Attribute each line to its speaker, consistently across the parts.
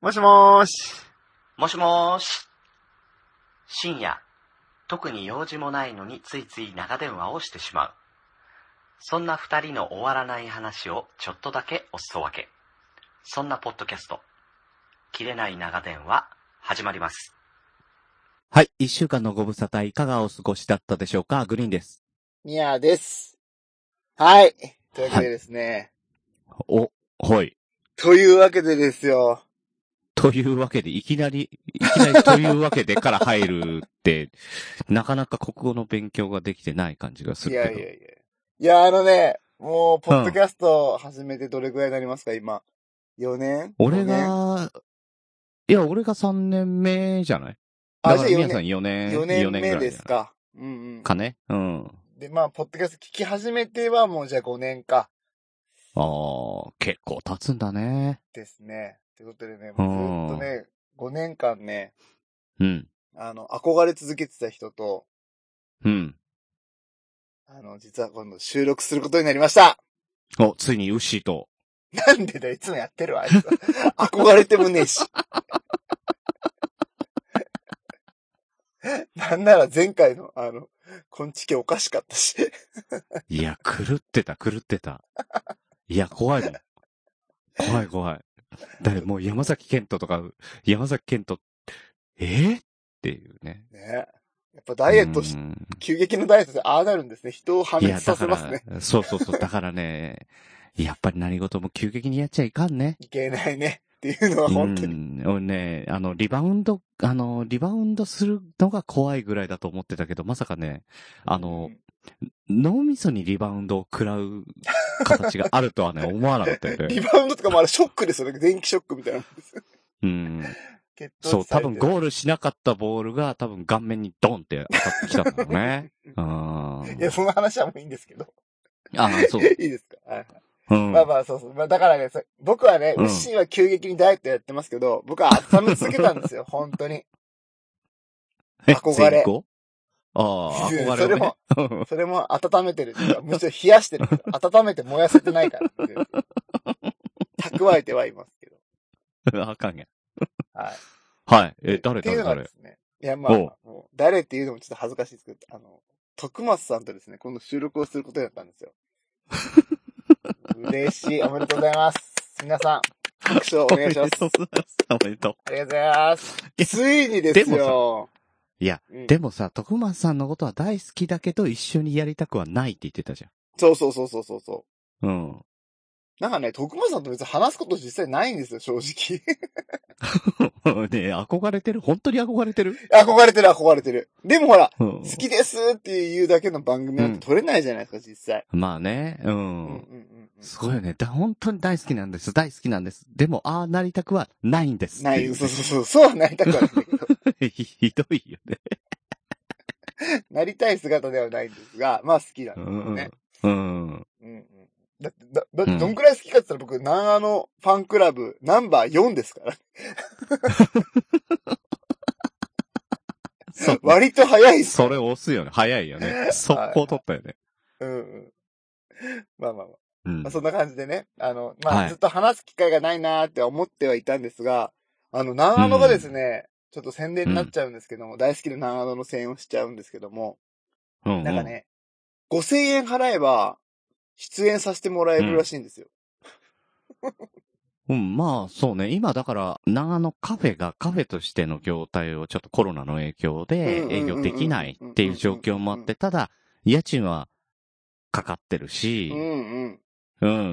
Speaker 1: もしもーし。
Speaker 2: もしもーし。深夜、特に用事もないのについつい長電話をしてしまう。そんな二人の終わらない話をちょっとだけおすそ分け。そんなポッドキャスト、切れない長電話、始まります。
Speaker 3: はい。一週間のご無沙汰いかがお過ごしだったでしょうかグリーンです。
Speaker 4: ミヤです。はい。というわけでですね。
Speaker 3: お、はい。
Speaker 4: というわけでですよ。
Speaker 3: というわけで、いきなり、いきなりというわけでから入るって、 なかなか国語の勉強ができてない感じがす
Speaker 4: い
Speaker 3: るけ
Speaker 4: や
Speaker 3: ど。
Speaker 4: いやいや。いや、あのね、もう、ポッドキャスト始めてどれくらいになりますか、今。4年
Speaker 3: 俺、
Speaker 4: 五年
Speaker 3: が、いや、俺が3年目じゃない
Speaker 4: あ、
Speaker 3: だか
Speaker 4: じゃあ
Speaker 3: ら皆さん
Speaker 4: 4
Speaker 3: 4
Speaker 4: 年、
Speaker 3: 年、
Speaker 4: 4
Speaker 3: 4
Speaker 4: 年
Speaker 3: 年ぐら
Speaker 4: 目
Speaker 3: いじゃない
Speaker 4: です。か。うんうん。
Speaker 3: かねうん。
Speaker 4: で、まあ、ポッドキャスト聞き始めてはもうじゃあ5年か。
Speaker 3: ああ、結構経つんだね。
Speaker 4: ですね。ということでね、ずっ
Speaker 3: うん
Speaker 4: とね、5年間ね、
Speaker 3: うん。
Speaker 4: あの、憧れ続けてた人と、
Speaker 3: うん。
Speaker 4: あの、実は今度収録することになりました
Speaker 3: お、ついにウッシーと。
Speaker 4: なんでだよ、いつもやってるわ、あいつ。憧れてもねえし。なんなら前回の、あの、こんちきおかしかったし。
Speaker 3: いや、狂ってた、狂ってた。いや、怖いもん。怖い怖い。だってもう山崎健人とか、山崎健人、えーっていうね。
Speaker 4: ねやっぱダイエットし
Speaker 3: う、ん
Speaker 4: 急激なダイエットでああなるんですね。人を破
Speaker 3: い
Speaker 4: 滅
Speaker 3: や、
Speaker 4: さ
Speaker 3: だ
Speaker 4: せ
Speaker 3: か
Speaker 4: ますね。
Speaker 3: ら、そうそうそう、だからね、やっぱり何事も急激にやっちゃいかんね。
Speaker 4: いけないね。っていうのは 本当に。
Speaker 3: うん、俺ね、あの、リバウンド、あの、リバウンドするのが怖いぐらいだと思ってたけど、まさかね、あの、脳みそにリバウンドを食らう形があるとはね、思わなかったよ
Speaker 4: うん、
Speaker 3: ね。
Speaker 4: リバウンドとかもあれショックですよね。電気ショックみたいな。
Speaker 3: うん。
Speaker 4: 血糖値
Speaker 3: そう、多
Speaker 4: 下げ
Speaker 3: 分
Speaker 4: て
Speaker 3: ゴールしなかったボールが多分顔面にドンって当たってきたんだろう ね。うん
Speaker 4: いや、その話はもういいんですけど。
Speaker 3: ああ、そう。
Speaker 4: いいですか、はい
Speaker 3: うん。
Speaker 4: まあまあ、そうそう。まあ、だからね、そ僕はね、
Speaker 3: うん
Speaker 4: ウッシーは急激にダイエットやってますけど、僕は温め続けたん ですよ、本当に。
Speaker 3: え
Speaker 4: 憧れ
Speaker 3: 全国あ あ、憧れ、
Speaker 4: そ
Speaker 3: ね
Speaker 4: れも、、それも温めてるっていうか。むしろ冷やしてるんですよ。温めて燃やせてないからっていう。蓄えてはいますけど。
Speaker 3: あかんや。
Speaker 4: はい。
Speaker 3: はい。え、誰
Speaker 4: っていう
Speaker 3: 誰
Speaker 4: のが
Speaker 3: 誰
Speaker 4: ですね。いや、まあ、
Speaker 3: おう
Speaker 4: もう誰っていうのもちょっと恥ずかしいですけど、あの、徳松さんとですね、今度収録をすることになったんで すよ。嬉しい。おめでとうございます。皆さん、拍手をお願いします。
Speaker 3: おめでとうございます。 おめでとう。
Speaker 4: ありがとうございます。ついにです
Speaker 3: で
Speaker 4: よ。
Speaker 3: いや、
Speaker 4: うん
Speaker 3: でもさ、徳松さんのことは大好きだけど一緒にやりたくはないって言ってたじ
Speaker 4: そうそうそうそうそうそ
Speaker 3: ゃん。うん。
Speaker 4: う。なんかね、徳間さんと別に話すこと実際ないんですよ、正直。
Speaker 3: ねえ憧れてる本当に憧れてる
Speaker 4: 憧れてる、憧れてる。でもほら、
Speaker 3: うん
Speaker 4: 好。きですっていうだけの番組なんて撮れないじゃないですか、実際。
Speaker 3: まあね、う。
Speaker 4: うんんうんうん
Speaker 3: すごいよね。だ、本当に大好きなんです。大好きなんです。でも、ああなりたくはないんです。
Speaker 4: な
Speaker 3: って
Speaker 4: い、
Speaker 3: う
Speaker 4: そうそうそう、そうはなりたくはないんだけど、
Speaker 3: ひどいよね。
Speaker 4: なりたい姿ではないんですが、まあ好きなん
Speaker 3: う
Speaker 4: ですよ
Speaker 3: ん
Speaker 4: ね。。
Speaker 3: うん。
Speaker 4: うんうん。だって、だ、だって
Speaker 3: うん
Speaker 4: どんくらい好きかって言ったら僕、南アのファンクラブ、ナンバー4ですから。
Speaker 3: そう。
Speaker 4: 割と早いっす
Speaker 3: それ押すよね。早いよ ね。速攻取ったよね。
Speaker 4: うんうん。まあまあまあ。
Speaker 3: うん
Speaker 4: まあ。そんな感じでね、あの、ま
Speaker 3: は
Speaker 4: あ、
Speaker 3: い
Speaker 4: ずっと話す機会がないなーって思ってはいたんですが、あの、長野がですね、ちょっと宣伝になっちゃうんですけども、大好きな長野の声援をしちゃうんですけども、
Speaker 3: うん
Speaker 4: なんか。ね、5000円払えば、出演させてもらえるらしいんですよ。
Speaker 3: うん、まあ、そうね。今、だから、長野カフェがカフェとしての業態をちょっとコロナの影響で
Speaker 4: うんうんうん
Speaker 3: 営業できないっていう状況もあって、ただ、家賃はかかってるし、
Speaker 4: うんうん。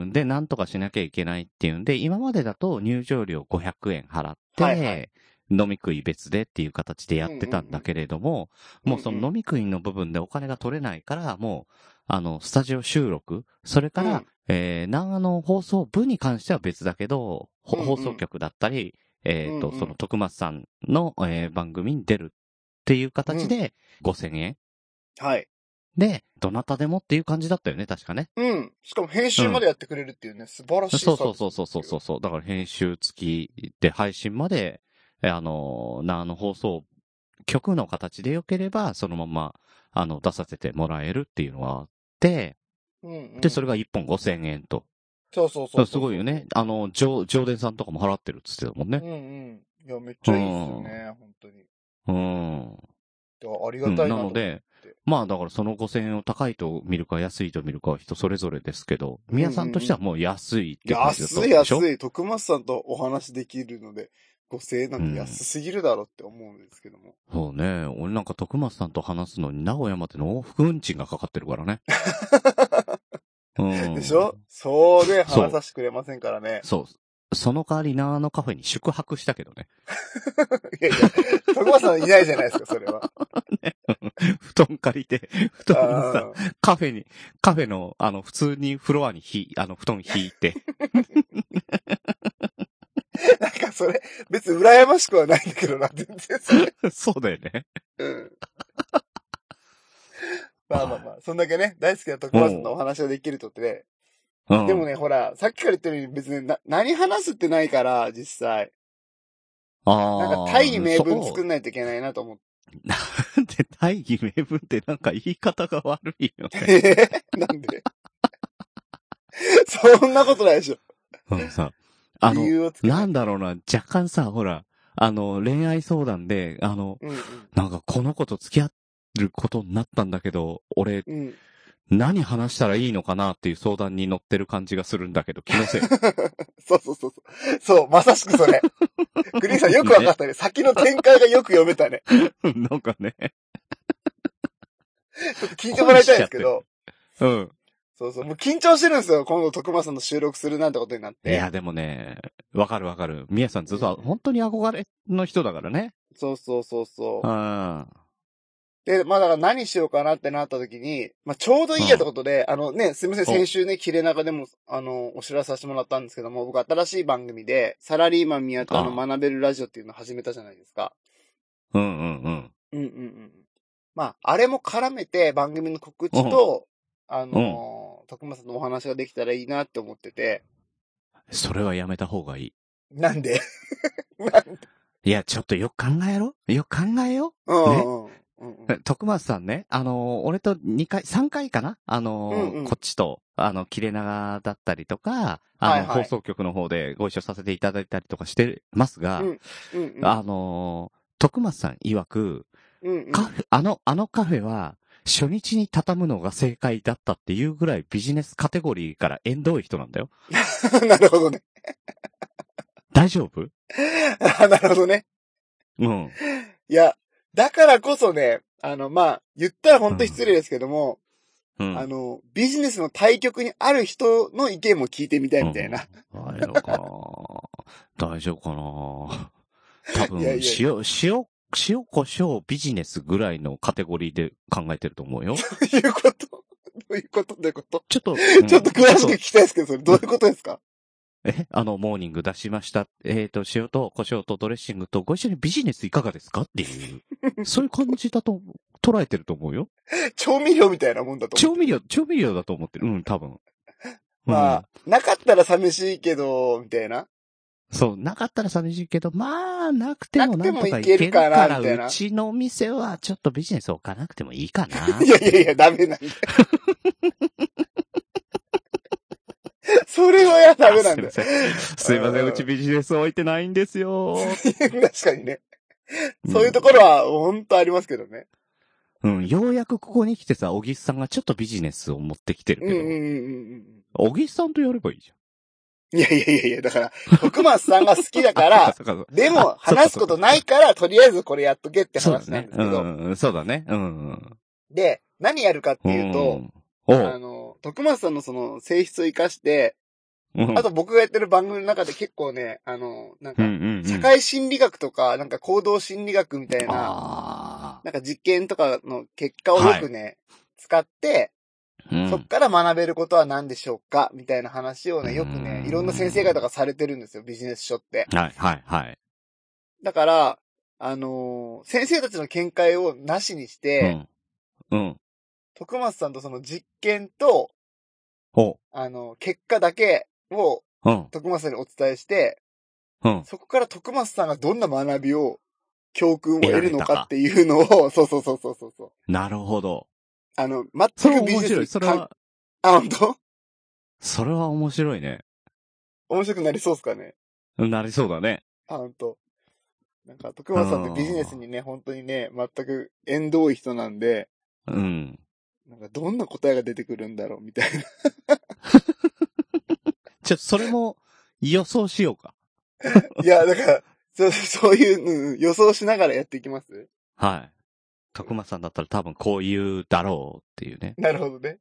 Speaker 3: うん。で、なんとかしなきゃいけないっていうんで、今までだと入場料500円払って、
Speaker 4: はいはい
Speaker 3: 飲み食い別でっていう形でやってたんだけれども、
Speaker 4: うんうんうん
Speaker 3: もうその飲み食いの部分でお金が取れないから、もう、あの、スタジオ収録、それから、
Speaker 4: うん
Speaker 3: えー、長野放送部に関しては別だけど、ほ
Speaker 4: うんうん
Speaker 3: 放送局だったり、えっ、と、
Speaker 4: うんうん
Speaker 3: その徳松さんの、えー番組に出るっていう形で、5000円
Speaker 4: はい。
Speaker 3: で、どなたでもっていう感じだったよね、確かね。
Speaker 4: うん。しかも編集までやってくれるっていうね、素晴らしいサー
Speaker 3: そう
Speaker 4: ビス
Speaker 3: そうそうそうそうそうそう。だから編集付きで配信まで、えあの、な、あの放送局の形で良ければ、そのまま、あの、出させてもらえるっていうのはあって、
Speaker 4: うんうん。
Speaker 3: で、それが1本5000円と。
Speaker 4: そうそうそうそう。
Speaker 3: すごいよね。あの、上、上田さんとかも払ってるっつってたもんね
Speaker 4: うん。うんうんいや、めっちゃいいですよね、本当に。
Speaker 3: うん。
Speaker 4: だからあり
Speaker 3: う
Speaker 4: が
Speaker 3: ん
Speaker 4: た
Speaker 3: ない
Speaker 4: なと思
Speaker 3: の
Speaker 4: って。
Speaker 3: で、まあだからその5000円を高いと見るか安いと見るかは人それぞれですけど、宮さんとしてはもう安いって感じだった
Speaker 4: 安
Speaker 3: で
Speaker 4: い
Speaker 3: しょ
Speaker 4: 安い、徳松さんとお話できるので、5000円なんて安すぎるだろうって思うんですけども。
Speaker 3: そうね。俺なんか徳松さんと話すのに名古屋までの往復運賃がかかってるからね。うん、
Speaker 4: でしょそうで
Speaker 3: そう
Speaker 4: 話させてくれませんからね。
Speaker 3: そう。その代わり長野カフェに宿泊したけどね。
Speaker 4: いやいや、徳松さんいないじゃないですか、それは。
Speaker 3: 布団借りて、 布団のさ、
Speaker 4: あ
Speaker 3: カフェに、カフェの、あの、普通にフロアにひ、あの、布団引い て。
Speaker 4: ーなんかそれ、別に羨ましくはないんだけどな、全然それ。
Speaker 3: そうだよね。
Speaker 4: うん。まあまあまあ、そんだけね、大好きな徳松さんのお話ができるとってね。
Speaker 3: うん。
Speaker 4: でもね、ほら、さっきから言ったように別にな何話すってないから、実際。
Speaker 3: あ
Speaker 4: な
Speaker 3: あ。
Speaker 4: んか大義名分
Speaker 3: そう
Speaker 4: 作んないといけないなと思って。
Speaker 3: で、大義名分ってなんか言い方が悪いよね。
Speaker 4: えー なんでそんなことないでしょ。
Speaker 3: うんさ、あ
Speaker 4: 理
Speaker 3: の、
Speaker 4: 由をつけ
Speaker 3: なんだろうな、若干さ、ほら、あの、恋愛相談で、あの、
Speaker 4: うんうん。
Speaker 3: なんかこの子と付き合ることになったんだけど、俺、
Speaker 4: うん。
Speaker 3: 何話したらいいのかなっていう相談に乗ってる感じがするんだけど、気の せい。
Speaker 4: そうそうそうそう。そう、まさしくそれ。グリーンさんよくわかったね。先の展開がよく読めたね。
Speaker 3: なんかね。
Speaker 4: ちょっと聞いてもらいたいんですけど。
Speaker 3: うん。
Speaker 4: そうそう。もう緊張してるんですよ。今度徳間さんの収録するなんてことになっ
Speaker 3: い
Speaker 4: て。
Speaker 3: や、でもね、わかるわかる。みやさんずっと本当に憧れの人だからね。
Speaker 4: そうそうそうそう
Speaker 3: う。ん。
Speaker 4: で、まあだから何しようかなってなった時に、まあちょうどいいやってことで、あのね、すみません、
Speaker 3: お
Speaker 4: 先週ね、切れ長でも、あの、お知らせさせてもらったんですけども、僕新しい番組で、サラリーマン宮田の
Speaker 3: あ
Speaker 4: 学べるラジオっていうのを始めたじゃないですか。
Speaker 3: うんうんうん。
Speaker 4: うんうんうん。まあ、あれも絡めて番組の告知と、あのー、徳間さんのお話ができたらいいなって思ってて、
Speaker 3: それはやめた方がいい。
Speaker 4: なんでなんで
Speaker 3: いや、ちょっとよく考えろ。よく考えよ
Speaker 4: うんうんうんうん。
Speaker 3: う。徳松さんね、あのー俺と2回、3回かなあのー
Speaker 4: うんうん
Speaker 3: こっちと、あの、切れ長だったりとか、あの、
Speaker 4: はいはい
Speaker 3: 放送局の方でご一緒させていただいたりとかしてますが、
Speaker 4: うんうん。
Speaker 3: あのー徳松さん曰く、
Speaker 4: うんうん
Speaker 3: カフェ、あの、あのカフェは、初日に畳むのが正解だったっていうぐらいビジネスカテゴリーから縁遠い人なんだよ。
Speaker 4: なるほどね。
Speaker 3: 大丈夫
Speaker 4: あなるほどね。
Speaker 3: うん。
Speaker 4: いや、だからこそね、あの、まあ、言ったら本当に失礼ですけども、
Speaker 3: うん。
Speaker 4: あの、ビジネスの対局にある人の意見も聞いてみたいみたいな。
Speaker 3: うん。大丈夫かな大丈夫かな多分、
Speaker 4: いやいや
Speaker 3: 塩、塩、塩胡椒ビジネスぐらいのカテゴリーで考えてると思うよ。
Speaker 4: ど ういうことどういうことどういうこと
Speaker 3: ちょっ と、うん
Speaker 4: ちょっと詳しく
Speaker 3: ちょ
Speaker 4: 聞
Speaker 3: っと
Speaker 4: きたいですけど、それどういうことですか
Speaker 3: え、あの、モーニング出しました。えっ、と、塩と胡椒とドレッシングとご一緒にビジネスいかがですかって いう、そういう感じだと捉えてると思うよ。
Speaker 4: 調味料みたいなもんだと思う。
Speaker 3: 調味料、調味料だと思ってる。うん、多分。う
Speaker 4: ま
Speaker 3: ん
Speaker 4: あ、なかったら寂しいけど、みたいな。
Speaker 3: そう、なかったら寂しいけど、まあ、なくてもなんとか
Speaker 4: なくても
Speaker 3: い
Speaker 4: い
Speaker 3: け
Speaker 4: け
Speaker 3: る
Speaker 4: る
Speaker 3: か、
Speaker 4: かららみたいな
Speaker 3: うちのお店はちょっとビジネス置かなくてもいいかな。
Speaker 4: いやいやいや、ダメなんだよ。 それはや、ダメなんだよ
Speaker 3: あ。すいません。すいません、
Speaker 4: うん
Speaker 3: うちビジネス置いてないんですよ。
Speaker 4: 確かにね。 そういうところは、本当ありますけどね。
Speaker 3: うん、ようやくここに来てさ、小木さんがちょっとビジネスを持ってきてる
Speaker 4: うんうんう
Speaker 3: け
Speaker 4: んうんうん。
Speaker 3: ど、小木さんとやればいいじ
Speaker 4: いやいやいやいや、だから、徳松さんが好きだ
Speaker 3: ゃん。
Speaker 4: か ら、
Speaker 3: そっかそっか
Speaker 4: でも
Speaker 3: あ
Speaker 4: 話すことないから、とりあえずこれやっとけって
Speaker 3: そうだ
Speaker 4: 話なん
Speaker 3: ね
Speaker 4: で。す
Speaker 3: う
Speaker 4: けど、
Speaker 3: んうん、そうだね。うん。
Speaker 4: で、何やるかっていうと、
Speaker 3: うん、
Speaker 4: あの、徳松さんのその性質を活かして、
Speaker 3: お
Speaker 4: あと僕がやってる番組の中で結構ね、あの、なん
Speaker 3: うんう
Speaker 4: か、
Speaker 3: んうん、
Speaker 4: 社会心理学とか、なんか行動心理学みたいな、
Speaker 3: あ
Speaker 4: なんか実験とかの結果をよくね、使っ
Speaker 3: ーう
Speaker 4: て、
Speaker 3: ん
Speaker 4: そっから学べることは何でしょうかみたいな話をね、よくね、
Speaker 3: うん
Speaker 4: いろんな先生方がされてるんですよ、ビジネス書って。
Speaker 3: はいはいはい。
Speaker 4: だから、あのー先生たちの見解をなしにして、
Speaker 3: うん。うん。
Speaker 4: 徳松さんとその実験と、
Speaker 3: お
Speaker 4: あの、結果だけを
Speaker 3: うん。
Speaker 4: 徳松さんにお伝えして、
Speaker 3: うん。
Speaker 4: そこから徳松さんがどんな学びを、教訓を得るの
Speaker 3: 得られたか
Speaker 4: かっていうのを、 そうそうそうそうそうそう。
Speaker 3: なるほど。
Speaker 4: あの、
Speaker 3: それ
Speaker 4: 全
Speaker 3: は
Speaker 4: くビ
Speaker 3: 面
Speaker 4: ジ
Speaker 3: 白
Speaker 4: ネ
Speaker 3: い。
Speaker 4: ス
Speaker 3: そ
Speaker 4: に
Speaker 3: れ
Speaker 4: 関
Speaker 3: は、
Speaker 4: あ、本当
Speaker 3: それは面白いね。
Speaker 4: 面白くなりそうっすかね。
Speaker 3: なりそうだね。
Speaker 4: あ、本当なんか、徳間さんってビジネスにね、本当にね、全く縁遠い人なんで、
Speaker 3: うん。
Speaker 4: なんかどんな答えが出てくるんだろうみたいな。
Speaker 3: ちょ、それも予想しようか。
Speaker 4: いや、だから、そう、 そういう、うん、予想しながらやっていきます
Speaker 3: はい。徳間さんだったら多分こう言うだろうっていうね。
Speaker 4: なるほどね。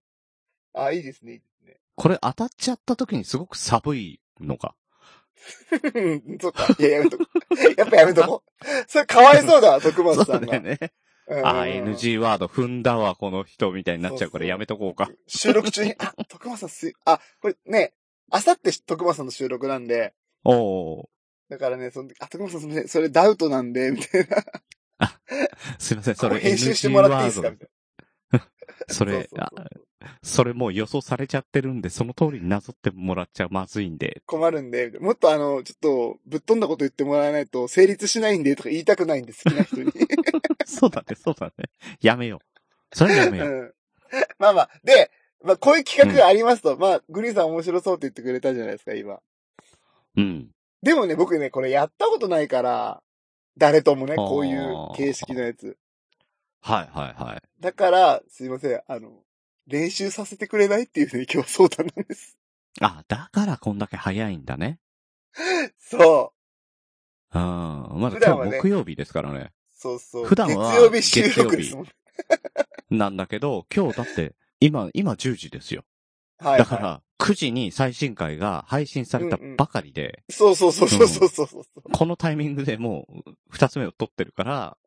Speaker 4: あ、いいですね、 いいですね。
Speaker 3: これ当たっちゃった時にすごく寒いのか。
Speaker 4: うんそっか。いや、やめとこ う。やっぱやめとこ う。それかわいそ うだわ、徳松さんが。
Speaker 3: だよね。
Speaker 4: うん
Speaker 3: あー、NG ワード踏んだわ、この人みたいになっちゃうからやめとこうか。
Speaker 4: 収録中に、あ、徳松さんすい、あ、これね、あさって徳松さんの収録なんで、
Speaker 3: おー。
Speaker 4: だからね、その時、あ、徳松さんすみません、それダウトなんで、みたいな。
Speaker 3: すいません、それ NG ワード。
Speaker 4: 編集してもらっていいですかみたい
Speaker 3: そ
Speaker 4: な。
Speaker 3: れ
Speaker 4: そうそうそ
Speaker 3: あ
Speaker 4: う
Speaker 3: それもう予想されちゃってるんで、その通りになぞってもらっちゃまずいんで。
Speaker 4: 困るんで、みたいなもっとあの、ちょっと、ぶっ飛んだこと言ってもらえないと、成立しないんで、とか言いたくないんで、好きな人に。
Speaker 3: そうだね、そうだね。やめよう。それはやめ
Speaker 4: う
Speaker 3: よう。
Speaker 4: ん。まあまあ、で、まあこういう企画がありますと、まあ、グリーンさん面白そうって言ってくれたじゃないですか、今。
Speaker 3: うん。
Speaker 4: でもね、僕ね、これやったことないから、誰とも
Speaker 3: あ
Speaker 4: ね、
Speaker 3: ー
Speaker 4: こういう形式のやつ。
Speaker 3: はいはいはい。
Speaker 4: だから、すいません、あの、練習させてくれないっていうね、今日相談なんです。
Speaker 3: あ、だからこんだけ早いんだね。
Speaker 4: そう。
Speaker 3: うん。まだ
Speaker 4: 普段
Speaker 3: 今
Speaker 4: はね
Speaker 3: 日木曜日ですからね。
Speaker 4: そうそう。
Speaker 3: 普段は
Speaker 4: 月曜日収録ですもん。
Speaker 3: なんだけど、今日だって、今、今10時ですよ。
Speaker 4: はい、
Speaker 3: だか
Speaker 4: は
Speaker 3: ら、9時に最新回が配信されたばかりで、
Speaker 4: い。そうそうそうそうそうそうそう。
Speaker 3: このタイミングでもう、2つ目を撮ってるから、は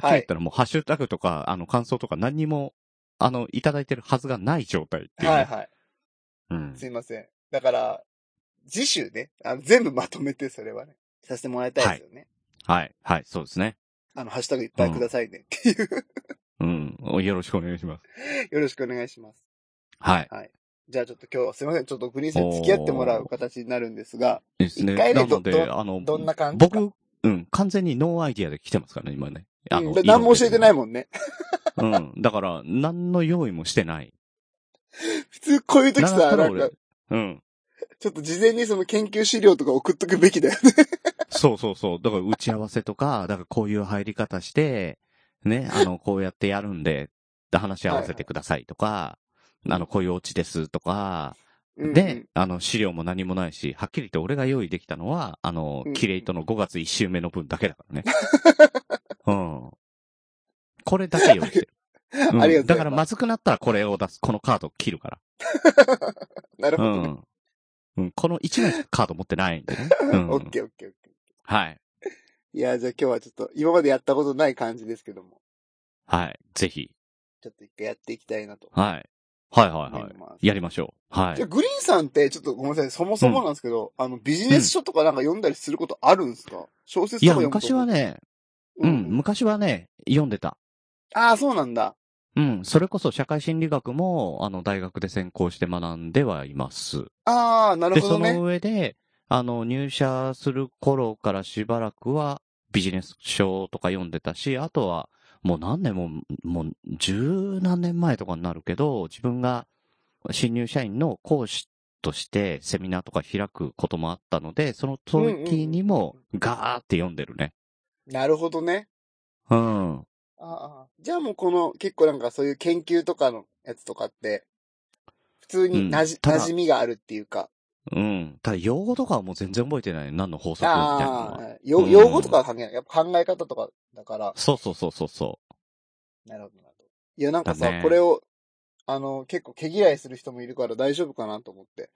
Speaker 3: っきり言ったらもうハッシュタグとか、あの、感想とか何にも、あの、いただいてるはずがない状態っていうね、
Speaker 4: はいはい。
Speaker 3: うん。
Speaker 4: すいません。だから、次週ね、あの全部まとめて、それはね、させてもらいたいですよね。
Speaker 3: はい、はい、そうですね。
Speaker 4: あの、ハッシュタグいっぱいくださいねっていう、
Speaker 3: うん。よろしくお願いします。
Speaker 4: よろしくお願いします。
Speaker 3: はい。
Speaker 4: じゃあちょっと今日はすいません、ちょっとグリーンさんに付き合ってもらう形になるんですが、
Speaker 3: ですね。
Speaker 4: 一回で
Speaker 3: な
Speaker 4: ど
Speaker 3: ので、
Speaker 4: ど
Speaker 3: あの、
Speaker 4: どんな感じか
Speaker 3: 僕、うん、完全にノーアイディアで来てますからね、今ね。あ
Speaker 4: う
Speaker 3: の
Speaker 4: ん、だ何も教えてない
Speaker 3: ん。
Speaker 4: もんね。
Speaker 3: うん。だから、何の用意もしてない。
Speaker 4: 普通こういう時
Speaker 3: なんだ
Speaker 4: さ、
Speaker 3: った
Speaker 4: な
Speaker 3: ら
Speaker 4: ん
Speaker 3: 俺
Speaker 4: か、
Speaker 3: うん。
Speaker 4: ちょっと事前にその研究資料とか送っとくべきだよね。
Speaker 3: そうそうそう。だから打ち合わせとか、だからこういう入り方して、ね、あの、こうやってやるんで、話し合わせてくださいとか、あの、こういうオチですとか、
Speaker 4: うん
Speaker 3: で、、あの、資料も何もないし、はっきりと俺が用意できたのは、あの
Speaker 4: うん、
Speaker 3: キレイトの5月1週目の分だけだ からね。うん。これだけ用意して る。うん
Speaker 4: ありがとうございます
Speaker 3: だからまずくなったらこれを出す。このカードを切るから。
Speaker 4: な るほ
Speaker 3: う
Speaker 4: どね。
Speaker 3: ん。うん、この1枚しかカード持ってないんで ね。う
Speaker 4: オッ
Speaker 3: ん。
Speaker 4: ケーオッケーオッケ
Speaker 3: はい。
Speaker 4: ー。いや、じゃあ今日はちょっと今までやったことない感じですけども、
Speaker 3: はい。ぜひ。
Speaker 4: ちょっと一回やっていきたいなと
Speaker 3: はい。はいはい
Speaker 4: 思
Speaker 3: はいい。
Speaker 4: ます。
Speaker 3: やりましょう。は
Speaker 4: じゃあ
Speaker 3: い。
Speaker 4: グリーンさんって、ちょっとごめんなさい、そもそもなんですけど、あの、ビジネス書とかなんか読んだりすることあるんですか小説
Speaker 3: い
Speaker 4: とか
Speaker 3: や、
Speaker 4: 読むと
Speaker 3: 昔は、ね、
Speaker 4: う
Speaker 3: うんん、
Speaker 4: うん。
Speaker 3: 昔はね、読んでた。
Speaker 4: ああ、そうなんだ。
Speaker 3: うん、それこそ社会心理学も、あの、大学で専攻して学んではいます。
Speaker 4: ああ、なる
Speaker 3: で、
Speaker 4: ほ
Speaker 3: そ
Speaker 4: どね。
Speaker 3: の上で、あの、入社する頃からしばらくは、ビジネス書とか読んでたし、あとは、もう何年も、もう十何年前とかになるけど、自分が新入社員の講師としてセミナーとか開くこともあったので、その時にもガーって読んでるね。
Speaker 4: なるほどね。
Speaker 3: うん。
Speaker 4: ああ。じゃあもうこの、結構なんかそういう研究とかのやつとかって、普通になじ、
Speaker 3: うんただ
Speaker 4: 馴染みがあるっていうか。
Speaker 3: うん。ただ、用語とかはもう全然覚えてない。何の法則みたいなの
Speaker 4: あ
Speaker 3: は。
Speaker 4: あ、よ
Speaker 3: うん
Speaker 4: 用語とかは関係ない。やっぱ考え方とかだから。
Speaker 3: そうそうそうそうそ
Speaker 4: なるほど、なるほど。いや、なんかさ、
Speaker 3: だね
Speaker 4: これを、あの、結構毛嫌いする人もいるから大丈夫かなと思って。
Speaker 3: う。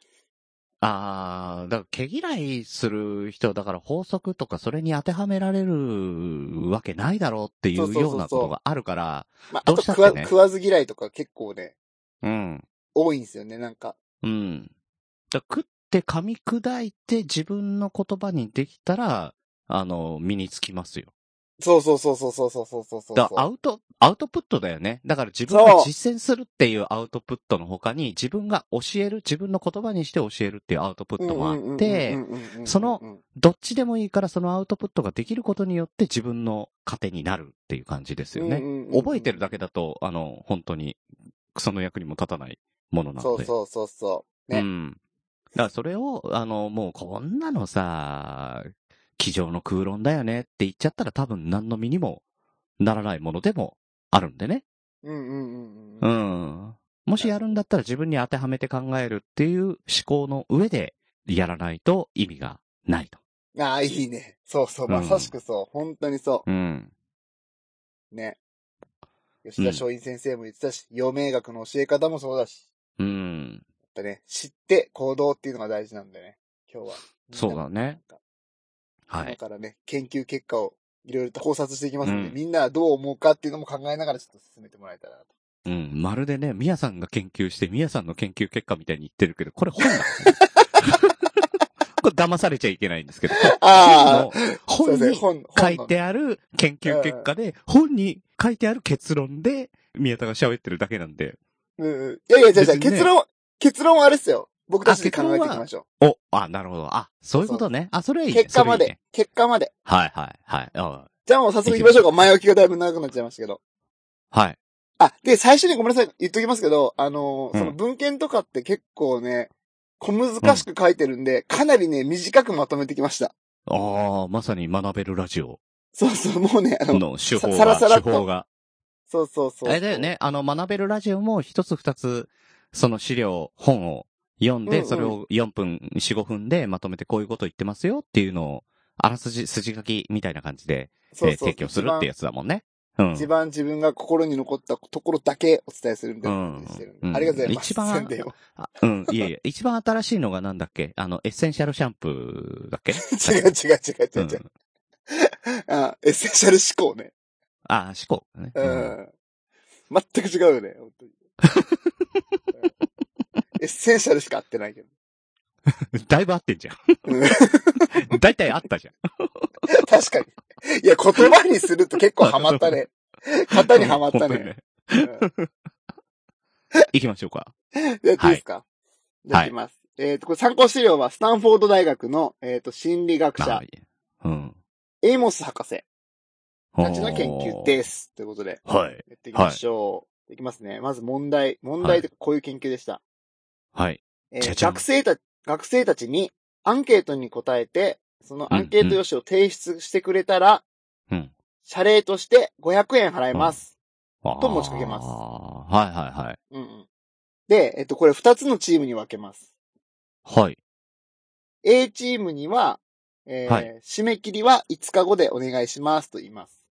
Speaker 3: ああ、だから、毛嫌いする人、だから法則とかそれに当てはめられるわけないだろうってい
Speaker 4: そう
Speaker 3: う
Speaker 4: そうそうそう
Speaker 3: ようなことがあるから、
Speaker 4: まあ、
Speaker 3: ど
Speaker 4: あ
Speaker 3: う
Speaker 4: と
Speaker 3: したっ
Speaker 4: 食
Speaker 3: てね
Speaker 4: わ、食わず嫌いとか結構ね、
Speaker 3: うん。
Speaker 4: 多いんですよね、なんか。
Speaker 3: うん。だから食って噛み砕いて自分の言葉にできたら、あの、身につきますよ。
Speaker 4: そうそうそうそうそうそうそうそうそう。
Speaker 3: だからアウト、アウトプットだよね。だから自分が
Speaker 4: そう
Speaker 3: 実践するっていうアウトプットの他に、自分が教える、自分の言葉にして教えるっていうアウトプットもあって、その、どっちでもいいからそのアウトプットができることによって自分の糧になるっていう感じですよね。覚えてるだ
Speaker 4: け
Speaker 3: けだと、あの、本当に、その役にも立たないものな
Speaker 4: そ
Speaker 3: の
Speaker 4: う
Speaker 3: で。
Speaker 4: そうそうそう。ね
Speaker 3: うん。だからそれを、あの、もうこんなのさ、机上の空論だよねって言っちゃったら多分何の身にもならないものでもあるんでね。
Speaker 4: うんう
Speaker 3: う
Speaker 4: んうんうん。
Speaker 3: ん。もしやるんだったら自分に当てはめて考えるっていう思考の上でやらないと意味がないと。
Speaker 4: ああ、いいね。そうそう、
Speaker 3: うん
Speaker 4: まさしくそう。本当にそ
Speaker 3: うん。
Speaker 4: う。ね。吉田松陰先生も言ってたし、陽明学の教え方もそうだし、
Speaker 3: うん。
Speaker 4: やっぱね、知って行動っていうのが大事なんだよね。今日は。
Speaker 3: そうだね
Speaker 4: なんか。
Speaker 3: は
Speaker 4: だ
Speaker 3: い。
Speaker 4: からね、研究結果をいろいろと考察していきますので、
Speaker 3: うん
Speaker 4: みんなはどう思うかっていうのも考えながらちょっと進めてもらえたらなと。
Speaker 3: うん。まるでね、ミヤさんが研究して、ミヤさんの研究結果みたいに言ってるけど、これ本だ、ね。 これ騙されちゃいけないんですけど。
Speaker 4: ああ
Speaker 3: 本
Speaker 4: そうで
Speaker 3: に
Speaker 4: すね本、
Speaker 3: 書
Speaker 4: 本
Speaker 3: い
Speaker 4: のね
Speaker 3: てある研究結果で、本に書いてある結論で、宮田が喋ってるだけなんで。
Speaker 4: うんうん。いやいや、じゃあじゃあ
Speaker 3: 別にね
Speaker 4: 結論、結論はあれっすよ。僕たちで考えていきましょ
Speaker 3: お、あ、なるほど。あ、そういうことね。あ、それは
Speaker 4: う。
Speaker 3: いいね。
Speaker 4: 結果ま
Speaker 3: それいい
Speaker 4: で
Speaker 3: ね。
Speaker 4: 結果まで。
Speaker 3: はいはいはい。あ
Speaker 4: じゃあもう早速行きましょうか。前置きがだいぶ長くなっちゃいましたけど。
Speaker 3: はい。
Speaker 4: あ、で、最初にごめんなさい、言っときますけど、あのー
Speaker 3: うん
Speaker 4: その文献とかって結構ね、小難しく書いてるんで、かなりね、短くまとめてきました。
Speaker 3: ああ、まさに学べるラジオ
Speaker 4: そうそう、もうね、あの、
Speaker 3: の手法が、
Speaker 4: さらさらっ
Speaker 3: 手
Speaker 4: と
Speaker 3: 法が。
Speaker 4: そうそうそう。
Speaker 3: あれだよ。ね。あの、学べるラジオも一つ二つ、その資料、本を読ん
Speaker 4: うん
Speaker 3: で、
Speaker 4: うん
Speaker 3: それを4分、4、5分でまとめてこういうこと言ってますよっていうのを、あらすじ、筋書きみたいな感じで、
Speaker 4: そう
Speaker 3: えー
Speaker 4: そう
Speaker 3: 提供するってやつだもんね。うん。
Speaker 4: 一番自分が心に残ったところだけお伝えするみたいな感じにしてるんで、
Speaker 3: うん
Speaker 4: ありがとうございます。
Speaker 3: 一番
Speaker 4: 宣伝を
Speaker 3: あうん、いえいえ、一番新しいのがなんだっけあの、エッセンシャルシャンプーだっけ
Speaker 4: 違う違う違う違
Speaker 3: う
Speaker 4: う違
Speaker 3: ん。
Speaker 4: う、あ。エッセンシャル思考ね。
Speaker 3: あ、思考、ね。
Speaker 4: う
Speaker 3: うん
Speaker 4: ん。全く違うよね、本当に。 うんエッセンシャルしか合ってないけど。
Speaker 3: だいぶ合ってんじゃ
Speaker 4: うん
Speaker 3: ん。だいたい合ったじゃん。
Speaker 4: 確かに。いや、言葉にすると結構ハマったね。型にはまった
Speaker 3: 本当に
Speaker 4: ね。。うん
Speaker 3: 行きましょうか。
Speaker 4: やっていいですか
Speaker 3: い
Speaker 4: じゃあいきます。えっと、これ参考資料は、スタンフォード大学の、えっと、心理学
Speaker 3: ま
Speaker 4: 者
Speaker 3: あ、い、いうん。。
Speaker 4: エイモス博士たちの研究ですす。ということで、
Speaker 3: はい。
Speaker 4: やっていきましょう。いきますね。まず問題。問題ってこういう研究でした。
Speaker 3: はい。
Speaker 4: えー
Speaker 3: じゃじゃん
Speaker 4: 学生たち、学生たちにアンケートに答えて、そのアンケート用紙を提出してくれたら、
Speaker 3: うん。
Speaker 4: 謝礼として500円払います。と持ちかけます
Speaker 3: す。はいはいはい。
Speaker 4: うんうん。で、えっと、これ2つのチームに分けます。
Speaker 3: はい。
Speaker 4: A チームには、えー
Speaker 3: はい
Speaker 4: 締め切りは5日後でお願いしますと言います。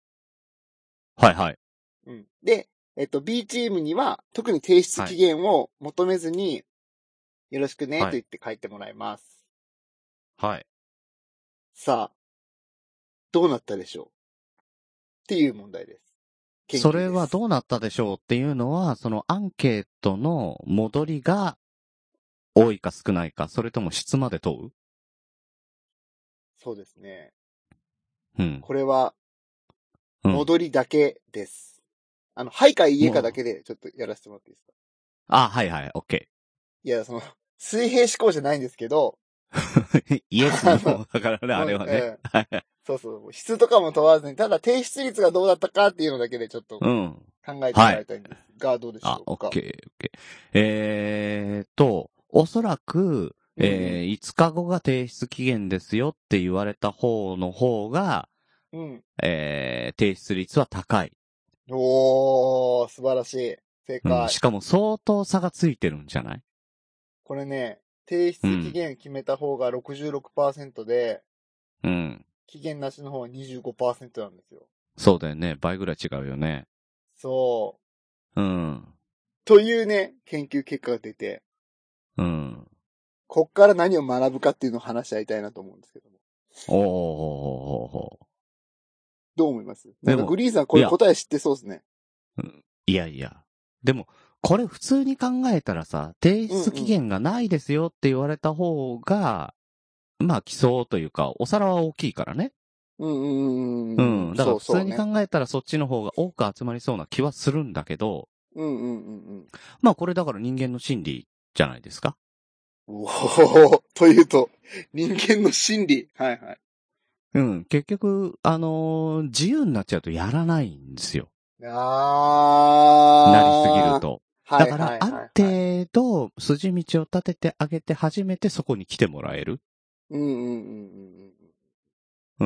Speaker 3: はいはい。
Speaker 4: うん。で、えっと、B チームには、特に提出期限を求めずに、よろしくね、
Speaker 3: はい
Speaker 4: と言って書いてもらいます。
Speaker 3: はい。
Speaker 4: さあ、どうなったでしょうっていう問題です。研究です
Speaker 3: それはどうなったでしょうっていうのは、そのアンケートの戻りが多いか少ないか、それとも質まで問
Speaker 4: そうですね。
Speaker 3: ううん。
Speaker 4: これは、
Speaker 3: うん
Speaker 4: 戻りだけです。あの、はいかいいえかだけで、ちょっとやらせてもらっていいですか
Speaker 3: あ、はいはい、オッケ
Speaker 4: いや、その、 水平思考じゃないんですけど、
Speaker 3: ー。 イエスの、だから ね、あれはね。
Speaker 4: うん。 そうそう。質とかも問わずに、ただ提出率がどうだったかっていうのだけでちょっと考
Speaker 3: うん。
Speaker 4: えてもらいたいんですが、どうでしょう
Speaker 3: あ
Speaker 4: か、。
Speaker 3: オッケー、オッケー。えーっと、おそらく、えー、5日後が提出期限ですよって言われた方の方が、
Speaker 4: うん。
Speaker 3: えー、提出率は高い、
Speaker 4: おー、素晴らしい。正
Speaker 3: うん
Speaker 4: 解。
Speaker 3: しかも相当差がついてるんじゃない
Speaker 4: これね、提出期限決めた方が66%で、
Speaker 3: うん。
Speaker 4: 期限なしの方は25%なんですよ。
Speaker 3: そうだよね。倍ぐらい違うよね。
Speaker 4: そ
Speaker 3: うん。
Speaker 4: う。というね、研究結果が出て、
Speaker 3: うん。
Speaker 4: こっから何を学ぶかっていうのを話し合いたいなと思うんですけども。
Speaker 3: おーほーほーほーほ
Speaker 4: どう思いますな
Speaker 3: でも
Speaker 4: んかグリーンさんこれ答え知ってそうですね。
Speaker 3: ー。いやいや。でも、これ普通に考えたらさ、提出期限がないですよって言われた方が、まあ、基礎というか、お皿は大きいからね。
Speaker 4: うんうんう
Speaker 3: う
Speaker 4: んうん。
Speaker 3: ん。だから普
Speaker 4: そうそ
Speaker 3: 通
Speaker 4: う
Speaker 3: に
Speaker 4: ね。
Speaker 3: 考えたらそっちの方が多く集まりそうな気はするんだけど、
Speaker 4: うんうんうん
Speaker 3: まあこれだから人間の心理じゃないですか。
Speaker 4: うん。おーというと、人間の心理。はいはい。
Speaker 3: うん。結局、あのー自由になっちゃうとやらないんですよ。な
Speaker 4: あ
Speaker 3: り
Speaker 4: ー。
Speaker 3: すぎる。と。
Speaker 4: は
Speaker 3: だ
Speaker 4: いは
Speaker 3: か
Speaker 4: いはいは
Speaker 3: ら
Speaker 4: い、、
Speaker 3: ある程度、筋道を立ててあげて初めてそこに来てもらえる。
Speaker 4: うんうんうんうんう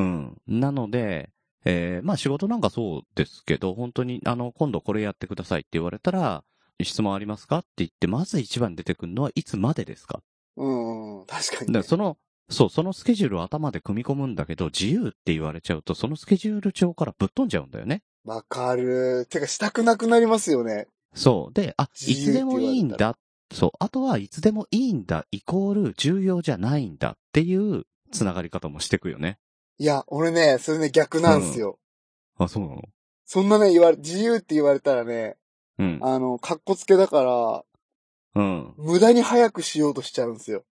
Speaker 3: う
Speaker 4: ん。
Speaker 3: ん。なので、えーまあ仕事なんかそうですけど、本当に、あの、今度これやってくださいって言われたら、質問ありますかって言って、まず一番に出てくるのは、いつまでですか
Speaker 4: うんうん。確か
Speaker 3: だか
Speaker 4: にね、
Speaker 3: らその、そう、そのスケジュールを頭で組み込むんだけど、自由って言われちゃうと、そのスケジュール帳からぶっ飛んじゃうんだよね。
Speaker 4: わかる。てか、したくなくなりますよね。
Speaker 3: そう。で、あ、い
Speaker 4: 自由
Speaker 3: つ
Speaker 4: って
Speaker 3: で
Speaker 4: 言わ
Speaker 3: も
Speaker 4: れたら
Speaker 3: いいんだ。そう。あとはいつでもいいんだ、イコール重要じゃないんだっていうつながり方もしてくよね。
Speaker 4: いや、俺ね、それね、逆なんすよ。
Speaker 3: あ、そうなの
Speaker 4: そんなね、言われ、自由って言われたらね、
Speaker 3: うん。
Speaker 4: あの、かっこつけだか
Speaker 3: う
Speaker 4: ら、
Speaker 3: ん。
Speaker 4: 無駄に早くしようとしちゃうんですよ。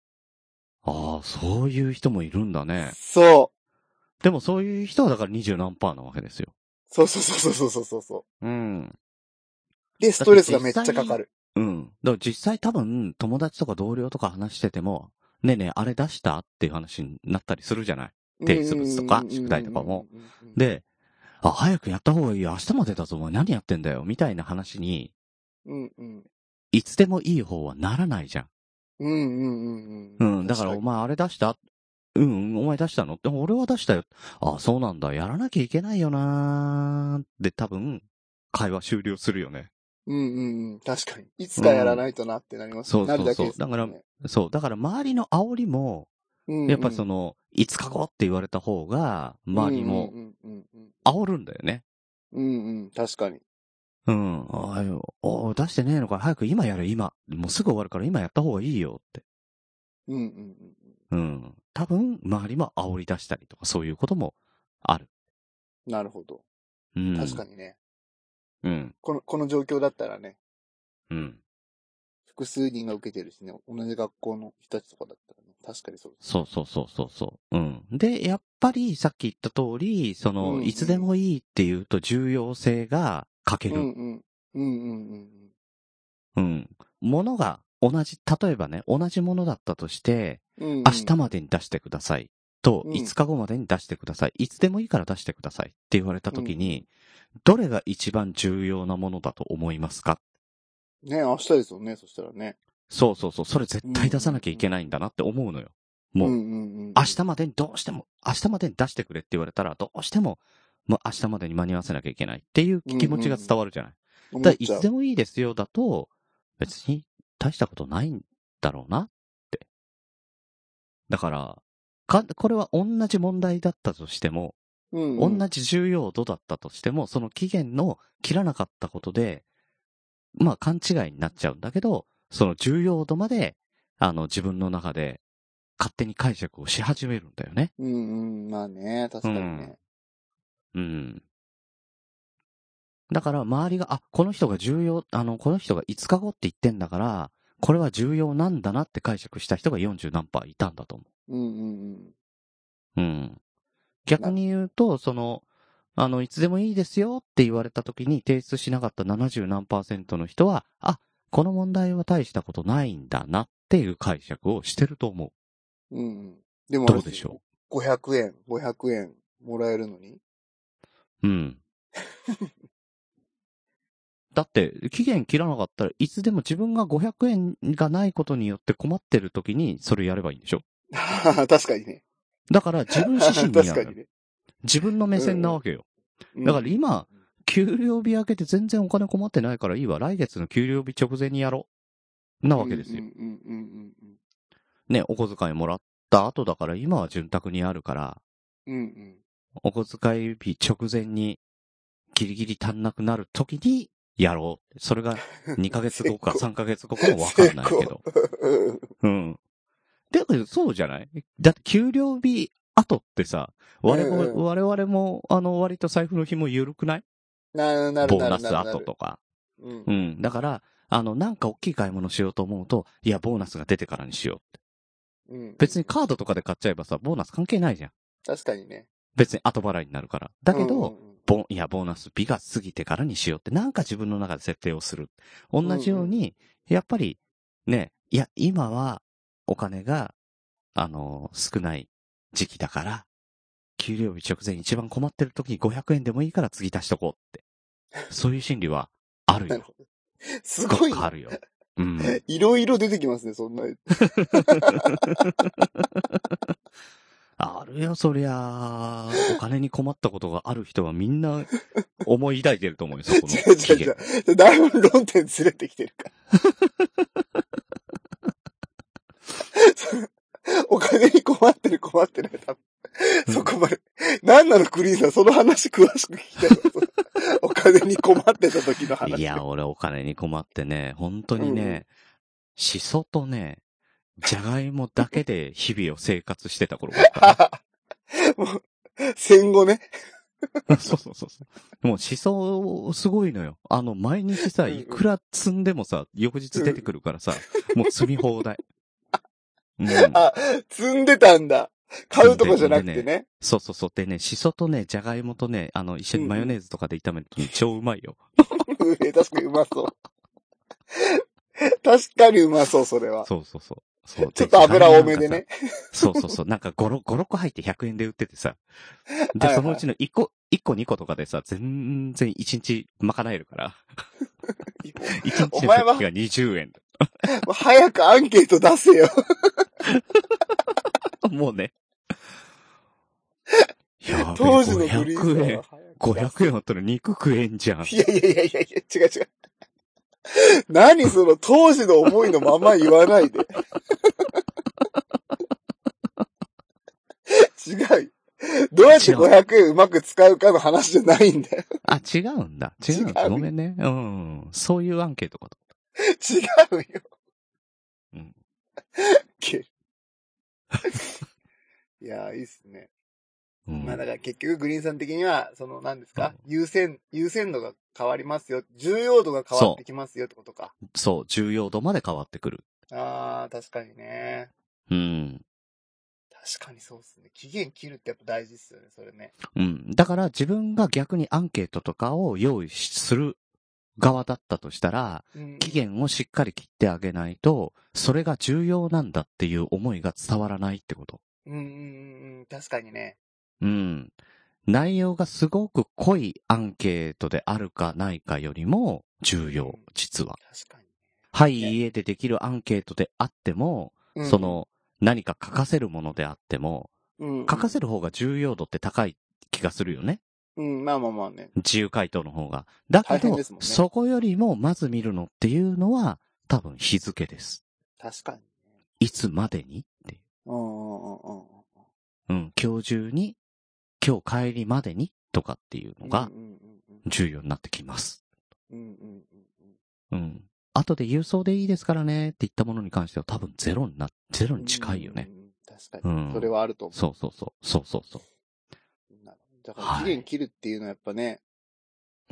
Speaker 3: ああ、そういう人もいるんだね。
Speaker 4: そう。
Speaker 3: でもそういう人はだから二十何パーなわけですよ。
Speaker 4: そうそうそうそうそうそうそ
Speaker 3: うん。
Speaker 4: う。で、ストレスがめっちゃかかる。
Speaker 3: うん。だから実際多分友達とか同僚とか話してても、ねえねえ、あれ出したっていう話になったりするじゃない。提出物とか宿題とかも
Speaker 4: うんうんうんうん、
Speaker 3: で、あ、早くやった方がいいよ。明日までだぞ。お前何やってんだよ。みたいな話に、
Speaker 4: うんうん。
Speaker 3: いつでもいい方はならないじゃん。
Speaker 4: うんうんうん
Speaker 3: う
Speaker 4: うんん。。
Speaker 3: だから、お
Speaker 4: 確
Speaker 3: 前あれ出したうん、うんお前出したのでも俺は出したよ。あ、そうなんだ。やらなきゃいけないよなーで、多分、会話終了するよね。
Speaker 4: にうんうんうん。確かに。いつかやらないとなってなります。
Speaker 3: うん
Speaker 4: なるだけです
Speaker 3: そうそうそうだ
Speaker 4: ね
Speaker 3: からそう。だから、周りの煽りも、
Speaker 4: うんうん
Speaker 3: やっぱりその、いつか後って言われた方が、周りも
Speaker 4: うんうんうん
Speaker 3: 煽るんだよね。
Speaker 4: うん。うんうん。確かに。
Speaker 3: うん。あよお出してねえのか。早く今やれ、今。もうすぐ終わるから今やった方がいいよって。
Speaker 4: うんうんうん。
Speaker 3: うん。多分、周りも煽り出したりとか、そういうこともある。
Speaker 4: なるほど。
Speaker 3: うん。
Speaker 4: 確かにね。
Speaker 3: に。うん。
Speaker 4: この、この状況だったらね、
Speaker 3: うん。
Speaker 4: 複数人が受けてるしね、同じ学校の人たちとかだったらね、確かにそうです。
Speaker 3: そうそうそうそうそう。うん。で、やっぱりさっき言った通り、その、
Speaker 4: うんうん
Speaker 3: いつでもいいっていうと重要性が欠け
Speaker 4: うん
Speaker 3: る。
Speaker 4: うん。うんうんうん
Speaker 3: うん。も、の、が同じ、例えばね、同じものだったとして、
Speaker 4: うん。うんうん
Speaker 3: 明日までに出してください。と、
Speaker 4: うん
Speaker 3: 5日後までに出してください。いつでもいいから出してください。って言われた時に、どれが一番重要なものだと思いますか
Speaker 4: ね、明日ですよね、そしたらね。
Speaker 3: そうそうそう。それ絶対出さなきゃいけないんだなって思うのよ。もう、
Speaker 4: んうんう
Speaker 3: 明
Speaker 4: ん。
Speaker 3: 日までにどうしても、明日までに出してくれって言われたら、どうしても、もう明日までに間に合わせなきゃいけないっていう気持ちが伝わるじゃない。
Speaker 4: 思
Speaker 3: だ
Speaker 4: っ
Speaker 3: からい
Speaker 4: ちゃう
Speaker 3: つでもいいですよだと、別に大したことないんだろうなって。だから、か、これは同じ問題だったとしても、
Speaker 4: うんう
Speaker 3: 同
Speaker 4: ん、
Speaker 3: じ重要度だったとしても、その期限の切らなかったことで、まあ勘違いになっちゃうんだけど、その重要度まで、あの自分の中で勝手に解釈をし始めるんだよね。
Speaker 4: うんうん、まあね、確かにね。
Speaker 3: うん。だから周りが、あ、この人が重要、あの、この人が5日後って言ってんだから、これは重要なんだなって解釈した人が40何パーいたんだと思
Speaker 4: うんうん
Speaker 3: う。うん。逆に言うと、その、あの、いつでもいいですよって言われた時に提出しなかった70何パーセントの人は、あ、この問題は大したことないんだなっていう解釈をしてると思
Speaker 4: うん。うんうん。でも
Speaker 3: う。
Speaker 4: あれ
Speaker 3: どう
Speaker 4: す
Speaker 3: でしょ
Speaker 4: ?500 円、500円もらえるのに
Speaker 3: ううん。だって、期限切らなかったらいつでも自分が500円がないことによって困ってる時にそれやればいいんでしょ
Speaker 4: 確かにね。
Speaker 3: だから自分自身
Speaker 4: 確
Speaker 3: にな
Speaker 4: かに
Speaker 3: る。
Speaker 4: ね。
Speaker 3: 自分の目線なわけよ。
Speaker 4: うん
Speaker 3: だから今、給料日明けて全然お金困ってないからいいわ。来月の給料日直前にやろう。なわけですよ。
Speaker 4: うんうんうんうん
Speaker 3: ね、お小遣いもらった後だから今は潤沢にあるから、
Speaker 4: うん。うんうん。
Speaker 3: お小遣い日直前にギリギリ足んなくなる時にやろう。そ れが2ヶ月後か
Speaker 4: 成功
Speaker 3: 3ヶ月後かもわかんないけど。
Speaker 4: うん
Speaker 3: うん。だけどそうじゃないだって給料日後ってさ、我々,、
Speaker 4: うんうん
Speaker 3: 我々も、あの、割と財布の紐緩くない
Speaker 4: なるなる
Speaker 3: ボ
Speaker 4: な
Speaker 3: ー
Speaker 4: るな
Speaker 3: ナ
Speaker 4: る
Speaker 3: ス後とか。
Speaker 4: うん
Speaker 3: う。ん。だから、あの、なんか大きい買い物しようと思うと、いや、ボーナスが出てからにしようって。
Speaker 4: うん
Speaker 3: 別にカードとかで買っちゃえばさ、ボーナス関係ないじゃん。
Speaker 4: 確かにね。
Speaker 3: 別に後払いになるから。だけど、
Speaker 4: うんうんうん、
Speaker 3: ボン、いや、ボーナス日が過ぎてからにしようって、なんか自分の中で設定をする。同じように、やっぱり、ね、いや、今は、お金が、あの少ない時期だから、給料日直前一番困ってる時に500円でもいいから次足しとこうって。そういう心理は、ある
Speaker 4: な
Speaker 3: よ
Speaker 4: る。ほど。 すごい
Speaker 3: どっ
Speaker 4: ね
Speaker 3: かあるよ。うん。
Speaker 4: いろいろ出てきますね、そんな。
Speaker 3: あるよ、そりゃ。お金に困ったことがある人はみんな思い抱いてると思うよ、そこ
Speaker 4: 違う
Speaker 3: の
Speaker 4: 違う
Speaker 3: 期
Speaker 4: 違
Speaker 3: 限。
Speaker 4: う。だいぶ論点ずれてきてるから。 お金に困ってる困ってない、多
Speaker 3: うん
Speaker 4: 分。そこまで。なんなの、クリーンさん、その話詳しく聞きたいわ その。お金に困ってた時の話。
Speaker 3: いや、俺お金に困ってね、本当に
Speaker 4: うん
Speaker 3: ね、しそとね、じゃがいもだけで日々を生活してた頃があったな
Speaker 4: もう、戦後ね。
Speaker 3: そうそうそうそう。もうしそ、すごいのよ。あの、毎日さ、
Speaker 4: うんうん
Speaker 3: いくら積んでもさ、翌日出てくるからさ、もう積み放 題。うん、
Speaker 4: あ、積んでたんだ。買うとかじゃなくて
Speaker 3: 積ん
Speaker 4: ね。
Speaker 3: そうそうそう。でね、しそとね、じゃがいもとね、あの、一緒にマヨネーズとかで炒めると、超うまいよ。
Speaker 4: うん確かにうまそう。 確かにうまそう、そ れは。
Speaker 3: そうそうそう。そう
Speaker 4: ちょっと油多めでね。。
Speaker 3: そうそうそう。なんか5、5、6入って100円で売っててさ。
Speaker 4: はいは
Speaker 3: で、
Speaker 4: い
Speaker 3: そのうちの1個、一個2個とかでさ、全然1日賄える から。1日
Speaker 4: お
Speaker 3: の
Speaker 4: 前は
Speaker 3: 食費が20円。
Speaker 4: もう早くアンケート出せよ。
Speaker 3: もうね。 やべえ、
Speaker 4: 当時のグリーン
Speaker 3: 500円。
Speaker 4: さんは早く出せ
Speaker 3: 500円あったら肉食えんじゃ ん。
Speaker 4: いやいやいやいやいや、違う違う。 何その当時の思いのまま言わないで。 違う。どうやって500円うまく使うかの話じゃないんだよ。
Speaker 3: あ、違うんだ。違うんだ。
Speaker 4: 違う
Speaker 3: ごめんね。うん。そういうアンケートかと。
Speaker 4: 違うよ。
Speaker 3: うん。
Speaker 4: け いやー、いいっすね。
Speaker 3: うん
Speaker 4: まあだから結局グリーンさん的には、その何ですか、優先、優先度が変わりますよ。重要度が変わってきますよってことか。
Speaker 3: そう、重要度まで変わってくる。
Speaker 4: ああ、確かにね。
Speaker 3: うん。
Speaker 4: 確かにそうっすね。期限切るってやっぱ大事っすよね、それね。
Speaker 3: うん。だから自分が逆にアンケートとかを用意しする側だったとしたら、
Speaker 4: うん
Speaker 3: 期限をしっかり切ってあげないと、それが重要なんだっていう思いが伝わらないってこと。
Speaker 4: うんうんうんうん、確かにね。
Speaker 3: うん。内容がすごく濃いアンケートであるかないかよりも重要、実は。
Speaker 4: 確かに。
Speaker 3: はい、家でできるアンケートであっても、
Speaker 4: うん
Speaker 3: そ、の、何か書かせるものであっても、
Speaker 4: うん、
Speaker 3: 書かせ
Speaker 4: る。
Speaker 3: る方が重要度って高い気がするよね。
Speaker 4: うん、まあまあまあね。
Speaker 3: 自由回答の方が。だけ
Speaker 4: 大変
Speaker 3: ど、
Speaker 4: ですもんね
Speaker 3: そこよりもまず見るのっていうのは、多分日付です。
Speaker 4: 確かに。
Speaker 3: いつまでにっていう。
Speaker 4: うんうんうんうん。
Speaker 3: うん、今日中に、今日帰りまでにとかっていうのが
Speaker 4: うんうんうん
Speaker 3: 重要になってきます。
Speaker 4: うん。うんうんうんう
Speaker 3: う
Speaker 4: ん。
Speaker 3: ん。後で郵送でいいですからねって言ったものに関しては多分ゼロにな、ゼロに近いよね
Speaker 4: う。んうんうん。確
Speaker 3: う
Speaker 4: かに、
Speaker 3: ん
Speaker 4: それはあると思
Speaker 3: そうそうそう。そうそうそう。
Speaker 4: う。なだから期限切るっていうのはやっぱね、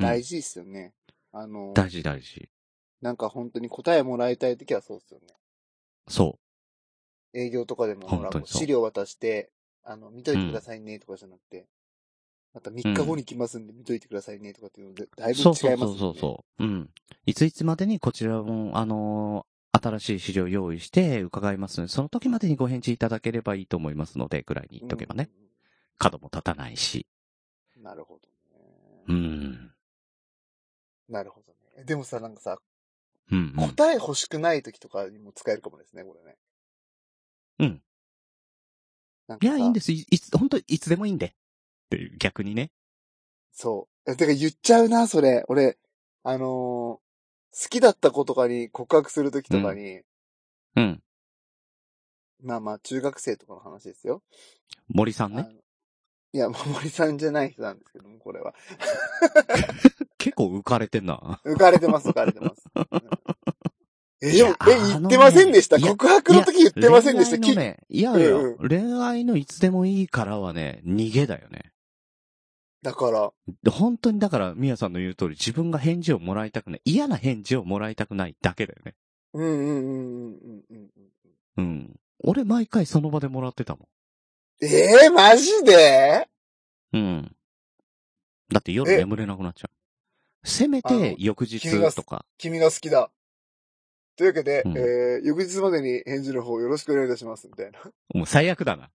Speaker 3: うん
Speaker 4: 大事ですよね。あの、
Speaker 3: 大事大事。
Speaker 4: なんか本当に答えもらいたいときはそうですよね。
Speaker 3: そ
Speaker 4: 営業とかでも、ほら
Speaker 3: 本当にそう。
Speaker 4: 資料渡して、あの、見といてくださいねとかじゃなくて、また3日後に来ますんで見といてくださいねとかっていうので、だいうぶ違い
Speaker 3: そ
Speaker 4: ま
Speaker 3: う
Speaker 4: す
Speaker 3: そう
Speaker 4: よね。
Speaker 3: そうそうそう。うん。いついつまでにこちらも、あのー新しい資料用意して伺いますので、その時までにご返事いただければいいと思いますので、ぐらいに言っとけばね。角も立たないし。
Speaker 4: うん。なるほどね。
Speaker 3: うん。
Speaker 4: なるほどね。でもさ、なんかさ、
Speaker 3: うん、うん。
Speaker 4: 答え欲しくない時とかにも使えるかもですね、これね。
Speaker 3: うん。
Speaker 4: なん
Speaker 3: い
Speaker 4: かさ
Speaker 3: や、いいんです。いいつ、本当いつでもいいんで。っていう、逆にね。
Speaker 4: そう。えてか言っちゃうな、それ。俺、あのー好きだった子とかに告白するときとかに、
Speaker 3: うん。
Speaker 4: まあまあ、中学生とかの話ですよ。
Speaker 3: 森さん
Speaker 4: あ
Speaker 3: ね
Speaker 4: の。いや、まあ森さんじゃない人なんですけども、これは。
Speaker 3: 結構浮かれてんな。
Speaker 4: 浮かれてます、浮かれてます。うんえ、でも
Speaker 3: いや
Speaker 4: え、
Speaker 3: あの
Speaker 4: 言
Speaker 3: ね
Speaker 4: ってませんでした
Speaker 3: いや
Speaker 4: 告白の時言ってませんでした
Speaker 3: 恋愛
Speaker 4: き
Speaker 3: のね、いやいや、
Speaker 4: うん
Speaker 3: 恋愛のいつでもいいからはね、逃げだよね。
Speaker 4: だから、
Speaker 3: で本当にだから、みやさんの言う通り、自分が返事をもらいたくない。嫌な返事をもらいたくないだけだよね。
Speaker 4: うんうんうんうんうんうんうん。
Speaker 3: うん。俺、毎回その場でもらってたも
Speaker 4: えー、マジで
Speaker 3: ん。うん。だって夜
Speaker 4: え
Speaker 3: 眠れなくなっちゃう。せめ
Speaker 4: あの
Speaker 3: て、翌日とか。
Speaker 4: 君が好きだ。というわけで、
Speaker 3: うん
Speaker 4: えー、翌日までに返事の方よろしくお願いいたします、みたいな。
Speaker 3: もう最悪だな。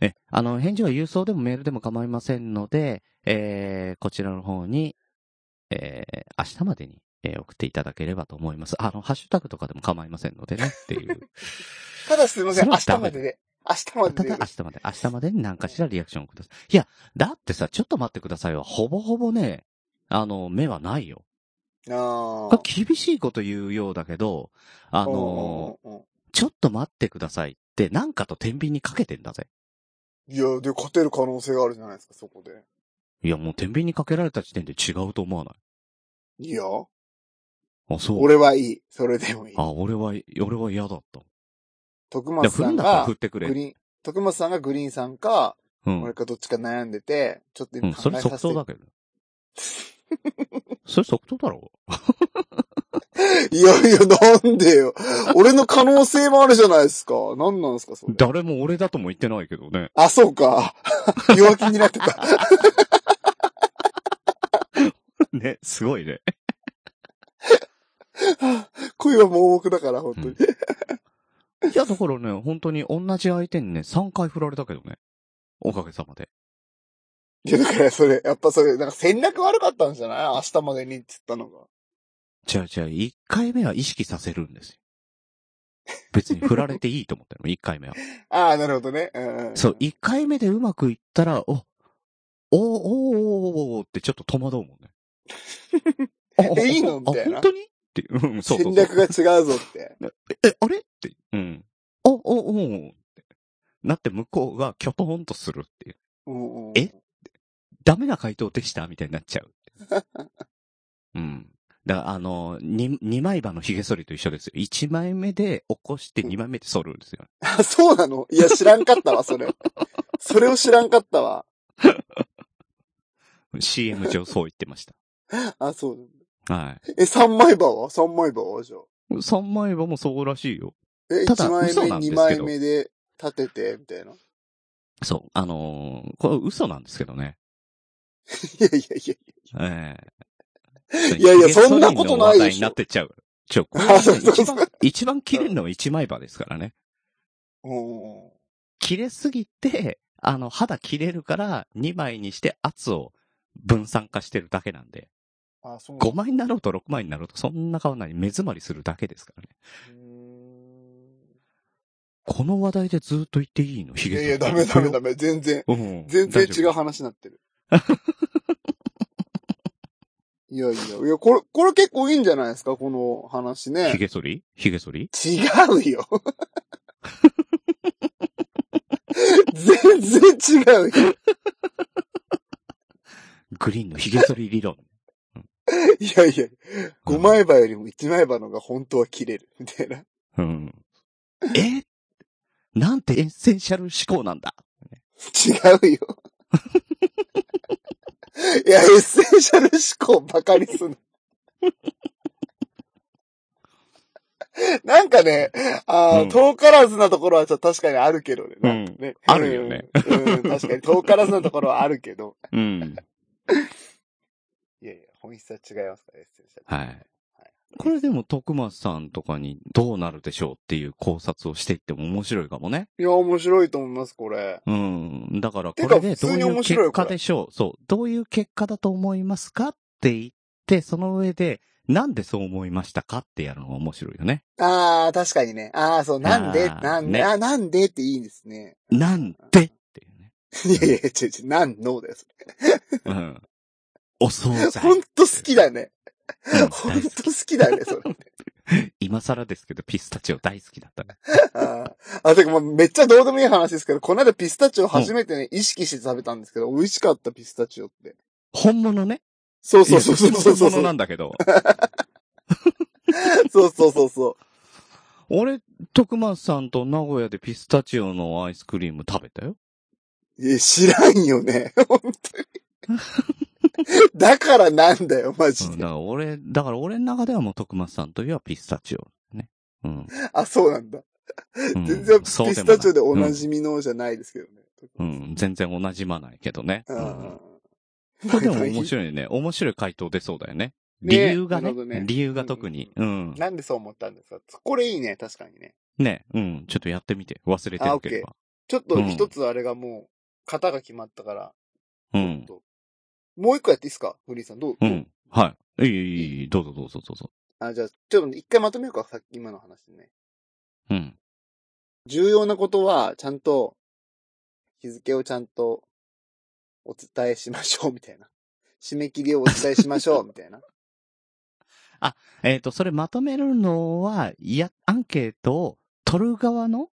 Speaker 3: え、えあの、返事は郵送でもメールでも構いませんので、えー、こちらの方に、えー、明日までに、えー送っていただければと思 います。あの、ハッシュタグとかでも構いませんのでね、っていう。
Speaker 4: ただすいませ
Speaker 3: そ
Speaker 4: ん、
Speaker 3: れ
Speaker 4: 明
Speaker 3: は
Speaker 4: 日
Speaker 3: ダメ
Speaker 4: までで。明日まで
Speaker 3: た
Speaker 4: でいい
Speaker 3: だ
Speaker 4: で
Speaker 3: 明
Speaker 4: す。
Speaker 3: 日まで、明日までに何かしらリアクションをください。いや、だってさ、ちょっと待ってくださいは、ほぼほぼね、あの、目はないよ。
Speaker 4: ああ。
Speaker 3: 厳しいこと言うようだけど、あの、
Speaker 4: うんうんうん
Speaker 3: ちょっと待ってくださいって、なんかと天秤にかけてんだぜ。
Speaker 4: いや、で、勝てる可能性があるじゃないですか、そこで。
Speaker 3: いや、もう天秤にかけられた時点で違うと思わない
Speaker 4: や、
Speaker 3: いあ、そう。
Speaker 4: 俺はいい。それでもいい。
Speaker 3: あ、俺は、俺は嫌だった。
Speaker 4: 徳
Speaker 3: いや、
Speaker 4: 松
Speaker 3: 振
Speaker 4: さ
Speaker 3: る
Speaker 4: ん
Speaker 3: んだったら
Speaker 4: が
Speaker 3: 振、ってくれ
Speaker 4: グ。リーン、徳松さんがグリーンさんか、
Speaker 3: うん。
Speaker 4: 俺かどっちか悩んでて、ちょっと
Speaker 3: う
Speaker 4: 今
Speaker 3: ん、そ
Speaker 4: 考
Speaker 3: れ
Speaker 4: えさ
Speaker 3: 即
Speaker 4: せ
Speaker 3: 答
Speaker 4: て。
Speaker 3: だけど。それ即答だろ
Speaker 4: いやいや、なんでよ。俺の可能性もあるじゃないですか。なんなんですか、それ。
Speaker 3: 誰も俺だとも言ってないけど ね。
Speaker 4: あ、そうか。弱気になってた。
Speaker 3: ね、すごいね。
Speaker 4: 恋は盲目だから、本当に。
Speaker 3: いや、だからね、本当に同じ相手にね、3回振られたけどね。おかげさまで。
Speaker 4: いや、だからそれ、やっぱそれ、なんか戦略悪かったんじゃない明日までにって言ったのが。
Speaker 3: じゃあじゃあ、1回目は意識させるんですよ。別に振られていいと思ってるの、1回 目は。
Speaker 4: ああ、なるほどね。うんん。
Speaker 3: そう、1回目でうまくいったら、お、お、おー、おー、おーってちょっと戸惑うもんね。あ
Speaker 4: えいいの
Speaker 3: あ
Speaker 4: みたいな
Speaker 3: あ本当にって、うん、そうそうそう
Speaker 4: 戦略が違うぞって。
Speaker 3: え、あれって、うん。お、お、おーって。なって向こうがキョトンとするっていう。
Speaker 4: うんうん、
Speaker 3: えダメな回答でしたみたいになっちゃう。 うん。だから、あの、に、二枚刃の髭剃りと一緒ですよ。一枚目で起こして二枚目で剃るんですよ。
Speaker 4: あ、そうなのいや、知らんかったわ、それ。それを知らんかったわ。
Speaker 3: CM 上そう言ってまし
Speaker 4: あ、そうなんだ。
Speaker 3: た。はい。
Speaker 4: え、三枚刃は三枚刃はじゃあ。
Speaker 3: 三枚刃もそうらしいよ。
Speaker 4: え、
Speaker 3: ただ
Speaker 4: 一枚
Speaker 3: 嘘
Speaker 4: 目
Speaker 3: なん、です
Speaker 4: 二
Speaker 3: けど
Speaker 4: 枚目で立てて、みたいな。い
Speaker 3: そう。あのーこれ嘘なんですけどね。
Speaker 4: やいやいや。
Speaker 3: ええ
Speaker 4: いやいやそんなことな
Speaker 3: 髭剃りの話
Speaker 4: いでしょ
Speaker 3: 題になってっちゃう。ちょ、これ
Speaker 4: あ、そうそう
Speaker 3: 一
Speaker 4: そう
Speaker 3: 番、。一番切れるのは一枚刃ですからね。
Speaker 4: うんうんうん
Speaker 3: 切れすぎて、 あの、肌切れるから2枚にして圧を分散化してるだけなんで、
Speaker 4: あ、そうなん
Speaker 3: 5
Speaker 4: だ。
Speaker 3: 枚になろうと6枚になろうとそんな変わらない。目詰まりするだけですからね。
Speaker 4: うーん
Speaker 3: この話題でずっと言っていいのヒ
Speaker 4: い
Speaker 3: ゲ
Speaker 4: や
Speaker 3: さん。
Speaker 4: いや、ダメダメダメ。全然。
Speaker 3: うん。
Speaker 4: 全然違う
Speaker 3: 大丈
Speaker 4: 話になってる。 いやいや、いや、これ、これ結構いいんじゃないですかこの話
Speaker 3: 夫。ヒ
Speaker 4: ね。
Speaker 3: ゲ剃りヒゲ剃り
Speaker 4: 違うよ。全然違うよ。
Speaker 3: グリーンのヒゲ剃り理論。
Speaker 4: いやいや、5枚刃よりも1枚刃のが本当は切れる。みたいな。
Speaker 3: うん。えなんてエッセンシャル思考なんだ。
Speaker 4: 違うよ。いや、エッセンシャル思考ばかりすんな。なんかね、あー
Speaker 3: うん
Speaker 4: 遠からずなところはちょっと確かにあるけどね。
Speaker 3: うん
Speaker 4: なんかね
Speaker 3: あるよね。
Speaker 4: うん、うん確かに遠からずなところはあるけど。
Speaker 3: うん。
Speaker 4: いやいや、本質は違いますから、エッセンシャル。
Speaker 3: はい。これでも徳松さんとかにどうなるでしょうっていう考察をしていっても面白いかもね。
Speaker 4: いや、面白いと思います、これ。
Speaker 3: うん。だから、
Speaker 4: て
Speaker 3: こ
Speaker 4: か
Speaker 3: れでどう
Speaker 4: 普通に
Speaker 3: いう
Speaker 4: 面白いよ
Speaker 3: 結果でしょう。そう。どういう結果だと思いますかって言って、その上で、なんでそう思いましたかってやるのが面白いよね。
Speaker 4: ああ、確かにね。ああ、そう、なんで、
Speaker 3: あー
Speaker 4: なんで、
Speaker 3: ね
Speaker 4: あなんでっていいですね。
Speaker 3: なんでっていうね。
Speaker 4: いやいや、違う違う、なんのだよ、それ
Speaker 3: うん。お惣菜。
Speaker 4: ほんと好きだね。
Speaker 3: うん
Speaker 4: ほん
Speaker 3: 大好
Speaker 4: と好きだね、それ。
Speaker 3: き今更ですけど、ピスタチオ大好きだったね。
Speaker 4: あーあ、てかもうめっちゃどうでもいい話ですけど、この間ピスタチオ初めてね、意識して食べたんですけど、美味しかったピスタチオって。
Speaker 3: 本物ね。
Speaker 4: そうそうそうそうそうそ
Speaker 3: いや
Speaker 4: う
Speaker 3: 本物
Speaker 4: そ
Speaker 3: な
Speaker 4: う。
Speaker 3: んだけど。
Speaker 4: そうそうそうそう。
Speaker 3: 俺、徳松さんと名古屋でピスタチオのアイスクリーム食べたよ。
Speaker 4: え、知らんよね。本当に。だからなんだよ、マ
Speaker 3: う
Speaker 4: ジ
Speaker 3: ん、
Speaker 4: で。
Speaker 3: だから俺、だから俺の中ではもう徳松さんといえばピスタチオ。ね。うん。
Speaker 4: あ、そうなんだ。
Speaker 3: うん
Speaker 4: 全然ピ
Speaker 3: そうで
Speaker 4: ス
Speaker 3: もない
Speaker 4: タチオでおなじみのじゃないですけどね。
Speaker 3: うん、全然馴染まないけどね。う
Speaker 4: うんん。
Speaker 3: これでも面
Speaker 4: い。
Speaker 3: 白いね。面白い回答出そうだよね。理
Speaker 4: ね
Speaker 3: 由がね
Speaker 4: なるほどね
Speaker 3: 理由が特に。うん。
Speaker 4: なんでそう思ったんですかこれいいね、確かにね。
Speaker 3: ね、うん。ちょっとやってみて。忘れてなければ。
Speaker 4: ちょっと一つあれがもう、型が決まったから、
Speaker 3: う
Speaker 4: ちょっ
Speaker 3: ん。
Speaker 4: ともう一個やっていいですかフリーさん、どう、
Speaker 3: う。
Speaker 4: どうん
Speaker 3: はい。いいいいいい、どうぞどうぞどうぞ。
Speaker 4: あ、じゃあ、ちょっと一回まとめようか、さっき今の話ね。
Speaker 3: うん。
Speaker 4: 重要なことは、ちゃんと、日付をちゃんと、お伝えしましょう、みたいな。 締め切りをお伝えしましょ う、みたいな。
Speaker 3: えっ、と、それまとめるのは、いや、アンケートを取る側の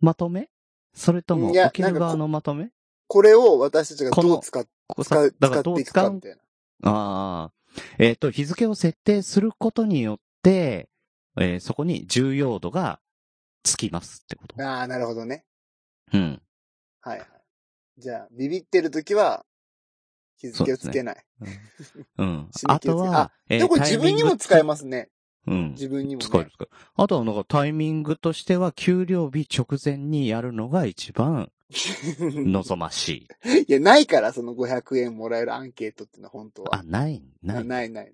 Speaker 3: まとめそれとも
Speaker 4: いや
Speaker 3: 受ける側のまとめ
Speaker 4: これを私たちがどう使っ
Speaker 3: ここ
Speaker 4: 使
Speaker 3: さ
Speaker 4: う
Speaker 3: だから
Speaker 4: 使
Speaker 3: ど
Speaker 4: っ
Speaker 3: う
Speaker 4: ていくか、
Speaker 3: 使う
Speaker 4: みたいな。
Speaker 3: ああ。えっ、と、日付を設定することによって、えーそこに重要度がつきますってこと。
Speaker 4: ああ、なるほどね。
Speaker 3: うん。
Speaker 4: はいはい。じゃあ、ビビってるときは、日付をつけない。
Speaker 3: うん。
Speaker 4: 締め
Speaker 3: あ
Speaker 4: 切り
Speaker 3: と
Speaker 4: をつけ
Speaker 3: は
Speaker 4: あ、
Speaker 3: えー
Speaker 4: でもこれ自分にも使え
Speaker 3: ま
Speaker 4: ますね。
Speaker 3: す。うん。
Speaker 4: 自分にも、ね。
Speaker 3: 使える、使える。あとは、なんかタイミングとしては、給料日直前にやるのが一番 望ましい。
Speaker 4: いや、ないから、その500円もらえるアンケートってのは本当は
Speaker 3: あ、。ない、ない。
Speaker 4: ないないない。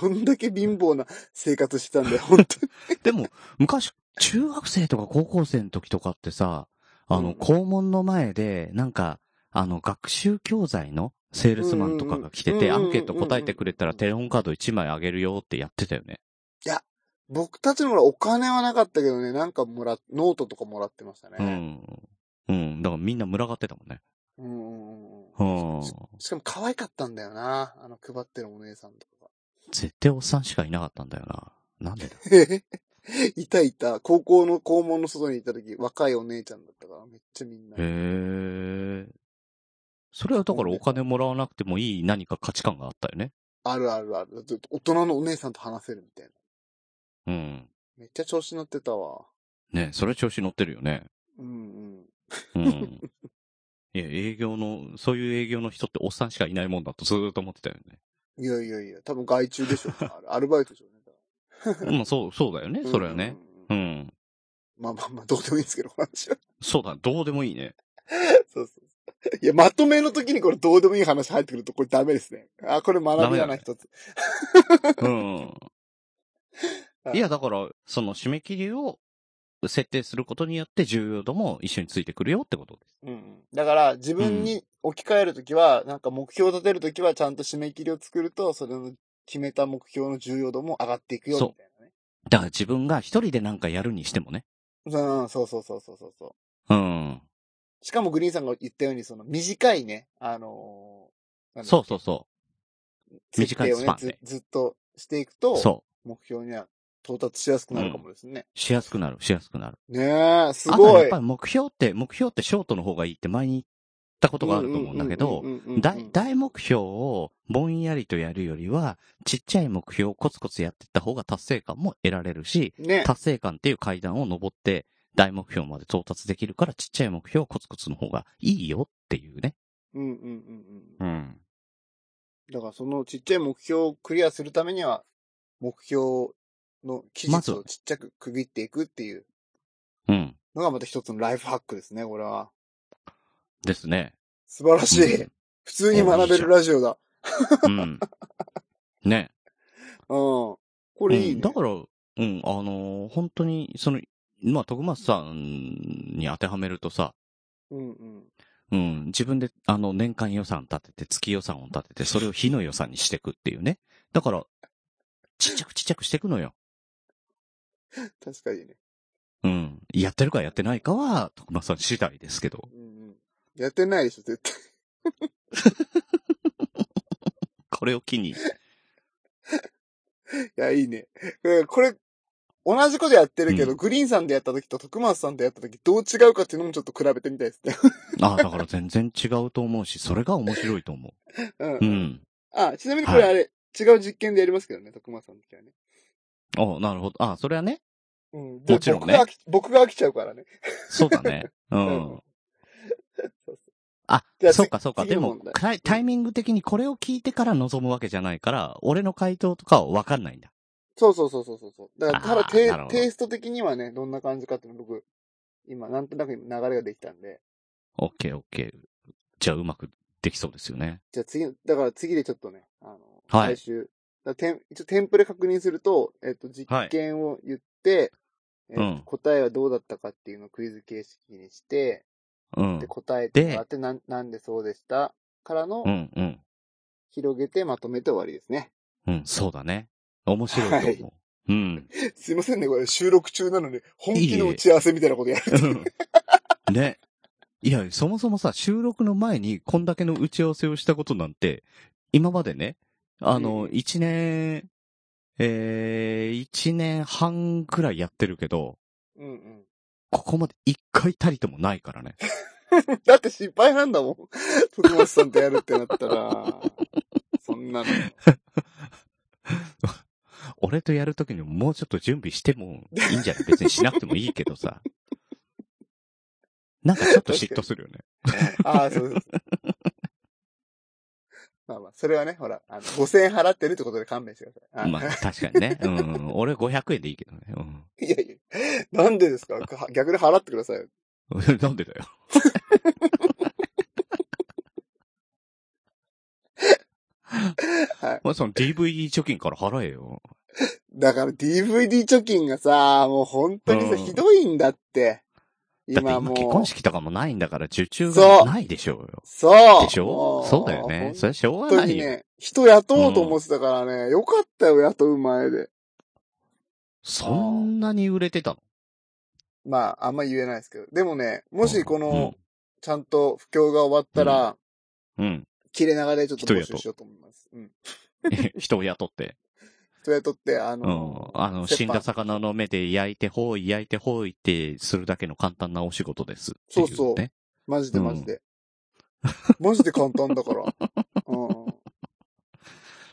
Speaker 4: どんだけ貧乏な生活してたん だよ、本当に。
Speaker 3: でも、昔、中学生とか高校生の時とかってさ、あ
Speaker 4: うん
Speaker 3: の、校門の前で、なんか、あの、学習教材のセールスマンとかが来てて、
Speaker 4: うん
Speaker 3: ア
Speaker 4: うんうん
Speaker 3: ンケート答えてくれたらテレホンカード1枚あげるよってやってたよね。
Speaker 4: 僕たちの頃お金はなかったけどね、なんかもら、ノートとかもらってました
Speaker 3: う
Speaker 4: ね。
Speaker 3: ん。うん。だからみんな群がってたもんね。
Speaker 4: うん。うんうん
Speaker 3: うん。
Speaker 4: しかも可愛かったんだよな、あの配ってるお姉さんとか
Speaker 3: 絶対おっさんしかいなかったんだよな。 なんでだ
Speaker 4: が。いたいた。高校の校門の外にいた時、若いお姉ちゃんだったから、めっちゃみんな。
Speaker 3: へえ。それはだからお金もらわなくてもいい何か価値観があったよね。
Speaker 4: あるあるある。ずっと大人のお姉さんと話せるみたいな。
Speaker 3: うん。
Speaker 4: めっちゃ調子乗ってたわ。
Speaker 3: ねそれ調子乗ってるよね。
Speaker 4: うんう
Speaker 3: う
Speaker 4: ん。
Speaker 3: ん。いや、営業の、そういう営業の人っておっさんしかいないもんだとずーっと思ってたよ
Speaker 4: いやいやいや、多分外注でしょ。あれアルバイトでしょうね。
Speaker 3: ね。まあそう、そうだよね、それはね。
Speaker 4: う。
Speaker 3: うんん。
Speaker 4: まあまあまあ、どうでもいいんですけど、この話は。
Speaker 3: そうだ、どうでもいいね。
Speaker 4: そうそうそう。いや、まとめの時にこれどうでもいい話入ってくると、これダメですね。あ、これ学びだ
Speaker 3: ダメだ
Speaker 4: な、
Speaker 3: ね
Speaker 4: 一つ。
Speaker 3: うん。
Speaker 4: はい
Speaker 3: いや、だから、その締め切りを設定することによって重要度も一緒についてくるよってことです。
Speaker 4: うんうん。だから、自分に置き換えるときは、なんか目標を立てるときは、ちゃんと締め切りを作ると、それの決めた目標の重要度も上がっていくよ、み
Speaker 3: そう
Speaker 4: たいなね。
Speaker 3: だから自分が一人でなんかやるにしてもね。
Speaker 4: うん、そうそうそうそうそうそう。
Speaker 3: うん。
Speaker 4: しかもグリーンさんが言ったように、その短いね、あのーなんだ
Speaker 3: そ
Speaker 4: ろ
Speaker 3: うそうそ
Speaker 4: 設定をね
Speaker 3: 短いスパンで
Speaker 4: ずずっとしていくと、
Speaker 3: う。そう。
Speaker 4: 目標には到達しやすくなるかもですね。
Speaker 3: しやすくなる、しやすくなる。
Speaker 4: ねえ、す
Speaker 3: あとは
Speaker 4: ご
Speaker 3: やっ
Speaker 4: い
Speaker 3: ぱ。り目標って、目標ってショートの方がいいって前に言ったことがあると思うんだけど、大、大目標をぼんやりとやるよりは、ちっちゃい目標をコツコツやっていった方が達成感も得られるし、
Speaker 4: ね、
Speaker 3: 達成感っていう階段を登って、大目標まで到達できるから、ちっちゃい目標をコツコツの方がいいよっていうね。
Speaker 4: うんうんうんうん
Speaker 3: ん。
Speaker 4: だからそのちっちゃい目標をクリアするためには、目標の期
Speaker 3: まず
Speaker 4: 日
Speaker 3: は
Speaker 4: をちっちゃく区切っていくっていう
Speaker 3: うん。
Speaker 4: のがまた一つのライフハックですね、これは。
Speaker 3: ですね。
Speaker 4: 素晴らしい。普通に学べるラジオだ。
Speaker 3: うん。うん。ね。
Speaker 4: うん。これいい
Speaker 3: うん
Speaker 4: ね
Speaker 3: だ。から、うん、あのー本当に、その、まあ、徳松さんに当てはめるとさ、
Speaker 4: うんうん。
Speaker 3: うん、自分で、あの、年間予算立てて、月予算を立てて、それを日の予算にしていくっていうね。だから、ちっちゃくちっちゃくしていくのよ。
Speaker 4: 確かにね。
Speaker 3: うん。やってるかやってないかは、徳松さん次第ですけど。
Speaker 4: うんうん。やってないでしょ、絶対。
Speaker 3: これを機に。
Speaker 4: いや、いいね。うんこれ、同じことやってるけど、
Speaker 3: うん
Speaker 4: グリーンさんでやった時と徳松さんでやった時どう違うかっていうのもちょっと比べてみたいですね。
Speaker 3: ああ、だから全然違うと思うし、それが面白いと思
Speaker 4: うん。
Speaker 3: う。うん。
Speaker 4: あ、ちなみにこれあれ、違う実験でやりますけどね、徳松さんの時はね。
Speaker 3: ああ、なるほど。ああ、それはね。
Speaker 4: うん。
Speaker 3: もちろんね
Speaker 4: 僕が飽き僕が飽きちゃうからね。
Speaker 3: そうだね。 うん。
Speaker 4: そうそ
Speaker 3: あ
Speaker 4: じゃあ、
Speaker 3: そうかそうか。
Speaker 4: 次
Speaker 3: で
Speaker 4: の
Speaker 3: も
Speaker 4: 問題、
Speaker 3: タイタイミング的にこれを聞いてから望むわけじゃないから、俺の回答とかはわかんないんだ。
Speaker 4: うそうそうそうそうそう。だから、
Speaker 3: あー
Speaker 4: ただ
Speaker 3: なるほど
Speaker 4: テイテイスト的にはね、どんな感じかっていうの僕、今、なんとなく今流れができたんで。
Speaker 3: オッケーオッケー。じゃあうまくできそうですよね。
Speaker 4: じゃあ次の、だから次でちょっとね、あの、
Speaker 3: はい
Speaker 4: 来週、だからテン一応テンプレ確認すると、えっ、と、実験を言って、
Speaker 3: い
Speaker 4: えっと
Speaker 3: うん
Speaker 4: 答えはどうだったかっていうのをクイズ形式にして、
Speaker 3: うん
Speaker 4: で、。答えて
Speaker 3: で
Speaker 4: もらって、なん、なんでそうでしたからの
Speaker 3: う、んうん。
Speaker 4: 広げてまとめて終わりですね。
Speaker 3: うん、そうだね。面白いと思う。うん。
Speaker 4: すいませんね、これ収録中なのに、本気の打ち合わせみたいなことやる。
Speaker 3: ね。いや、そもそもさ、収録の前にこんだけの打ち合わせをしたことなんて、今までね、あの、一年、えー、一年半くらいやってるけど、
Speaker 4: うんうん。
Speaker 3: ここまで一回たりともないからね。
Speaker 4: だって失敗なんだもん。 徳松さんとやるってなったら、そんなの。
Speaker 3: 俺とやるときにももうちょっと準備してもいいんじゃない別にしなくてもいいけどさ。なんかちょっと嫉妬するよね。
Speaker 4: ああ、そうそうそう。まあまあ、それはね、ほら、あの、5000円払ってるってことで勘弁してください。あ
Speaker 3: まあ確かに ね。うん。俺500円でいいけどね。
Speaker 4: いやいや、なんでですかか逆に払ってくださいよ。
Speaker 3: うん。 なんでだよ。
Speaker 4: はい。
Speaker 3: まあその DVD 貯金から払えよ。
Speaker 4: だから DVD 貯金がさ、もう本当に
Speaker 3: う
Speaker 4: さ、
Speaker 3: ん
Speaker 4: ひどいんだって。
Speaker 3: だって
Speaker 4: 今
Speaker 3: 今
Speaker 4: もう。
Speaker 3: 結婚式とかもないんだから受注
Speaker 4: そ
Speaker 3: が
Speaker 4: う
Speaker 3: ないでしょうよ。
Speaker 4: そう。
Speaker 3: でしょ
Speaker 4: も
Speaker 3: そうだよね。それはしょう
Speaker 4: 本
Speaker 3: が
Speaker 4: 当
Speaker 3: ない
Speaker 4: に
Speaker 3: よ。
Speaker 4: ね、人雇おうと思ってたからね、よかったよ、雇う前で。
Speaker 3: そんなに売れてたの
Speaker 4: まあ、あんま言えないですけど。でもね、もしこ
Speaker 3: うん
Speaker 4: の、ちゃんと不況が終わったら、
Speaker 3: うん。
Speaker 4: 切れ長でちょっと募集しようと思います。うん。
Speaker 3: 人を雇って。
Speaker 4: 人雇って、 あ
Speaker 3: うん
Speaker 4: の。、
Speaker 3: あの、
Speaker 4: 折半
Speaker 3: 死んだ魚の目で焼いてほい、焼いてほいってするだけの簡単なお仕事です。ってい
Speaker 4: そうそう
Speaker 3: ね。
Speaker 4: マジでマジで。マジで簡単だから。うん。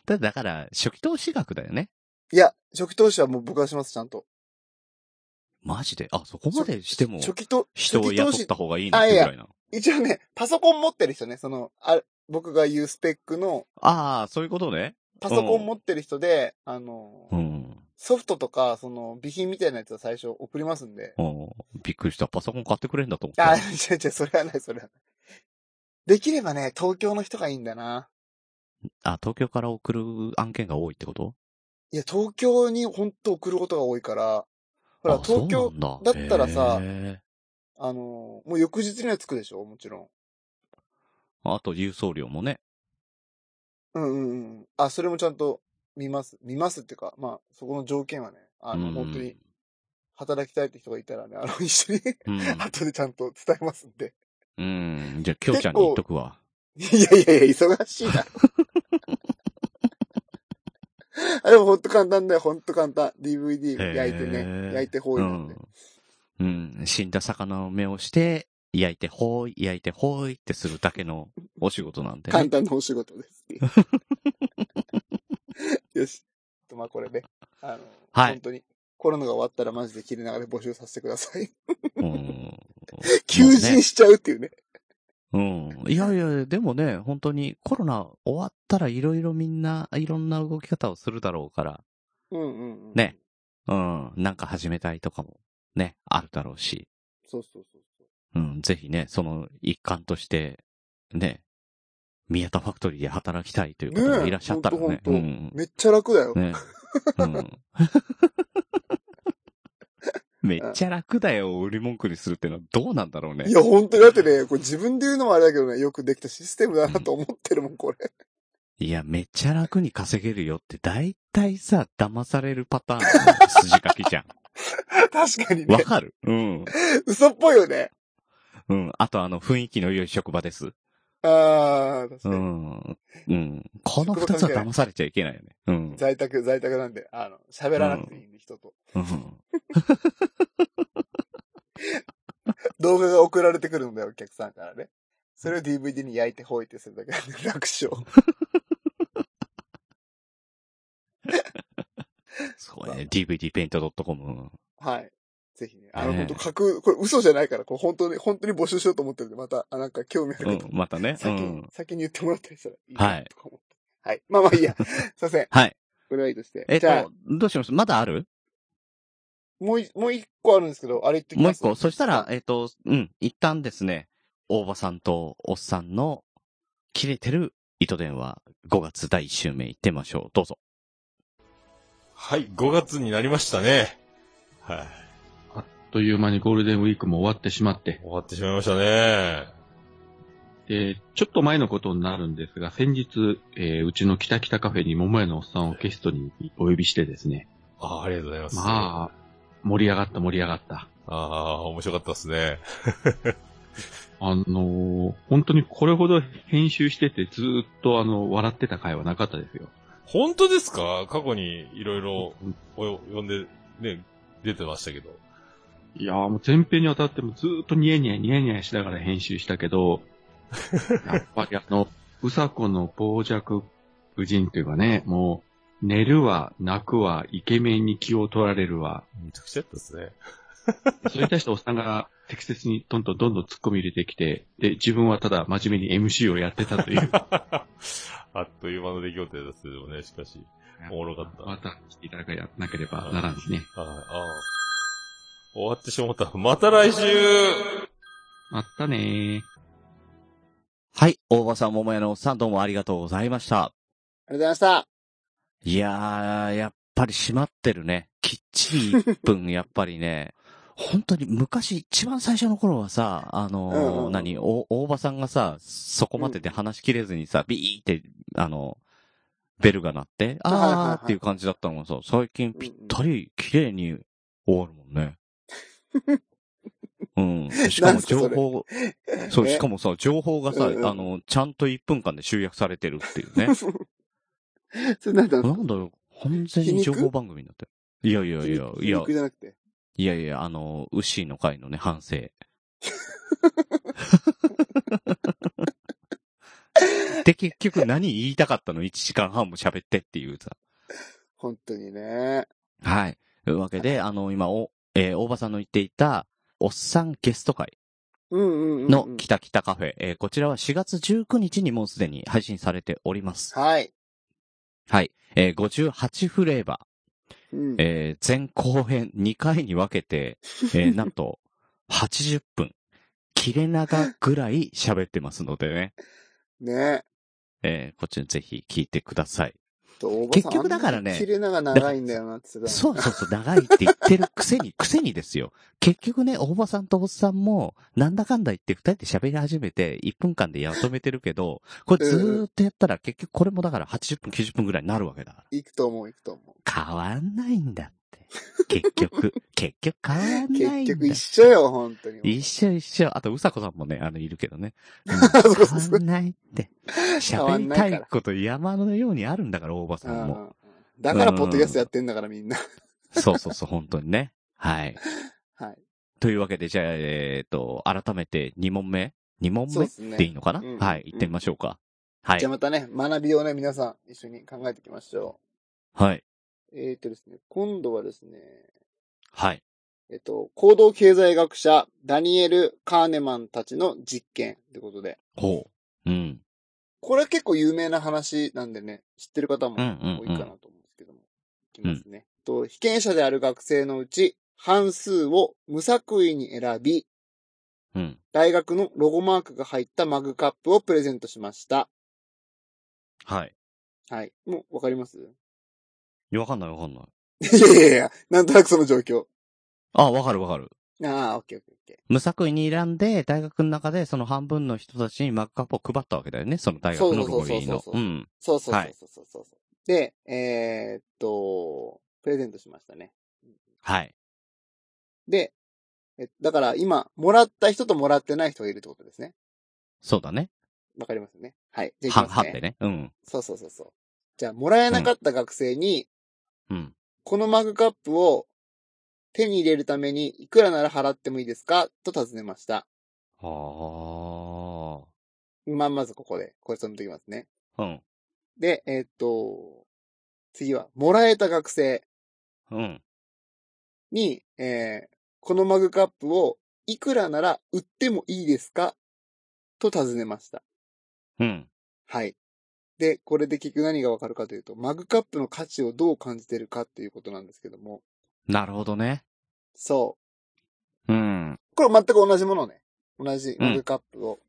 Speaker 3: ただだから、初期投資額だよね。
Speaker 4: いや、初期投資はもう僕がします、ちゃんと。
Speaker 3: マジで。あ、そこまでしても、
Speaker 4: 初期と、
Speaker 3: 人を
Speaker 4: 初期投
Speaker 3: 雇
Speaker 4: 資
Speaker 3: った方がいいのってぐらいな。
Speaker 4: 一応ね、パソコン持ってる人ね、その、あ僕が言うスペックの、
Speaker 3: ああ、そういうことね。
Speaker 4: パソコン持ってる人で、あの、
Speaker 3: うん。
Speaker 4: ソフトとか、その、備品みたいなやつは最初送りますんで。
Speaker 3: うん。びっくりした。パソコン買ってくれんだと思っ
Speaker 4: あ、
Speaker 3: た
Speaker 4: 違。う違う、それはない、それはない。できればね、東京の人がいいんだな。
Speaker 3: あ、東京から送る案件が多いってこと
Speaker 4: いや、東京に本当送ることが多いから、ほら、
Speaker 3: あそう
Speaker 4: 東京、
Speaker 3: なん
Speaker 4: だったらさ
Speaker 3: へ
Speaker 4: あの、もう翌日には着くでしょもちろん。
Speaker 3: ーあと郵送料もね。
Speaker 4: うんうんうん。あ、それもちゃんと見ます。見ますっていうか、まあ、そこの条件はね、あの、
Speaker 3: うん
Speaker 4: 本当に、働きたいって人がいたらね、あの、一緒に、
Speaker 3: うん。
Speaker 4: 後でちゃんと伝えますんで。
Speaker 3: うん。じゃあ、きょうちゃんに言っとくわ。
Speaker 4: いやいやいや、忙し いな。あ、でもほんと簡単だよ、ほんと簡単。DVD 焼いて
Speaker 3: へ
Speaker 4: ね、
Speaker 3: ー
Speaker 4: 焼いて方位なんで。
Speaker 3: うん。うん。死んだ魚の目をして、焼いてほーい、焼いてほーいってするだけのお仕事なんで、
Speaker 4: 簡
Speaker 3: ね。
Speaker 4: 単なお仕事です。 よし。まあこれね、あの、
Speaker 3: はい
Speaker 4: 本当に、コロナが終わったらマジで切れながら募集させてください。
Speaker 3: うん。
Speaker 4: 求人しちゃうっていうね。
Speaker 3: うん。いやいや、でもね、本当にコロナ終わったらいろいろみんないろんな動き方をするだろうから、
Speaker 4: うんうんうん。
Speaker 3: ね。うん。なんか始めたいとかもね、あるだろうし、
Speaker 4: そうそうそうそう。
Speaker 3: うん。ぜひね、その一環として、ね、宮田ファクトリーで働きたいという方がいらっしゃったら
Speaker 4: ね
Speaker 3: ね。
Speaker 4: えほ
Speaker 3: うん
Speaker 4: と
Speaker 3: ん。
Speaker 4: めっちゃ楽だよ。
Speaker 3: ね。うん。 めっちゃ楽だよ、売り文句にするってのはどうなんだろうね
Speaker 4: い。や、本当にだってね、これ自分で言うのもあれだけどね、よくできたシステムだなと思ってるも ん、これ。
Speaker 3: いや、めっちゃ楽に稼げるよって、だいたいさ、騙されるパターンの筋書きじゃん。
Speaker 4: 確かに
Speaker 3: わ
Speaker 4: ね。
Speaker 3: かるうん。
Speaker 4: 嘘っぽいよね。
Speaker 3: うん。あと、あの、雰囲気の良い職場です。
Speaker 4: ああ、確か
Speaker 3: うん。う
Speaker 4: に。
Speaker 3: ん。この二つは騙されちゃいけないよね。うん。
Speaker 4: 在宅、在宅なんで、あの、喋らなくていいんで、人と。
Speaker 3: うん。
Speaker 4: 動画が送られてくるので、お客さんからね。それを DVD に焼いてほいってするだけ なんで、楽勝。
Speaker 3: そうね。dvdpaint.com。
Speaker 4: はい。ぜひね。あの、
Speaker 3: ねえ
Speaker 4: 本当架空、これ嘘じゃないから、これ本当に、本当に募集しようと思ってるんで、また、あ、なんか興味あ
Speaker 3: う
Speaker 4: る
Speaker 3: ん
Speaker 4: 方、。
Speaker 3: またね。う
Speaker 4: 先に
Speaker 3: ん、。
Speaker 4: 先に言ってもらったりしたらいいな
Speaker 3: はい
Speaker 4: とか思って。はい。まあまあい いや。すいません。
Speaker 3: はい。
Speaker 4: これはいいとして。
Speaker 3: えっ
Speaker 4: じゃあ
Speaker 3: と、、どうしますまだある
Speaker 4: もうい、もう一個あるんですけど、あれ言ってき
Speaker 3: もう
Speaker 4: ま
Speaker 3: 一
Speaker 4: す
Speaker 3: 個。そしたら、、えっと、うん。一旦ですね、大場さんとおっさんの切れてる糸電話、5月第1週目行ってみましょう。どうぞ。
Speaker 1: はい、5月になりましたね。はい。
Speaker 5: という間にゴールデンウィークも終わってしまって、
Speaker 1: 終わってしまいましたね。
Speaker 5: で、ちょっと前のことになるんですが、先日、えーうちの北北カフェに桃屋のおっさんをゲストにお呼びしてですね、
Speaker 1: あありがとうございます。
Speaker 5: まあ、盛り上がった盛り上がった。
Speaker 1: ああ、面白かったですね。
Speaker 5: あのー本当にこれほど編集しててずーっとあの、笑ってた回はなかったですよ。
Speaker 1: 本当ですか過去にいろいろお呼んで、ね、出てましたけど。
Speaker 5: いやーもう前編にわたってもずーっとニヤニヤニヤニヤしながら編集したけど、やっぱりあの、うさこの傍若無人というかね、もう、寝るわ、泣くわ、イケメンに気を取られるわ、
Speaker 1: めちゃくちゃやったですね。
Speaker 5: それに対しておっさんが適切にどんどんどんどん突っ込み入れてきて、で、自分はただ真面目に MC をやってた という。
Speaker 1: あっという間の出来事ですけどね、しかし。おもろかった
Speaker 5: また来ていただかなければならんですね。
Speaker 1: はい、ああ。終わってしまった。また来週
Speaker 5: まったねー。
Speaker 3: はい、大場さん、桃屋のおっさん、どうもありがとうございました。
Speaker 4: ありがとうございました。
Speaker 3: いやー、やっぱり閉まってるね。きっちり1分、やっぱりね。 本当に昔、一番最初の頃はさ、あのー
Speaker 4: うんうん
Speaker 3: 何、お大場さんがさ、そこまでで話しきれずにさ、ビーって、あの、ベルが鳴って、
Speaker 4: はいはいはい
Speaker 3: あーっていう感じだったのがさ、最近ぴったり、綺麗に終わるもん ね。うん。しか
Speaker 4: なん
Speaker 3: も
Speaker 4: すか
Speaker 3: 情
Speaker 4: それ
Speaker 3: 報、そう、
Speaker 4: ね
Speaker 3: しかもさ、情報がさ、
Speaker 4: うんうん
Speaker 3: あの、ちゃんと1分間で集約されてるっていうね。
Speaker 4: それなんだ
Speaker 3: なんだろう、完全に情報番組になってる。いやいやいや、い
Speaker 4: 皮
Speaker 3: や
Speaker 4: 肉、じゃなくて。
Speaker 3: いやいや、あの、ウッシーの会のね、反 省。で、結局何言いたかったの ?1 時間半も喋ってっていうさ。
Speaker 4: 本当にね。
Speaker 3: はい。というわけで、あの、今、お、えー大場さんの言っていた、おっさんゲスト会。
Speaker 4: うんうんうんうん。
Speaker 3: のキタキタカフェ、えーこちらは4月19日にもうすでに配信されております。
Speaker 4: はい。
Speaker 3: はい。えー58フレーバ
Speaker 4: う
Speaker 3: ー、。
Speaker 4: ん
Speaker 3: えー全後編2回に分けて、えーなんと80分、切れ長ぐらい喋ってますのでね、
Speaker 4: ね
Speaker 3: えーこっちらぜひ聞いてください。
Speaker 4: 結
Speaker 3: 結局だからね
Speaker 4: 切れ長長いんだよなって言ってた
Speaker 3: そうそうそう、長いって言ってるくせに、くせにですよ。結局ね、大場さんとおっさんも、なんだかんだ言って二人で喋り始めて、1分間でやっとめてるけど、これずーっとやったら結局これもだから80分、90分ぐらいになるわけだか
Speaker 4: 行くと思う、行くと思
Speaker 3: ら。変わんないんだって。結 局、結局変わん
Speaker 4: う。
Speaker 3: ないん
Speaker 4: 結
Speaker 3: だ。
Speaker 4: 局一緒。よ、本当に。
Speaker 3: 一緒一緒。あと、うさこさんもね、あの、いるけど ね。うん
Speaker 4: そうそ
Speaker 3: 変わ
Speaker 4: う
Speaker 3: んないって。喋りたいこと山のようにあるんだから、大場
Speaker 4: う
Speaker 3: さんも。
Speaker 4: んだから、ポッドキャストやってんだから、みんな。
Speaker 3: そうそうそう、本当にね。はい。
Speaker 4: はい。
Speaker 3: というわけで、じゃあ、えっ、と、改めて2問目 ?2 問
Speaker 4: そう
Speaker 3: 目
Speaker 4: ですね。
Speaker 3: でいいのかな、
Speaker 4: うん
Speaker 3: はい、行ってみましょうか。は
Speaker 4: じゃあ
Speaker 3: い。
Speaker 4: またね、学びをね、皆さん一緒に考えていきましょ
Speaker 3: はい。
Speaker 4: う。えっ、とですね、今度はですね、
Speaker 3: はい。
Speaker 4: えっ、と、行動経済学者、ダニエル・カーネマンたちの実験ってことで、
Speaker 3: ほう。うん。
Speaker 4: これは結構有名な話なんでね、知ってる方も
Speaker 3: うん
Speaker 4: 多
Speaker 3: う
Speaker 4: い
Speaker 3: んう
Speaker 4: か
Speaker 3: ん
Speaker 4: なと思うんですけども。いきますね。と被験者である学生のうち、半数を無作為に選び、
Speaker 3: うん。
Speaker 4: 大学のロゴマークが入ったマグカップをプレゼントしました。
Speaker 3: はい。
Speaker 4: はい。もう、わかります
Speaker 3: いやわかんないわかんない。
Speaker 4: いやいやいや、なんとなくその状況。
Speaker 3: あ、わかるわかる。
Speaker 4: ああ、オッケーオッケーオッケー。
Speaker 3: 無作為に選んで、大学の中でその半分の人たちにマグカップを配ったわけだよね。その大学のロゴ入りの。
Speaker 4: そうそうそうそうそう
Speaker 3: うん。
Speaker 4: そうそうそうそうそうそう。で、えーっと、プレゼントしましたね。
Speaker 3: はい。
Speaker 4: で、えだから今、もらった人ともらってない人がいるってことですね。
Speaker 3: そうだね。
Speaker 4: わかりますよね。はい。じゃ
Speaker 3: 半
Speaker 4: あいきます
Speaker 3: 々
Speaker 4: ね。
Speaker 3: でね。うん。
Speaker 4: そうそうそうそう。じゃあ、もらえなかった学生に、
Speaker 3: うん。
Speaker 4: このマグカップを手に入れるために、いくらなら払ってもいいですかと尋ねました。
Speaker 3: は
Speaker 4: まあ、まずここで、これ止めておきますね。
Speaker 3: あ。うん。
Speaker 4: で、えーっと、次は、もらえた学生。
Speaker 3: うん。
Speaker 4: に、えーこのマグカップをいくらなら売ってもいいですかと尋ねました。
Speaker 3: うん。
Speaker 4: はい。で、これで結局何がわかるかというと、マグカップの価値をどう感じてるかっていうことなんですけども。
Speaker 3: なるほどね。
Speaker 4: そ
Speaker 3: うん。
Speaker 4: う。これ全く同じものね。同じマグカップを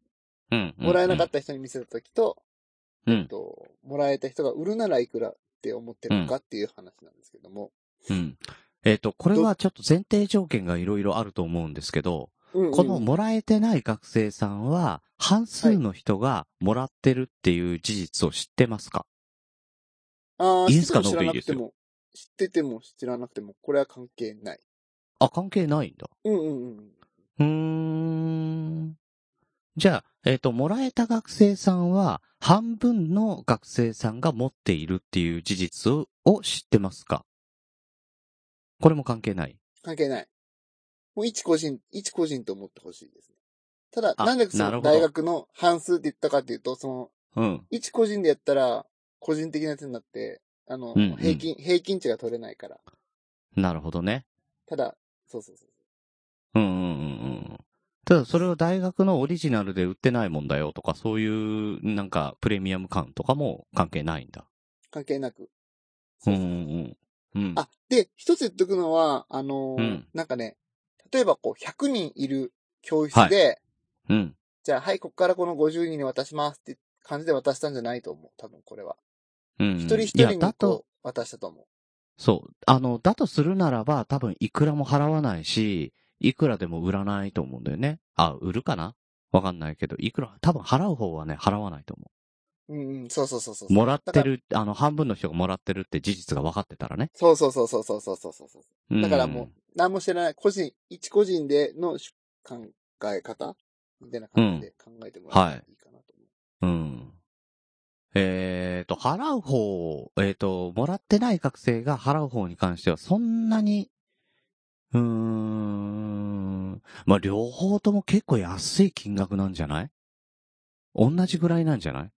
Speaker 3: うん。
Speaker 4: もらえなか
Speaker 3: っ
Speaker 4: った人に見せたときと、
Speaker 3: た。う
Speaker 4: えっ
Speaker 3: ん。
Speaker 4: と、もらえた人が売るならいくらって思ってるのかっていう話なんですけども。
Speaker 3: うん。えっ、と、これはちょっと前提条件がいろいろあると思うんですけど、
Speaker 4: うんうん
Speaker 3: このもらえてない学生さんは、半数の人がもらってるっていう事実を知ってますか、
Speaker 4: あー
Speaker 3: イエスか
Speaker 4: 知っても知らなくても知ってても知らなくても、これは関係ない。
Speaker 3: あ、関係ないんだ。
Speaker 4: うんうんうん。
Speaker 3: うーん。じゃあ、えっ、と、もらえた学生さんは、半分の学生さんが持っているっていう事実をを知ってますかこれも関係ない。
Speaker 4: 関係ない。もう一個人、一個人と思ってほしいですね。ただ、
Speaker 3: あ
Speaker 4: なんでそ
Speaker 3: なる
Speaker 4: の
Speaker 3: ほど
Speaker 4: 大学の半数って言ったかっていうと、その、
Speaker 3: うん。
Speaker 4: 一個人でやったら、個人的なやつになって、あの、
Speaker 3: うんうん
Speaker 4: 平均、平均値が取れないから。
Speaker 3: なるほどね。
Speaker 4: ただ、そうそうそう。
Speaker 3: うんうんうんうん。ただ、それを大学のオリジナルで売ってないもんだよとか、そういう、なんか、プレミアム感とかも関係ないんだ。
Speaker 4: 関係なく。
Speaker 3: う
Speaker 4: そ
Speaker 3: ん
Speaker 4: う
Speaker 3: う
Speaker 4: そうん
Speaker 3: うん。うん。
Speaker 4: あ、で、一つ言っとくのは、あのー
Speaker 3: うん
Speaker 4: なんかね、例えばこう、100人いる教室で、
Speaker 3: うん。
Speaker 4: じゃあ、はい、こっからこの50人に渡しますって感じで渡したんじゃないと思う。多分これは。
Speaker 3: うん。
Speaker 4: 一人一
Speaker 3: い
Speaker 4: 人
Speaker 3: やだ
Speaker 4: に
Speaker 3: と
Speaker 4: こ、う渡したと思う。
Speaker 3: そう。あの、だとするならば、多分いくらも払わないし、いくらでも売らないと思うんだよね。あ、売るかなわかんないけど、いくら、多分払う方はね、払わないと思
Speaker 4: うんうん、そうそうそうそう
Speaker 3: う。
Speaker 4: そう。
Speaker 3: もらって
Speaker 4: だから。
Speaker 3: る、あの、半分の人がもらってるって事実が分かってたらね。
Speaker 4: そうそうそうそうそうそうそうそう
Speaker 3: うん
Speaker 4: だからもう、何もしてない、個人、一個人でのし考え方みたいな感じで考えてもらえたらいいかなと思
Speaker 3: う
Speaker 4: う。
Speaker 3: ん。えっ、と、払う方、えっ、と、もらってない学生が払う方に関しては、そんなに、うーん、まあ、両方とも結構安い金額なんじゃない同じぐらいなんじゃない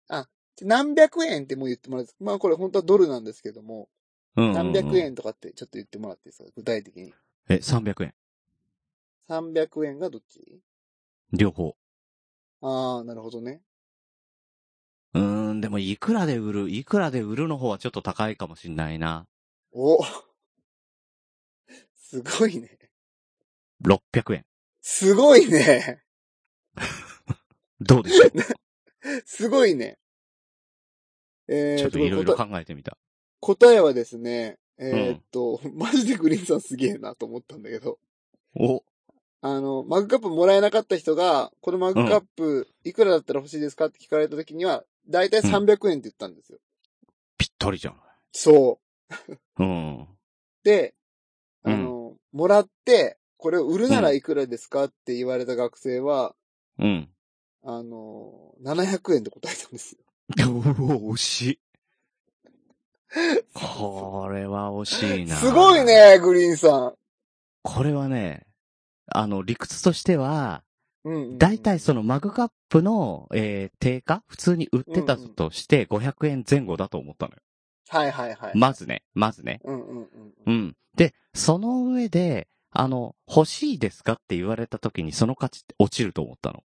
Speaker 4: 何百円ってもう言ってもらって、まあこれ本当はドルなんですけども、
Speaker 3: うんうんうん
Speaker 4: 何百円とかってちょっと言ってもらっていいですか具体的に。
Speaker 3: え、300円。
Speaker 4: 300円がどっち
Speaker 3: 両方。
Speaker 4: ああ、なるほどね。
Speaker 3: うーん、でも、いくらで売るいくらで売るの方はちょっと高いかもしんないな。
Speaker 4: お すごいね。
Speaker 3: 600円。
Speaker 4: すごいね。
Speaker 3: どうでし ょう
Speaker 4: すごいね。え
Speaker 3: ちょ
Speaker 4: ー
Speaker 3: っといろいろ
Speaker 4: これ答
Speaker 3: 考えてみた。
Speaker 4: 答えはですね、えーっと、マジでグリーンさんすげえなと思ったんだけど、
Speaker 3: お、
Speaker 4: あの、マグカップもらえなかった人が、このマグカップ、いくらだったら欲しいですかって聞かれた時には、だいたい300円って言ったんですよ。
Speaker 3: ぴったりじゃん。
Speaker 4: そう。
Speaker 3: うん。
Speaker 4: で、あの、もらって、これを売るならいくらですかって言われた学生は、
Speaker 3: うん。
Speaker 4: あの、700円で答えたんですよ。
Speaker 3: お、惜しい。これは惜しいな。
Speaker 4: すごい。ね、グリーンさ
Speaker 3: これはね、あの、理屈としては、
Speaker 4: ん。うんうんうん
Speaker 3: だいたいそのマグカップの、えー定価普通に売ってたとして500円前後だと思ったのよ。
Speaker 4: はいはいはい。
Speaker 3: まずね、まずね。
Speaker 4: うんうんうんう。
Speaker 3: うんん。で、その上で、あの、欲しいですかって言われた時にその価値って落ちると思ったの。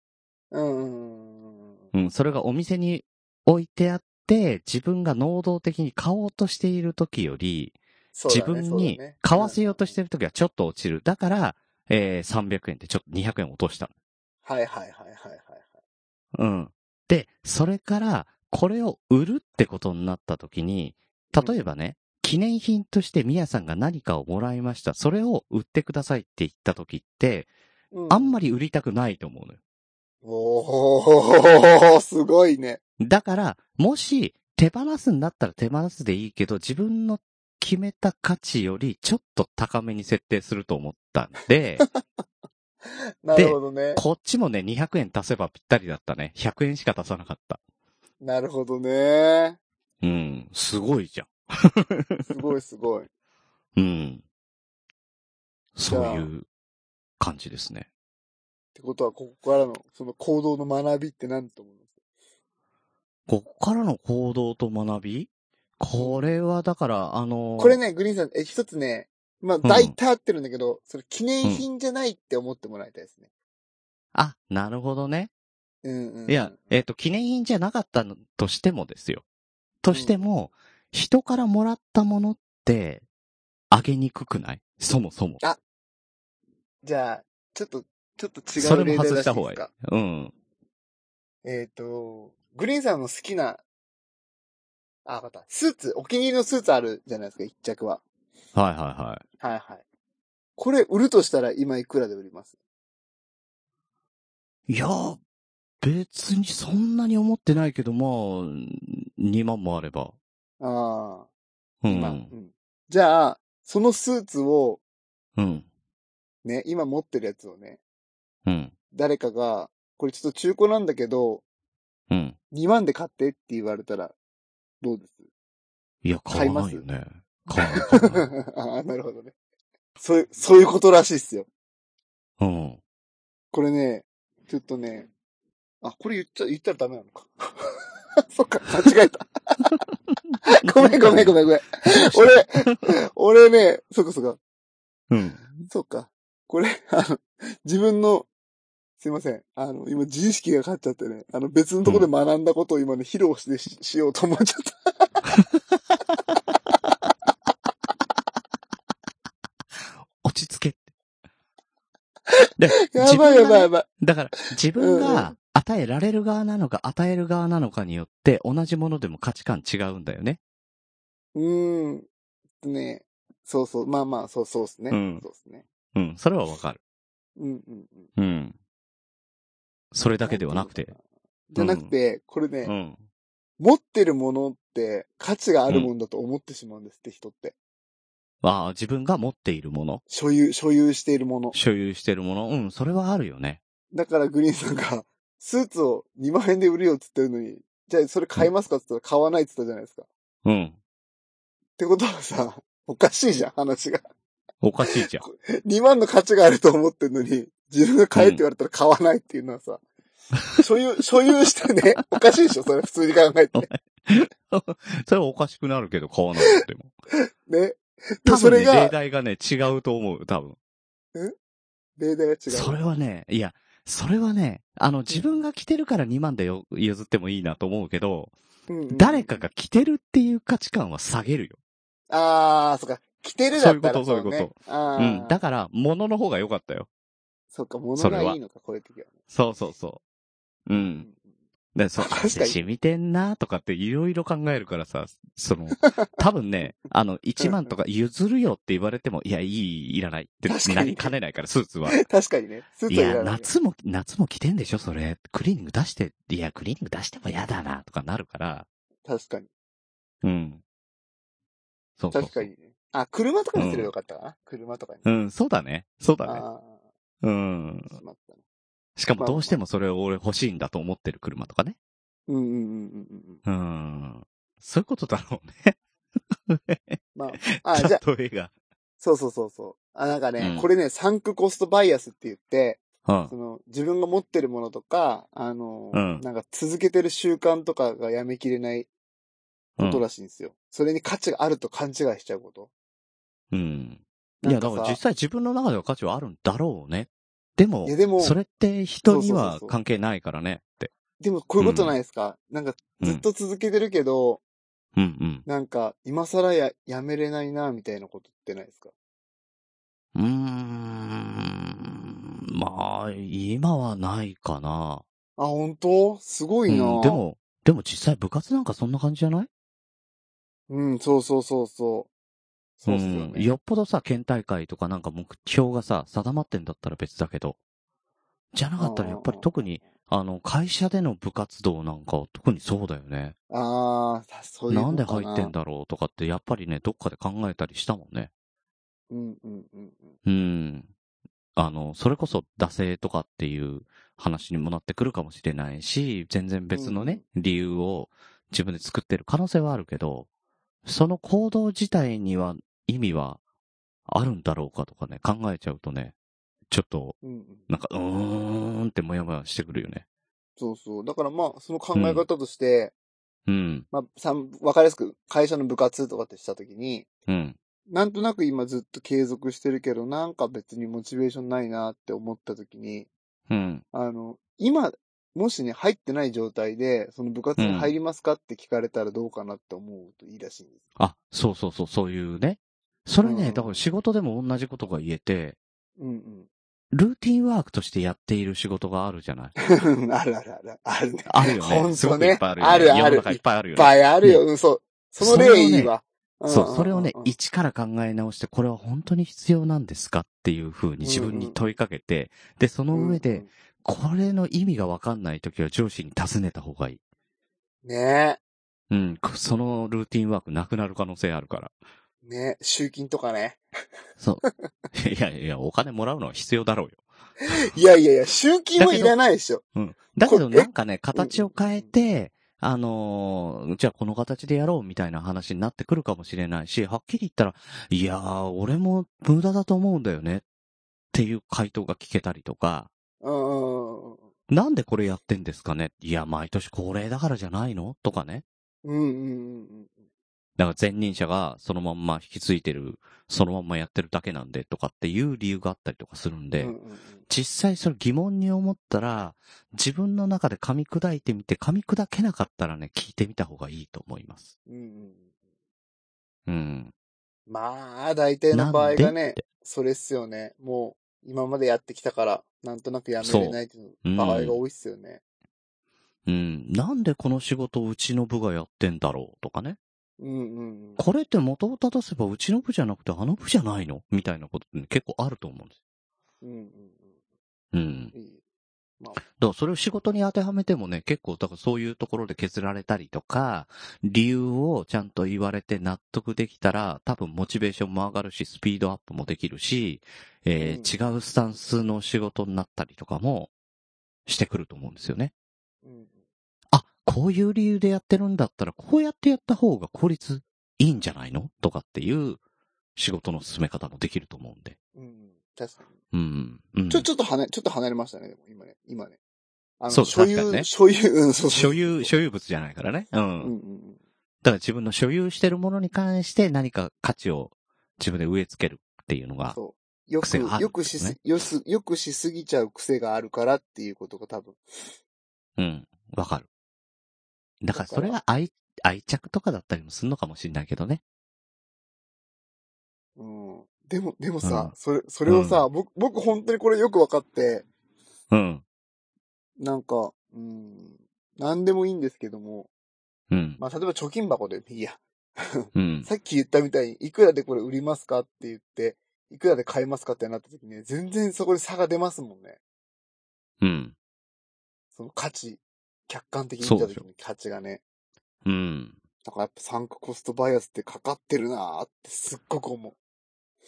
Speaker 4: うんうんうん。
Speaker 3: うん、それがお店に置いてあって、自分が能動的に買おうとしている時より、
Speaker 4: そうだ
Speaker 3: 自
Speaker 4: ね
Speaker 3: 分に買わせようとして。るときはちょっと落ちる。だから、えー、300円ってちょっと200円落とした。
Speaker 4: そうだねはいはいはいはいはいはい。
Speaker 3: うん。で、それから、これを売るってことになったときに、例えばね、記念品としてミヤさんが何かをもらいました。それを売ってくださいって言ったときって、
Speaker 4: う
Speaker 3: あんま
Speaker 4: り。
Speaker 3: り売りたくないと思うのよ。
Speaker 4: おー、すごいね。
Speaker 3: だから、もし、手放すんだったら手放すでいいけど、自分の決めた価値よりちょっと高めに設定すると思ったん で、
Speaker 4: なるほどね。
Speaker 3: こっちもね、200円足せばぴったりだったね。100円しか足さなかった。
Speaker 4: なるほどね。
Speaker 3: うん、すごいじゃ
Speaker 4: すごいすごい。
Speaker 3: ん。うん。
Speaker 4: ゃ
Speaker 3: そ
Speaker 4: あ
Speaker 3: ういう感じですね。
Speaker 4: ってことは、ここからの、その行動の学びって何だと思います
Speaker 3: ここからの行動と学びこれはだから、あのー
Speaker 4: これね、グリーンさん、え、一つね、まあ、大体合ってるんだけど、それ記念品じゃないって思ってもらいたいですね。
Speaker 3: あ、なるほどね。
Speaker 4: うんうん。
Speaker 3: いや、えっ、と、記念品じゃなかったのとしてもですよ。としても、人からもらったものって、あげにくくないそもそも。
Speaker 4: じゃあ、ちょっと、ちょっと違
Speaker 3: そうれ
Speaker 4: 例
Speaker 3: も
Speaker 4: 題
Speaker 3: 外
Speaker 4: 出
Speaker 3: し
Speaker 4: して
Speaker 3: た
Speaker 4: いい
Speaker 3: 方
Speaker 4: で
Speaker 3: が
Speaker 4: す
Speaker 3: いい
Speaker 4: か。
Speaker 3: うん。
Speaker 4: えっ、と、グリーンさんの好きな、あ、わかった。スーツ、お気に入りのスーツあるじゃないですか、一着は。
Speaker 3: はいはいはい。
Speaker 4: はいはい。これ売るとしたら今いくらで売ります
Speaker 3: いや、別にそんなに思ってないけど、まあ、2万もあれば。
Speaker 4: ああ、
Speaker 3: う。
Speaker 4: 今、うんん。じゃあ、そのスーツを、
Speaker 3: うん。
Speaker 4: ね、今持ってるやつをね、
Speaker 3: うん。
Speaker 4: 誰かが、これちょっと中古なんだけど、
Speaker 3: うん。
Speaker 4: 2万で買ってって言われたら、どうです
Speaker 3: いや、
Speaker 4: 買
Speaker 3: 買
Speaker 4: い
Speaker 3: わ
Speaker 4: ま
Speaker 3: ない
Speaker 4: す
Speaker 3: よね。買わない買わない。
Speaker 4: ああ、なるほどね。そういう、そういうことらしいっすよ。
Speaker 3: うん。
Speaker 4: これね、ちょっとね、あ、これ言っちゃ、言ったらダメなのか。 そっか、間違えた。 ごめんごめ んごめんごめん。俺、俺ね、そっかそっか、
Speaker 3: うん。
Speaker 4: そっか。これ、あの、自分の、すいません。あの、今、自意識が勝っちゃってね、あの、別のところで学んだことを今ね、披露してししようと思っちゃった。
Speaker 3: 落ち着けって。で
Speaker 4: やばいや
Speaker 3: 自分がね
Speaker 4: ばいやばい。
Speaker 3: だから、自分
Speaker 4: う
Speaker 3: が与えられる側なのか与える側なのかによって、同じものでも価値観違うんだよね。
Speaker 4: うーん。ねそうそう。まあまあ、そうそうですね。
Speaker 3: うん
Speaker 4: そうですね。
Speaker 3: うん。それはわかる。
Speaker 4: うんうん
Speaker 3: う
Speaker 4: うん。
Speaker 3: ん。それだけではなくて。
Speaker 4: じゃなくて、これね、
Speaker 3: うん。
Speaker 4: 持ってるものって価値があるもんだと思ってしまうんですって、人って。
Speaker 3: ああ、自分が持っているもの、
Speaker 4: 所有、所有しているもの。
Speaker 3: 所有しているもの、うん、それはあるよね。
Speaker 4: だからグリーンさんが、スーツを2万円で売るよって言ってるのに、じゃあそれ買いますかって言ったら買わないって言ったじゃないですか。っ
Speaker 3: うん。
Speaker 4: てことはさ、おかしいじゃん、話が。
Speaker 3: おかしい じゃん。
Speaker 4: 2万の価値があると思ってるのに、自分が買えって言われたら買わないっていうのはさ、所有、所有して ね、おかしいでしょ、それ普通に考えて。
Speaker 3: それはおかしくなるけど買わなくても。
Speaker 4: ね。 で
Speaker 3: 多
Speaker 4: そ
Speaker 3: 分
Speaker 4: れ
Speaker 3: ね、例
Speaker 4: が、
Speaker 3: 題がね、違うと思う、多分。
Speaker 4: 例題が違う。
Speaker 3: それはね、いや、それはね、あの、自分が着てるから2万でよ譲ってもいいなと思うけど、
Speaker 4: うんうん
Speaker 3: 誰かが着てるっていう価値観は下げるよ。
Speaker 4: あー、そっか。着てるだったら
Speaker 3: そういうこと
Speaker 4: ね
Speaker 3: そういうこ
Speaker 4: あ
Speaker 3: う
Speaker 4: ー
Speaker 3: ん。だから、物の方が良かったよ。
Speaker 4: そっか、物
Speaker 3: それ
Speaker 4: が
Speaker 3: はい
Speaker 4: いのか、こういう時はね。
Speaker 3: そうそうそう。うん。で、そう、
Speaker 4: 確かに
Speaker 3: 汗染みてんなとかっていろいろ考えるからさ、そ の、多分ね、あの、1万とか譲るよって言われても、いや、いい、いらないって
Speaker 4: 確かに
Speaker 3: なりかねないから、スーツは。
Speaker 4: 確かにね。スーツ
Speaker 3: い
Speaker 4: はいら
Speaker 3: や、
Speaker 4: ないね。
Speaker 3: 夏も、夏も着てんでしょ、それ。クリーニング出して、いや、クリーニング出しても嫌だな、とかなるから。
Speaker 4: 確かに。
Speaker 3: うん。そうそう
Speaker 4: 確かに。ね。あ、車とかにすればよかったかな。車とかに。
Speaker 3: うん、そうだね。そうだね。
Speaker 4: あ
Speaker 3: うん
Speaker 4: あ、。しまったね。
Speaker 3: しかもどうしてもそれを俺欲しいんだと思ってる車とかね。
Speaker 4: うんうんうんうんうん。
Speaker 3: うん。そういうことだろうね。
Speaker 4: ま あ、あ、じゃあ、
Speaker 3: 例えが。
Speaker 4: そうそうそうそう。あ、なんかね、
Speaker 3: うん
Speaker 4: これね、サンクコストバイアスって言って、
Speaker 3: うん
Speaker 4: そ。の、自分が持ってるものとか、あの、
Speaker 3: うん
Speaker 4: なんか続けてる習慣とかがやめきれないことらしいんですよ。それに価値があると勘違いしちゃうこと。
Speaker 3: うん。いや、
Speaker 4: な
Speaker 3: だ
Speaker 4: ん
Speaker 3: から
Speaker 4: さ
Speaker 3: 実際自分の中では価値はあるんだろうね。でも、
Speaker 4: いやでも
Speaker 3: それって人に
Speaker 4: そうそうそう
Speaker 3: は
Speaker 4: そう
Speaker 3: 関係ないからねって。
Speaker 4: でも、こういうことないですか、なんか、ずっと続けてるけど、
Speaker 3: うん
Speaker 4: なんか、今更や、やめれないな、みたいなことってないですか
Speaker 3: うん。うーん。まあ、今はないかな。
Speaker 4: あ、本当すごいな、
Speaker 3: うんで、も、でも実際部活なんかそんな感じじゃない
Speaker 4: うん、そうそうそうそう。そうっすよね。
Speaker 3: ん。よっぽどさ、県大会とかなんか目標がさ、定まってんだったら別だけど。じゃなかったらやっぱり特に、あの、会社での部活動なんかは特にそうだよね。
Speaker 4: あー、さそういう
Speaker 3: な
Speaker 4: の
Speaker 3: んで
Speaker 4: かな
Speaker 3: 入ってんだろうとかって、やっぱりね、どっかで考えたりしたもんね。
Speaker 4: うん、うん、うん。
Speaker 3: うん。あの、それこそ、惰性とかっていう話にもなってくるかもしれないし、全然別のね、理由を自分で作ってる可能性はあるけど、その行動自体には意味はあるんだろうかとかね、考えちゃうとね、ちょっと、
Speaker 4: うん、うん。
Speaker 3: なんか、うーんってもやもやしてくるよね。
Speaker 4: そうそう。だからまあ、その考え方として、
Speaker 3: うん、
Speaker 4: まあ、さん、わかりやすく、会社の部活とかってしたときに、
Speaker 3: うん、
Speaker 4: なんとなく今ずっと継続してるけど、なんか別にモチベーションないなって思ったときに、
Speaker 3: うん、
Speaker 4: あの、今、もしね、入ってない状態で、その部活に入りますかって聞かれたらどうかなって思うといいらしいんです。
Speaker 3: あ、そうそうそう、そういうね。それ
Speaker 4: う
Speaker 3: ね、
Speaker 4: ん
Speaker 3: だから仕事でも同じことが言えて、
Speaker 4: うん
Speaker 3: ルーティンワークとしてやっている仕事があるじゃない。
Speaker 4: うん。あるあるある。 あるね。
Speaker 3: あるよ
Speaker 4: ほんと
Speaker 3: ね。
Speaker 4: ね
Speaker 3: すごくいっぱいあるよ、ね。
Speaker 4: あるある
Speaker 3: 世の中いっぱいある
Speaker 4: いっ
Speaker 3: よね。
Speaker 4: ぱいあるよ。うん、そう。その
Speaker 3: それを
Speaker 4: 例
Speaker 3: ね
Speaker 4: いいわ。ん
Speaker 3: そう、それをね
Speaker 4: うん、
Speaker 3: 一から考え直して、これは本当に必要なんですかっていう風に自分に問いかけて、で、その上で、。これの意味がわかんない時は上司に尋ねた方がいい。
Speaker 4: ね
Speaker 3: うん、こそのルーティンワークなくなる可能性あるから。
Speaker 4: え。ね、集金とかね。
Speaker 3: そう。いやいや、お金もらうのは必要だろうよ。
Speaker 4: いやいやいや、集金はいらないでしょ。
Speaker 3: だけ
Speaker 4: こ
Speaker 3: ど
Speaker 4: れえ
Speaker 3: なんかね、形を変えて、あのーじゃあこの形でやろうみたいな話になってくるかもしれないし、はっきり言ったら、いやー、俺も無駄だと思うんだよね。っていう回答が聞けたりとか、
Speaker 4: うんうんうん
Speaker 3: なんでこれやってんですかねいや、毎年恒例だからじゃないのとかね。
Speaker 4: うんうんうん
Speaker 3: だから前任者がそのまんま引き継いでる、そのまんまやってるだけなんでとかっていう理由があったりとかするん
Speaker 4: う
Speaker 3: で、
Speaker 4: んうんうん
Speaker 3: 実際それ疑問に思ったら、自分の中で噛み砕いてみて、噛み砕けなかったらね、聞いてみた方がいいと思います。
Speaker 4: うんうん。
Speaker 3: うん。
Speaker 4: まあ、大体の場合がね、それっすよね。もう、今までやってきたから、なんとなくやめれないっていう場合が多いっすよね。
Speaker 3: うん。なんでこの仕事をうちの部がやってんだろうとかね。
Speaker 4: うんうんうん。
Speaker 3: これって元を正せばうちの部じゃなくてあの部じゃないのみたいなことってね、結構あると思うんです。
Speaker 4: うんうん
Speaker 3: うん。
Speaker 4: うん。いい。
Speaker 3: だからそれを仕事に当てはめてもね、結構、だからそういうところで削られたりとか、理由をちゃんと言われて納得できたら、多分モチベーションも上がるし、スピードアップもできるし、えー違うスタンスの仕事になったりとかもしてくると思うんですよね。
Speaker 4: うん
Speaker 3: あ、こういう理由でやってるんだったら、こうやってやった方が効率いいんじゃないのとかっていう仕事の進め方もできると思うんで。
Speaker 4: うんうん。確かに。
Speaker 3: うん。うん、
Speaker 4: ちょ、ちょっと離れ、ちょっと離れましたね、でも今ね。今ね。あ
Speaker 3: そ
Speaker 4: の、
Speaker 3: う
Speaker 4: 所
Speaker 3: 確か
Speaker 4: 有、
Speaker 3: にね
Speaker 4: 所有、うん、そうそう
Speaker 3: 所有、所有物じゃないからね。うん
Speaker 4: うんうん
Speaker 3: だから自分の所有してるものに関して何か価値を自分で植え付けるっていうの
Speaker 4: うん。
Speaker 3: が。
Speaker 4: そう。よく、
Speaker 3: 癖がある
Speaker 4: よくし
Speaker 3: んです
Speaker 4: す
Speaker 3: ね、
Speaker 4: よす、よくしすぎちゃう癖があるからっていうことが多分。
Speaker 3: うん。わかる。だから
Speaker 4: だ
Speaker 3: そ
Speaker 4: から
Speaker 3: れが愛、愛着とかだったりもするのかもしれないけどね。
Speaker 4: うん。でも、でもさ、
Speaker 3: うん
Speaker 4: それ、それをさ、僕、僕本当にこれよく分かって、
Speaker 3: うん。
Speaker 4: なんか、うん、なんでもいいんですけども、
Speaker 3: うん。
Speaker 4: まあ、例えば貯金箱で、いや、
Speaker 3: うん。
Speaker 4: さっき言ったみたいに、いくらでこれ売りますかって言って、いくらで買えますかってなった時ね、全然そこで差が出ますもんね。
Speaker 3: うん。
Speaker 4: その価値、客観的に
Speaker 3: そ
Speaker 4: 見
Speaker 3: う
Speaker 4: た
Speaker 3: でし
Speaker 4: 時
Speaker 3: ょ
Speaker 4: の価値がね。
Speaker 3: うん。
Speaker 4: だからやっぱ参加コストバイアスってかかってるなーってすっごく思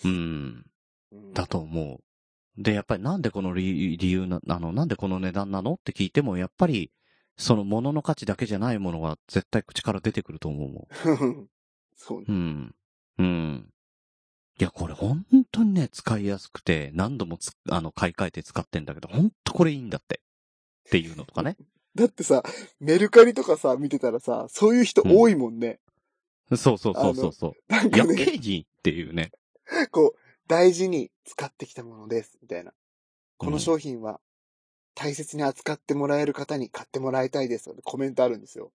Speaker 3: うん。
Speaker 4: う。うん
Speaker 3: だと思う。で、やっぱりなんでこの理理由な、あの、なんでこの値段なのって聞いても、やっぱり、その物の価値だけじゃないものは絶対口から出てくると思うもん。
Speaker 4: そうね
Speaker 3: う。ん。うん。いや、これ本当にね、使いやすくて、何度もつ、あの、買い替えて使ってんだけど、本当これいいんだって。っていうのとか ね。
Speaker 4: だってさ、メルカリとかさ、見てたらさ、そういう人多いもんね。
Speaker 3: そうそうそうそうそ
Speaker 4: なん
Speaker 3: う。いや、
Speaker 4: か
Speaker 3: ケ
Speaker 4: ね、
Speaker 3: ージっていうね。
Speaker 4: こう、大事に使ってきたものです、みたいな。こ
Speaker 3: う
Speaker 4: の
Speaker 3: ん
Speaker 4: 商品は、大切に扱ってもらえる方に買ってもらいたいです、コメントあるんですよ。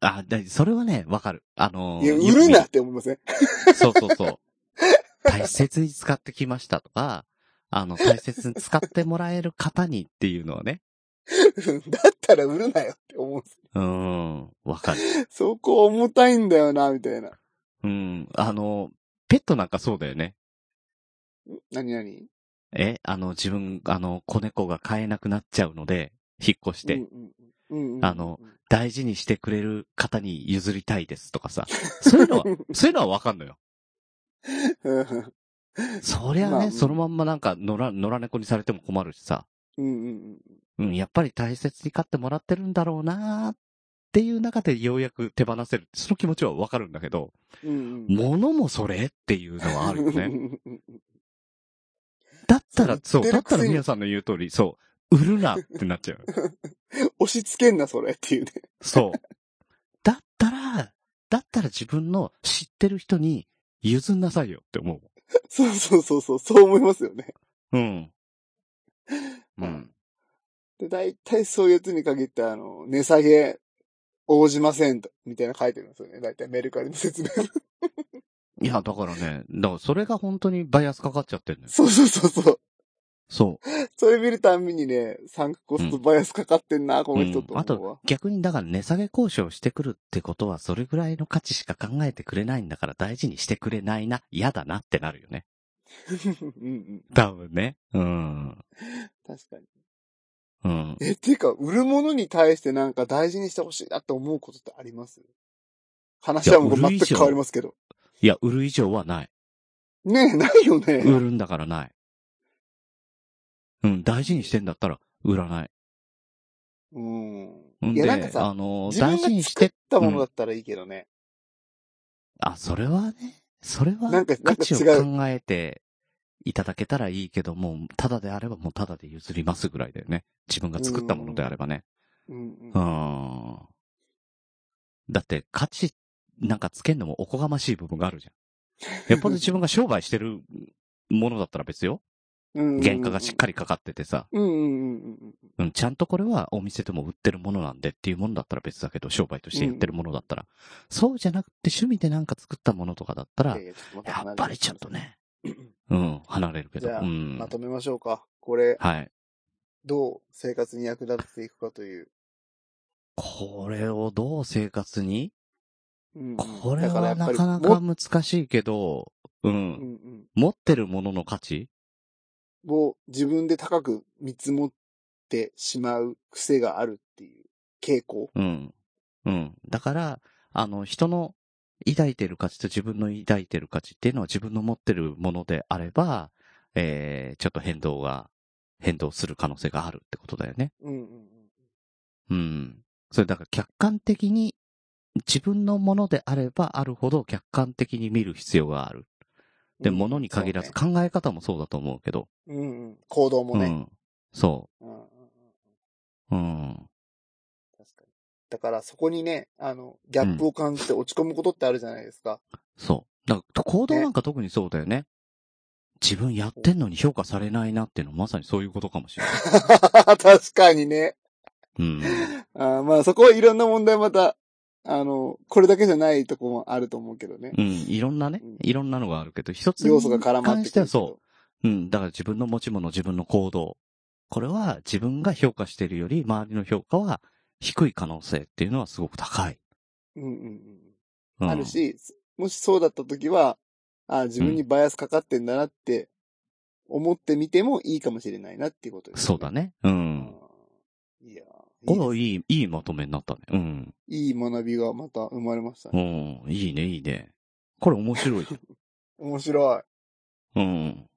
Speaker 3: あ、だそれはね、わかる。あのー
Speaker 4: いや、売るな
Speaker 3: よ
Speaker 4: って思いません
Speaker 3: く見そうそう そう。大切に使ってきましたとか、あの、大切に使ってもらえる方にっていうのはね。
Speaker 4: だったら売るなよって思うんです。
Speaker 3: うーん、わかる。
Speaker 4: そこ重たいんだよな、みたいな。
Speaker 3: うん、あの、ペットなんかそうだよね。
Speaker 4: 何々
Speaker 3: え、あの、自分、あの、子猫が飼えなくなっちゃうので、引っ越して、
Speaker 4: うんうんうんうんうん
Speaker 3: あの、大事にしてくれる方に譲りたいですとかさ。そういうの は、そういうのはわかんのよ。
Speaker 4: うん
Speaker 3: そりゃね、
Speaker 4: まあ
Speaker 3: そのまんまなんか野良、野良猫にされても困るしさ。
Speaker 4: うんうん。
Speaker 3: うん、やっぱり大切に飼ってもらってるんだろうなーっていう中でようやく手放せる。その気持ちはわかるんだけど、
Speaker 4: うんうん。
Speaker 3: 物もそれっていうのはあるよ ね。
Speaker 4: うんうん
Speaker 3: だったら、
Speaker 4: そう
Speaker 3: そう、だ
Speaker 4: 言っ
Speaker 3: って
Speaker 4: るくせ
Speaker 3: た
Speaker 4: に
Speaker 3: ら皆さんの言う通り、そう、売るなってなっちゃう。
Speaker 4: 押し付けんな、それっていうね。
Speaker 3: そう。 だったら、だったら自分の知ってる人に譲んなさいよって思
Speaker 4: そうそうそうそう、そう思いますよね。
Speaker 3: う。 うん。うん。
Speaker 4: で、大体そういうやつに限って、あの、値下げ応じませんと、みたいなの書いてるんですよね。大体メルカリの 説明。
Speaker 3: いや、だからね、だからそれが本当にバイアスかかっちゃってんのよ。
Speaker 4: そうそうそうそう。
Speaker 3: そう。
Speaker 4: それ見るたんびにね、サンクコストバイアスかかってんな、この人と
Speaker 3: うんあ
Speaker 4: 思うわ
Speaker 3: と。、逆にだから値下げ交渉してくるってことは、それぐらいの価値しか考えてくれないんだから大事にしてくれないな、嫌だなってなるよね。
Speaker 4: うんうん。
Speaker 3: 多分ね。うん。
Speaker 4: 確かに。
Speaker 3: うん。
Speaker 4: え、ていうか、売るものに対してなんか大事にしてほしいなって思うことってあります話はもう
Speaker 3: いや売る
Speaker 4: 全
Speaker 3: 以
Speaker 4: く
Speaker 3: 上
Speaker 4: 変わりますけど。
Speaker 3: いや、売る以上はない。
Speaker 4: ねえ、ないよ
Speaker 3: 売
Speaker 4: ね。
Speaker 3: るんだからない。うん、大事にしてんだったら、売らない。
Speaker 4: うん。
Speaker 3: ん
Speaker 4: い
Speaker 3: で、
Speaker 4: や、なんかさ
Speaker 3: あ、の、
Speaker 4: 自
Speaker 3: 大
Speaker 4: 分
Speaker 3: 事に
Speaker 4: が
Speaker 3: し、
Speaker 4: 作ってたものだったらいいけどね。
Speaker 3: あ、それはね、それは
Speaker 4: なんかな
Speaker 3: 価
Speaker 4: んか
Speaker 3: 値を
Speaker 4: 違う
Speaker 3: 考えていただけたらいいけども、ただであればもうただで譲りますぐらいだよね。自分が作ったものであればね。
Speaker 4: うんう
Speaker 3: う
Speaker 4: ん。
Speaker 3: ん。だって価値なんかつけんのもおこがましい部分があるじゃん。よっぽど自分が商売してるものだったら別よ。
Speaker 4: うん
Speaker 3: 原価がしっかりかかっててさ、
Speaker 4: うんうんうんうん。
Speaker 3: うん、ちゃんとこれはお店でも売ってるものなんでっていうものだったら別だけど、商売としてやってるものだったら。そうじゃなくて趣味でなんか作ったものとかだったら、
Speaker 4: いやいやちょっと待て
Speaker 3: やっぱりちゃんと。ね、
Speaker 4: 離れて
Speaker 3: うん、離れるけど。
Speaker 4: じゃあ
Speaker 3: うん。
Speaker 4: まとめましょうか。これ、
Speaker 3: はい。
Speaker 4: どう生活に役立っていくかという。
Speaker 3: これをどう生活に
Speaker 4: うんうん
Speaker 3: これ
Speaker 4: だから
Speaker 3: は
Speaker 4: やっぱ
Speaker 3: な
Speaker 4: り
Speaker 3: かな
Speaker 4: も
Speaker 3: か難しいけど、う。
Speaker 4: うんん
Speaker 3: 持ってるものの価値
Speaker 4: うん。を自分で高く見積もってしまう癖があるっていう傾向。
Speaker 3: うん。うん。だから、あの、人の抱いてる価値と自分の抱いてる価値っていうのは自分の持ってるものであれば、えー、ちょっと変動が、変動する可能性があるってことだよね。
Speaker 4: うんうんうん。
Speaker 3: うん。それだから客観的に、自分のものであればあるほど客観的に見る必要がある。で、
Speaker 4: うん
Speaker 3: 物に限らず
Speaker 4: そ
Speaker 3: 考え方もそうだと思うけど。
Speaker 4: うねうんうん。行動も
Speaker 3: う
Speaker 4: ね。
Speaker 3: ん。そ
Speaker 4: うんうんうん
Speaker 3: う。うん。
Speaker 4: 確かに。だからそこにね、あの、ギャップを感じて落ち込むことってあるじゃない ですか。
Speaker 3: そう。だから行動なんか特にそうだよね。自分やってんのに評価されないなっていうのはまさにそういうことかもし れない。
Speaker 4: 確かにね。
Speaker 3: うん。
Speaker 4: あーまあそこはいろんな問題また、あの、これだけじゃないとこもあると思うけどね。
Speaker 3: うん。いろんなね
Speaker 4: うん、
Speaker 3: いろんなのがあるけど、一つ
Speaker 4: 要素が絡
Speaker 3: に
Speaker 4: まっ
Speaker 3: 関
Speaker 4: て
Speaker 3: し
Speaker 4: く
Speaker 3: て
Speaker 4: る
Speaker 3: は
Speaker 4: けど
Speaker 3: そ。う。うん。だから自分の持ち物、自分の行動。これは自分が評価してるより、周りの評価は低い可能性っていうのはすごく高い。
Speaker 4: うんうんうん。
Speaker 3: うん、
Speaker 4: ある。し、もしそうだった時は、あ自分にバイアスかかってんだなって思ってみてもいいかもしれないなっていうことです、
Speaker 3: そうだ。ね。う。。
Speaker 4: うんいやーいい
Speaker 3: これいい、いいまとめになったね。うん。
Speaker 4: いい学びがまた生まれました
Speaker 3: う
Speaker 4: ね。
Speaker 3: ん。いいね、いいね。これ面 白いじ
Speaker 4: 面白
Speaker 3: ゃん。うん。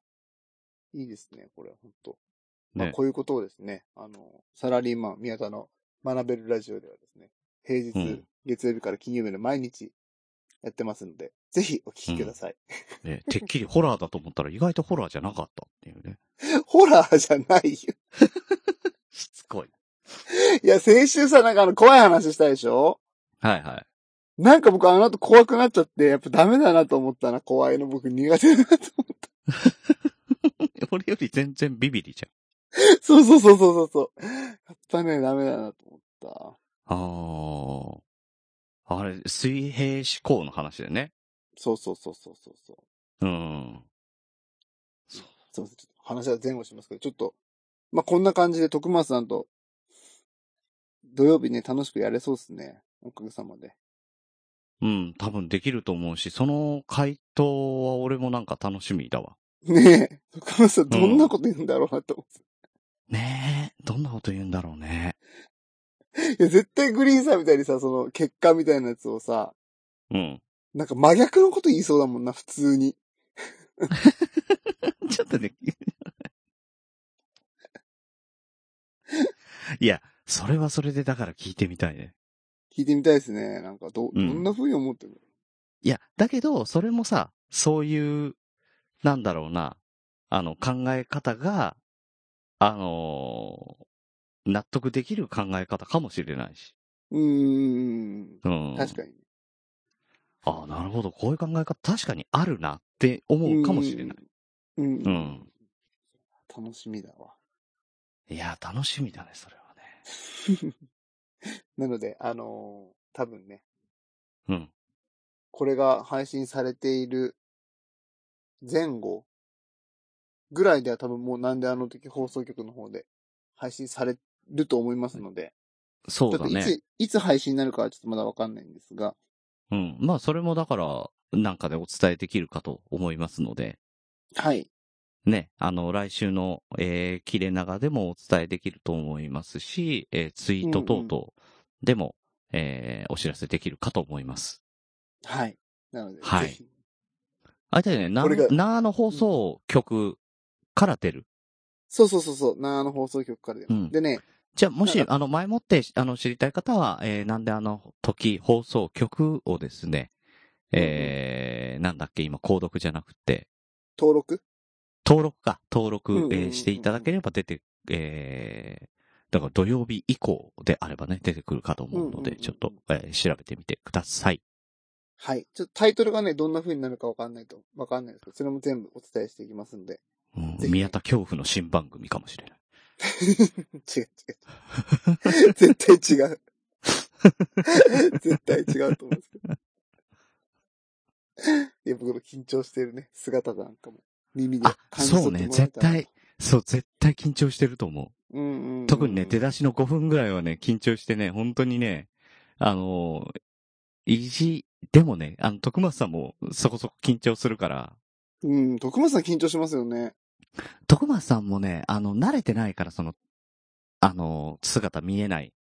Speaker 4: い。いいですね、これ、本当まあ、
Speaker 3: ね。
Speaker 4: こういうことをですね、あの、サラリーマン宮田の学べるラジオではですね、平日、
Speaker 3: うん
Speaker 4: 月曜日から金曜日の毎日やってますので、ぜひお聞きください。
Speaker 3: ね、てっきりホラーだと思ったら意外とホラーじゃなかったっていうね。
Speaker 4: ホラーじゃないよ。
Speaker 3: しつこい。
Speaker 4: いや、先週さ、なんかあの、怖い話したでしょ
Speaker 3: はいはい。
Speaker 4: なんか僕あの後怖くなっちゃって、やっぱダメだなと思ったな、怖いの僕苦手だなと。
Speaker 3: 俺より全然ビビリじ
Speaker 4: そうそうそうそうそうそう。やっぱね、ダメだなと思っ
Speaker 3: ゃん。ああ。あれ、水平思考の話だよね。
Speaker 4: た。そうそうそうそうそうそう。
Speaker 3: うん。
Speaker 4: すいません、ちょっと話は前後しますけど、ちょっと、まあ、こんな感じで徳松さんと、土曜日ね、楽しくやれそうですね。おかげさまで。
Speaker 3: うん、多分できると思うし、その回答は俺もなんか楽しみだわ。
Speaker 4: ねえ、徳松さんどんなこと言うんだろうなと思って。
Speaker 3: ねえ、どんなこと言うんだろうね。
Speaker 4: いや、絶対グリーンさんみたいにさ、その、結果みたいなやつをさ、
Speaker 3: うん。
Speaker 4: なんか真逆のこと言いそうだもんな、普通に。
Speaker 3: ちょっとね。 いや、それはそれでだから聞いてみたいね。
Speaker 4: 聞いてみたいですね。なんか、ど、
Speaker 3: う
Speaker 4: ど
Speaker 3: ん
Speaker 4: んな風に思ってるの、
Speaker 3: いや、だけど、それもさ、そういう、なんだろうな、あの、考え方が、あのー納得できる考え方かもしれないし。
Speaker 4: うーん。
Speaker 3: うん。
Speaker 4: 確かに。
Speaker 3: ああ、なるほど。こういう考え方、確かにあるなって思うかもしれない。
Speaker 4: うん。うん。
Speaker 3: うん
Speaker 4: 楽しみだわ。
Speaker 3: いや、楽しみだね、それはね。
Speaker 4: なので、あのー多分ね、
Speaker 3: うん。
Speaker 4: これが配信されている前後ぐらいでは多分もうなんであの時放送局の方で配信されると思いますので、
Speaker 3: そう
Speaker 4: ち
Speaker 3: だ
Speaker 4: ょっとい
Speaker 3: ね。
Speaker 4: つ、いつ配信になるかはちょっとまだわかんないんですが、
Speaker 3: うん。まあ、それもだから、なんかでお伝えできるかと思いますので、
Speaker 4: はい。
Speaker 3: ね、あの、来週の、えー、切れ長でもお伝えできると思いますし、えーツイート等々でも、えーお知らせできるかと思います。
Speaker 4: はい。なので、
Speaker 3: はい
Speaker 4: ぜひ
Speaker 3: あれだよね、な
Speaker 4: これが、
Speaker 3: なーの放送局から出る。
Speaker 4: そうそうそうそう、なあの放送局からで。
Speaker 3: うん
Speaker 4: でね、
Speaker 3: じゃあ、もし
Speaker 4: なん、
Speaker 3: あの、前もって、あの、知りたい方は、えー、なんであの時放送局をですね、えー、なんだっけ、今、購読じゃなくて、
Speaker 4: 登録
Speaker 3: 登録か、登
Speaker 4: うん
Speaker 3: 録
Speaker 4: う、んうん
Speaker 3: えーしていただければ出て、えー、だから土曜日以降であればね、出てくるかと思うの
Speaker 4: うんうんう
Speaker 3: で、
Speaker 4: ん
Speaker 3: ちょっと、えー調べてみてください。
Speaker 4: はい。ちょっとタイトルがね、どんな風になるかわかんないと、わかんないですけど、それも全部お伝えしていきますんで。
Speaker 3: うん
Speaker 4: ぜひ
Speaker 3: 宮田恐怖の新番組かもしれない。
Speaker 4: 違う違う。絶対違う。絶対違うと思うんですけど。いや、僕の緊張してるね、姿なんかも、耳で
Speaker 3: あ、
Speaker 4: 感じ取
Speaker 3: そ
Speaker 4: っ
Speaker 3: う
Speaker 4: て
Speaker 3: ね、
Speaker 4: もらえ
Speaker 3: 絶
Speaker 4: たら。
Speaker 3: 対、そう、絶対緊張してると思う。
Speaker 4: うんうんうん
Speaker 3: 特にね、出だしの5分ぐらいはね、緊張してね、本当にね、あのー、意地、でもね、あの、徳松さんもそこそこ緊張するから、
Speaker 4: うん、徳松さん緊張しますよね。
Speaker 3: 徳松さんもね、あの、慣れてないから、その、あのー、姿見えない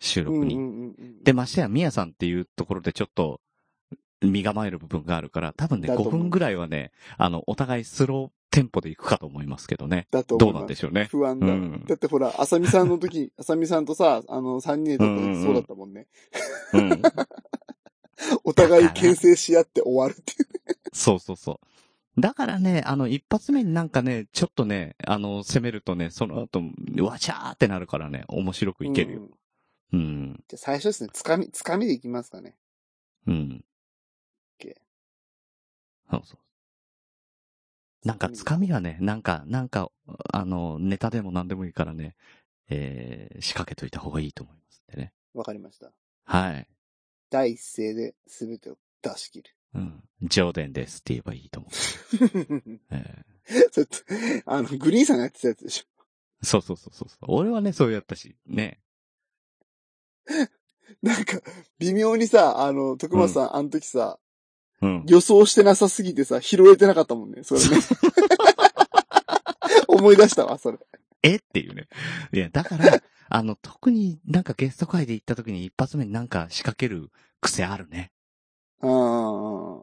Speaker 3: 収
Speaker 4: うんう
Speaker 3: 録
Speaker 4: ん
Speaker 3: に。
Speaker 4: うんうん。
Speaker 3: で、ましてや、みやさんっていうところでちょっと、身構える部分があるから、多分ね、
Speaker 4: だと思
Speaker 3: 5
Speaker 4: う
Speaker 3: 分ぐらいはね、あの、お互いスローテンポで行くかと思いますけどね。
Speaker 4: だと
Speaker 3: ど
Speaker 4: 思
Speaker 3: うなんで
Speaker 4: し
Speaker 3: しょうね。
Speaker 4: 不安だ。
Speaker 3: うん
Speaker 4: だってほら、あさみさんの時、 あさみさんとさ、あの、3人で撮った時そうだったもんね。
Speaker 3: うん。
Speaker 4: お互い牽制し合って終わるっていう。
Speaker 3: そうそうそう。だからね、あの、一発目になんかね、ちょっとね、あの、攻めるとね、その後、わちゃーってなるからね、面白くいけるよ
Speaker 4: うん。
Speaker 3: うん。
Speaker 4: じゃあ最初ですね、つかみ、つかみでいきますかね。
Speaker 3: うん。
Speaker 4: OK
Speaker 3: そうそう。なんか、つかみがね、なんか、なんか、あの、ネタでも何でもいいからね、えー、仕掛けといた方がいいと思いますんでね。
Speaker 4: わかりました。
Speaker 3: はい。
Speaker 4: 第一声で全てを出し切
Speaker 3: うん。上伝ですって言えばいいと思う。
Speaker 4: る。
Speaker 3: え
Speaker 4: ちょっと、あの、グリーンさんがやってたやつでしょ。
Speaker 3: ーそうそうそうそうそう。俺はね、そうやったし、ね。
Speaker 4: なんか、 微妙にさ、あの、徳松さん、あの時さ、
Speaker 3: うん。
Speaker 4: 予想してなさすぎてさ、拾えてなかったもんね、それね。 思い出したわ、それ。
Speaker 3: えっていうね。いや、だから、 あの、特になんかゲスト会で行った時に一発目になんか仕掛ける癖あるね。
Speaker 4: うん。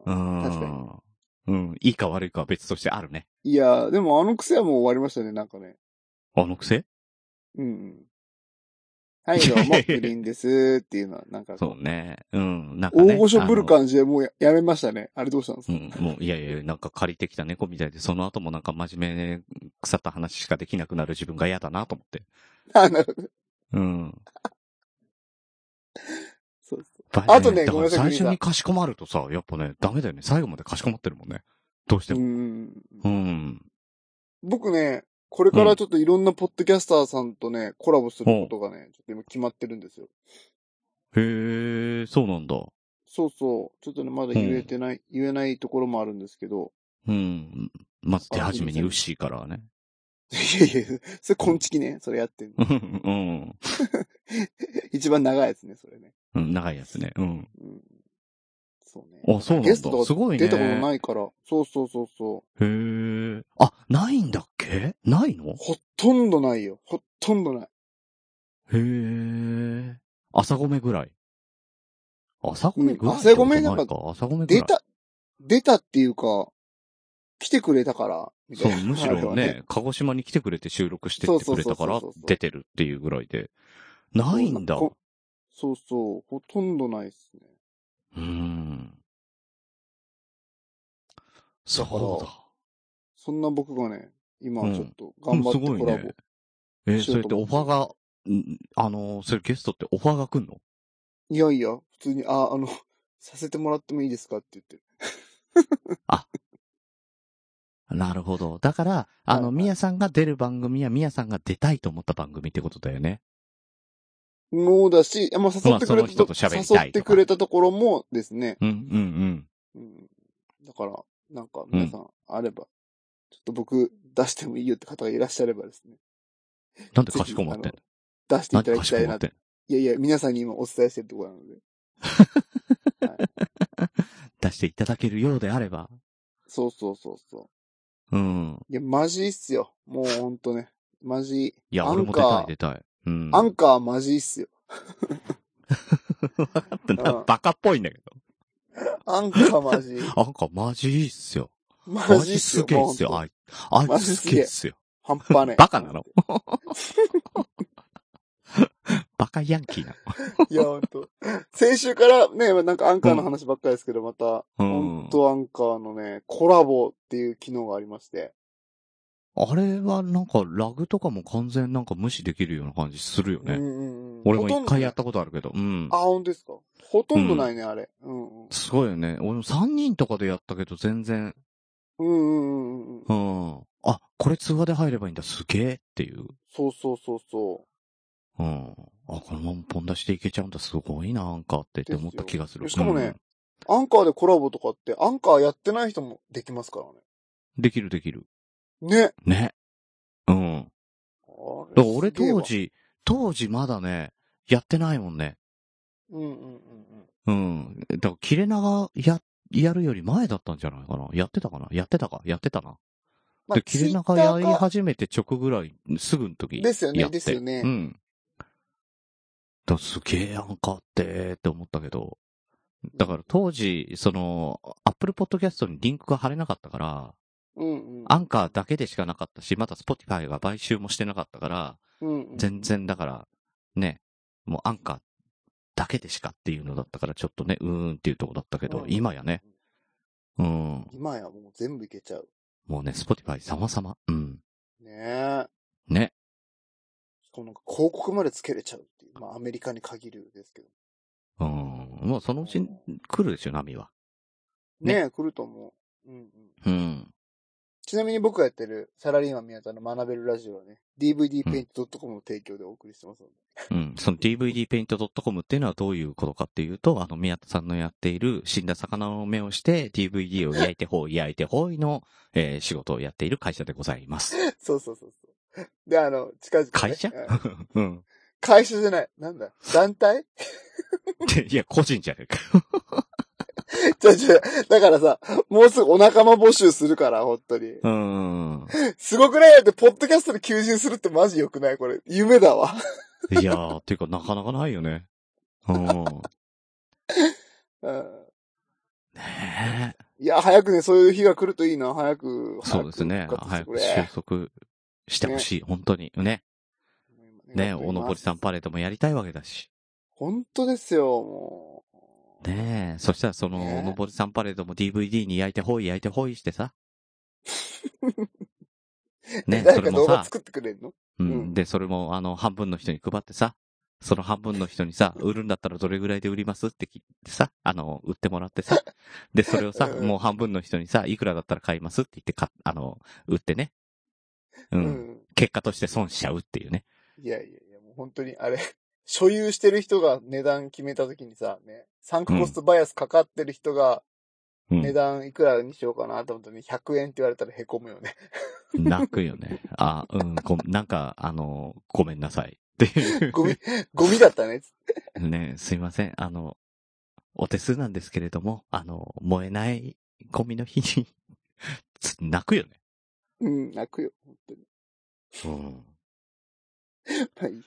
Speaker 3: うん。
Speaker 4: 確か
Speaker 3: に。うん。いいか悪いかは別としてあるね。
Speaker 4: いや、でもあの癖はもう終わりましたね、なんかね。
Speaker 3: あの癖
Speaker 4: うんうん。はい、どうも、グリーンですっていうのは、なん か、
Speaker 3: そうね。うん。なんか、ね、
Speaker 4: 大御所ぶ
Speaker 3: あ
Speaker 4: る
Speaker 3: の
Speaker 4: 感じでもうややめましたね。あれどうしたんです
Speaker 3: う
Speaker 4: か、
Speaker 3: ん、もう、いやいや、なんか借りてきた猫みたいで、その後もなんか真面目、腐った話しかできなくなる自分が嫌だなと思って。
Speaker 4: あ、なるほど。
Speaker 3: うん。
Speaker 4: そうそう。
Speaker 3: あ
Speaker 4: あとね
Speaker 3: だ
Speaker 4: ご
Speaker 3: か
Speaker 4: めん
Speaker 3: ら
Speaker 4: なさ
Speaker 3: 最初
Speaker 4: いグリーンさん
Speaker 3: にかしこまるとさ、やっぱね、ダメだよね。最後までかしこまってるもんね。どうして
Speaker 4: う
Speaker 3: も。
Speaker 4: ん。
Speaker 3: うん。
Speaker 4: 僕ね、これからちょっといろんなポッドキャスターさんとね、コラボすることがね、ちょっと今決まってるんですよ。
Speaker 3: へえ、そうなんだ。
Speaker 4: そうそう。ちょっとね、まだ言えてない、言えないところもあるんですけど。
Speaker 3: うん。まず手始めに
Speaker 4: あ
Speaker 3: ウッシーからはね。
Speaker 4: いやいや、それ、こんちきね。それやってんの。
Speaker 3: うん。
Speaker 4: 一番長いやつね、それね。
Speaker 3: うん。長いやつね。うん。
Speaker 4: うん。そうね。
Speaker 3: あ、そうなん
Speaker 4: ゲストと
Speaker 3: だ。
Speaker 4: か
Speaker 3: すごいね。
Speaker 4: 出たことないから。そうそうそうそう。
Speaker 3: へえ。あ、ないんだっけないの
Speaker 4: ほとんどないよ。ほとんどな
Speaker 3: へ
Speaker 4: い。
Speaker 3: え。朝米ぐらい。朝米ぐらい、
Speaker 4: うん朝米なんか
Speaker 3: ってことないか朝米ぐらい。
Speaker 4: 出た、出たっていうか、来てくれたから、みた
Speaker 3: そ、
Speaker 4: いうな。
Speaker 3: むし
Speaker 4: あれ
Speaker 3: ろ
Speaker 4: は
Speaker 3: ね、鹿児島に来てくれて収録してってくれたから
Speaker 4: そうそうそうそうそう
Speaker 3: 出てるっていうぐらいで。ないんだ。
Speaker 4: そううそうそう、ほとんどないっすね。
Speaker 3: ん。そうだ。
Speaker 4: そんな僕がね、今
Speaker 3: うん
Speaker 4: ちょっと頑張っ
Speaker 3: う
Speaker 4: て
Speaker 3: んすごいね
Speaker 4: コラボ。
Speaker 3: えー
Speaker 4: し
Speaker 3: そ
Speaker 4: よ
Speaker 3: れっ
Speaker 4: う
Speaker 3: て
Speaker 4: と
Speaker 3: オ
Speaker 4: 思って
Speaker 3: ファーが、んあのーそれゲストってオファーが来んの
Speaker 4: いやいや、普通に、あ、あの、 させてもらってもいいですかって言ってる。
Speaker 3: なるほど。だから、あ
Speaker 4: はいは
Speaker 3: の、
Speaker 4: い
Speaker 3: ミヤさんが出る番組やミヤさんが出たいと思った番組ってことだよね。
Speaker 4: もうだし、あまあ、誘ってくれ
Speaker 3: まあその人と
Speaker 4: た、
Speaker 3: 喋りたいとか
Speaker 4: 誘ってくれたところもですね、
Speaker 3: うん、うん、うん。
Speaker 4: うん、だから、なんか皆さんあれば、ちょっと僕出してもいいよって方がいらっしゃればですね、
Speaker 3: なんでかしこまってんの
Speaker 4: 出して
Speaker 3: ないんで
Speaker 4: ただ
Speaker 3: か
Speaker 4: き
Speaker 3: した
Speaker 4: い
Speaker 3: こま
Speaker 4: な
Speaker 3: っ。てんの
Speaker 4: いやいや、皆さんに今お伝えしてるところなので。
Speaker 3: 出していただけるようであれば。
Speaker 4: そうそうそうそう。
Speaker 3: うん。
Speaker 4: いや、マジいいっすよ。もうほんとね。マジ。
Speaker 3: いや、
Speaker 4: ア
Speaker 3: 俺
Speaker 4: ン
Speaker 3: も出た
Speaker 4: カ
Speaker 3: い、
Speaker 4: ー
Speaker 3: 出、たい。うん。
Speaker 4: アンカーマジいいっすよ。
Speaker 3: ってなバカっぽいんだけど。
Speaker 4: アンカーマ
Speaker 3: ア
Speaker 4: ジ。
Speaker 3: ンカーマジいいっすよ。
Speaker 4: マ
Speaker 3: マ
Speaker 4: ジっ
Speaker 3: ジ
Speaker 4: す
Speaker 3: す
Speaker 4: よ。
Speaker 3: げえっすよ。
Speaker 4: もう
Speaker 3: あいあい
Speaker 4: マジ
Speaker 3: つ
Speaker 4: す
Speaker 3: す
Speaker 4: げえ
Speaker 3: げえっすよ。
Speaker 4: 半端ない。
Speaker 3: バカなのバカヤンキーない
Speaker 4: や、本当先週からね、なんかアンカーの話ばっかりですけど、また、
Speaker 3: うん
Speaker 4: 本当アンカーのね、コラボっていう機能がありまして。
Speaker 3: の。あれはなんかラグとかも完全なんか無視できるような感じするよね。
Speaker 4: うんうんうん
Speaker 3: 俺も一回やっ
Speaker 4: ほ
Speaker 3: たことあるけど。うん
Speaker 4: とんど。あ、本当ですか。ほとんどないね、あれ。うんうん。
Speaker 3: すごいよね。俺も3人とかでやったけど全然、
Speaker 4: うんうんうんうんうん。
Speaker 3: うん。あ、これ通話で入ればいいんだ。すげえっていう。
Speaker 4: そうそうそうそう。
Speaker 3: うん。あ、このままポン出しでいけちゃうんだ。すごいな、アンカーってって思った気がする。
Speaker 4: ですよしかもねアンカーでコラボとかって、アンカーやってない人もできますからね。
Speaker 3: うんできるできる。
Speaker 4: ね。
Speaker 3: ね。うん。
Speaker 4: あ
Speaker 3: だ
Speaker 4: れ
Speaker 3: から俺
Speaker 4: すげえ
Speaker 3: 当
Speaker 4: わ
Speaker 3: 時、当時まだね、やってないもんね。
Speaker 4: うんうんうん
Speaker 3: うん。だから切れ長や、やるより前だったんじゃないかな。やってたかなやってたかやってたな。
Speaker 4: うん。
Speaker 3: で、切れ長やり始めて直ぐらい、すぐの時やって。
Speaker 4: ですよねですよね
Speaker 3: うん。だからすげえやんかって、って思ったけど。だから当時、その、アップルポッドキャストにリンクが貼れなかったから、
Speaker 4: うんうん。
Speaker 3: アンカーだけでしかなかったし、まだ Spotify が買収もしてなかったから、
Speaker 4: うんうん、
Speaker 3: 全然だから、ね、もうアンカーだけでしかっていうのだったから、ちょっとね、うーんっていうとこだったけど、
Speaker 4: うん
Speaker 3: 今やね、うん、
Speaker 4: 今やもう全部いけちゃう。
Speaker 3: もうね、Spotify 様々、うん、
Speaker 4: ねえ。
Speaker 3: ね、
Speaker 4: しかもなんか広告までつけれちゃうっていう。まあアメリカに限るですけど。
Speaker 3: うん、もうそのうち来るでしょ、波は。
Speaker 4: ね
Speaker 3: ね
Speaker 4: え、来ると思う。うん
Speaker 3: う
Speaker 4: うん。
Speaker 3: ん。
Speaker 4: ちなみに僕がやってるサラリーマン宮田の学べるラジオはね、dvdpaint.com の提供でお送りしてますので。
Speaker 3: うん。その dvdpaint.com っていうのはどういうことかっていうと、あの、宮田さんのやっている死んだ魚の目をして DVD を焼いてほい、焼いてほいの、えー仕事をやっている会社でございます。
Speaker 4: そうそうそうそう。で、あの、近々、ね。
Speaker 3: 会社
Speaker 4: う
Speaker 3: う
Speaker 4: ん
Speaker 3: ん。
Speaker 4: 会社じゃない。なんだ団体
Speaker 3: いや、個人じゃねえか。
Speaker 4: ちょちょ、だからさ、もうすぐお仲間募集するから、本当に。
Speaker 3: うん。
Speaker 4: すごくないだって、ポッドキャストで求人するってマジ良くないこれ。夢だわ。
Speaker 3: いやー、っていうかなかなかないよね。うん。
Speaker 4: うん
Speaker 3: ねえ。
Speaker 4: いや、早くね、そういう日が来るといいな。早く。
Speaker 3: そうですね。
Speaker 4: 早く
Speaker 3: 早
Speaker 4: 復
Speaker 3: く
Speaker 4: 活し
Speaker 3: 収
Speaker 4: て
Speaker 3: 束してほしい。本当に。ね。
Speaker 4: くれ
Speaker 3: ねおのぼりさん。パレードもやりたいわけだし。
Speaker 4: 本当ですよ、もう。
Speaker 3: ねえ。そしたらその、
Speaker 4: ね
Speaker 3: おのぼりさんパレードも DVD に焼いてほい、焼いてほいして さ。ね
Speaker 4: 誰
Speaker 3: そ
Speaker 4: か
Speaker 3: れ
Speaker 4: 動
Speaker 3: も
Speaker 4: 画
Speaker 3: さ、
Speaker 4: 作ってくれるの
Speaker 3: う
Speaker 4: うん
Speaker 3: ん。で、それも、あの、半分の人に配ってさ、その半分の人にさ、売るんだったらどれぐらいで売りますって聞いてさ、あの、売ってもらってさ、で、それをさ、
Speaker 4: うん
Speaker 3: もう半分の人にさ、いくらだったら買いますって言ってか、あの、売ってね。う。
Speaker 4: うん
Speaker 3: 結果として損しちゃうっていうね。
Speaker 4: いやいやいや、もう本当に、あれ、所有してる人が値段決めた時にさ、ね、サンクコストバイアスかかってる人が
Speaker 3: う
Speaker 4: 値
Speaker 3: ん。
Speaker 4: 段い くらにしようかなと思った時に100円って言われたら凹むよね。
Speaker 3: 泣くよね。あ、うん、ご、なんか、あの、ごめんなさい。っていう。
Speaker 4: ゴミ、 ゴミだったね。
Speaker 3: ね、すいません。あの、お手数なんですけれども、あの、燃えないゴミの日に、つ泣くよね。
Speaker 4: うん、泣くよ、本当に。
Speaker 3: うん。
Speaker 4: まあいい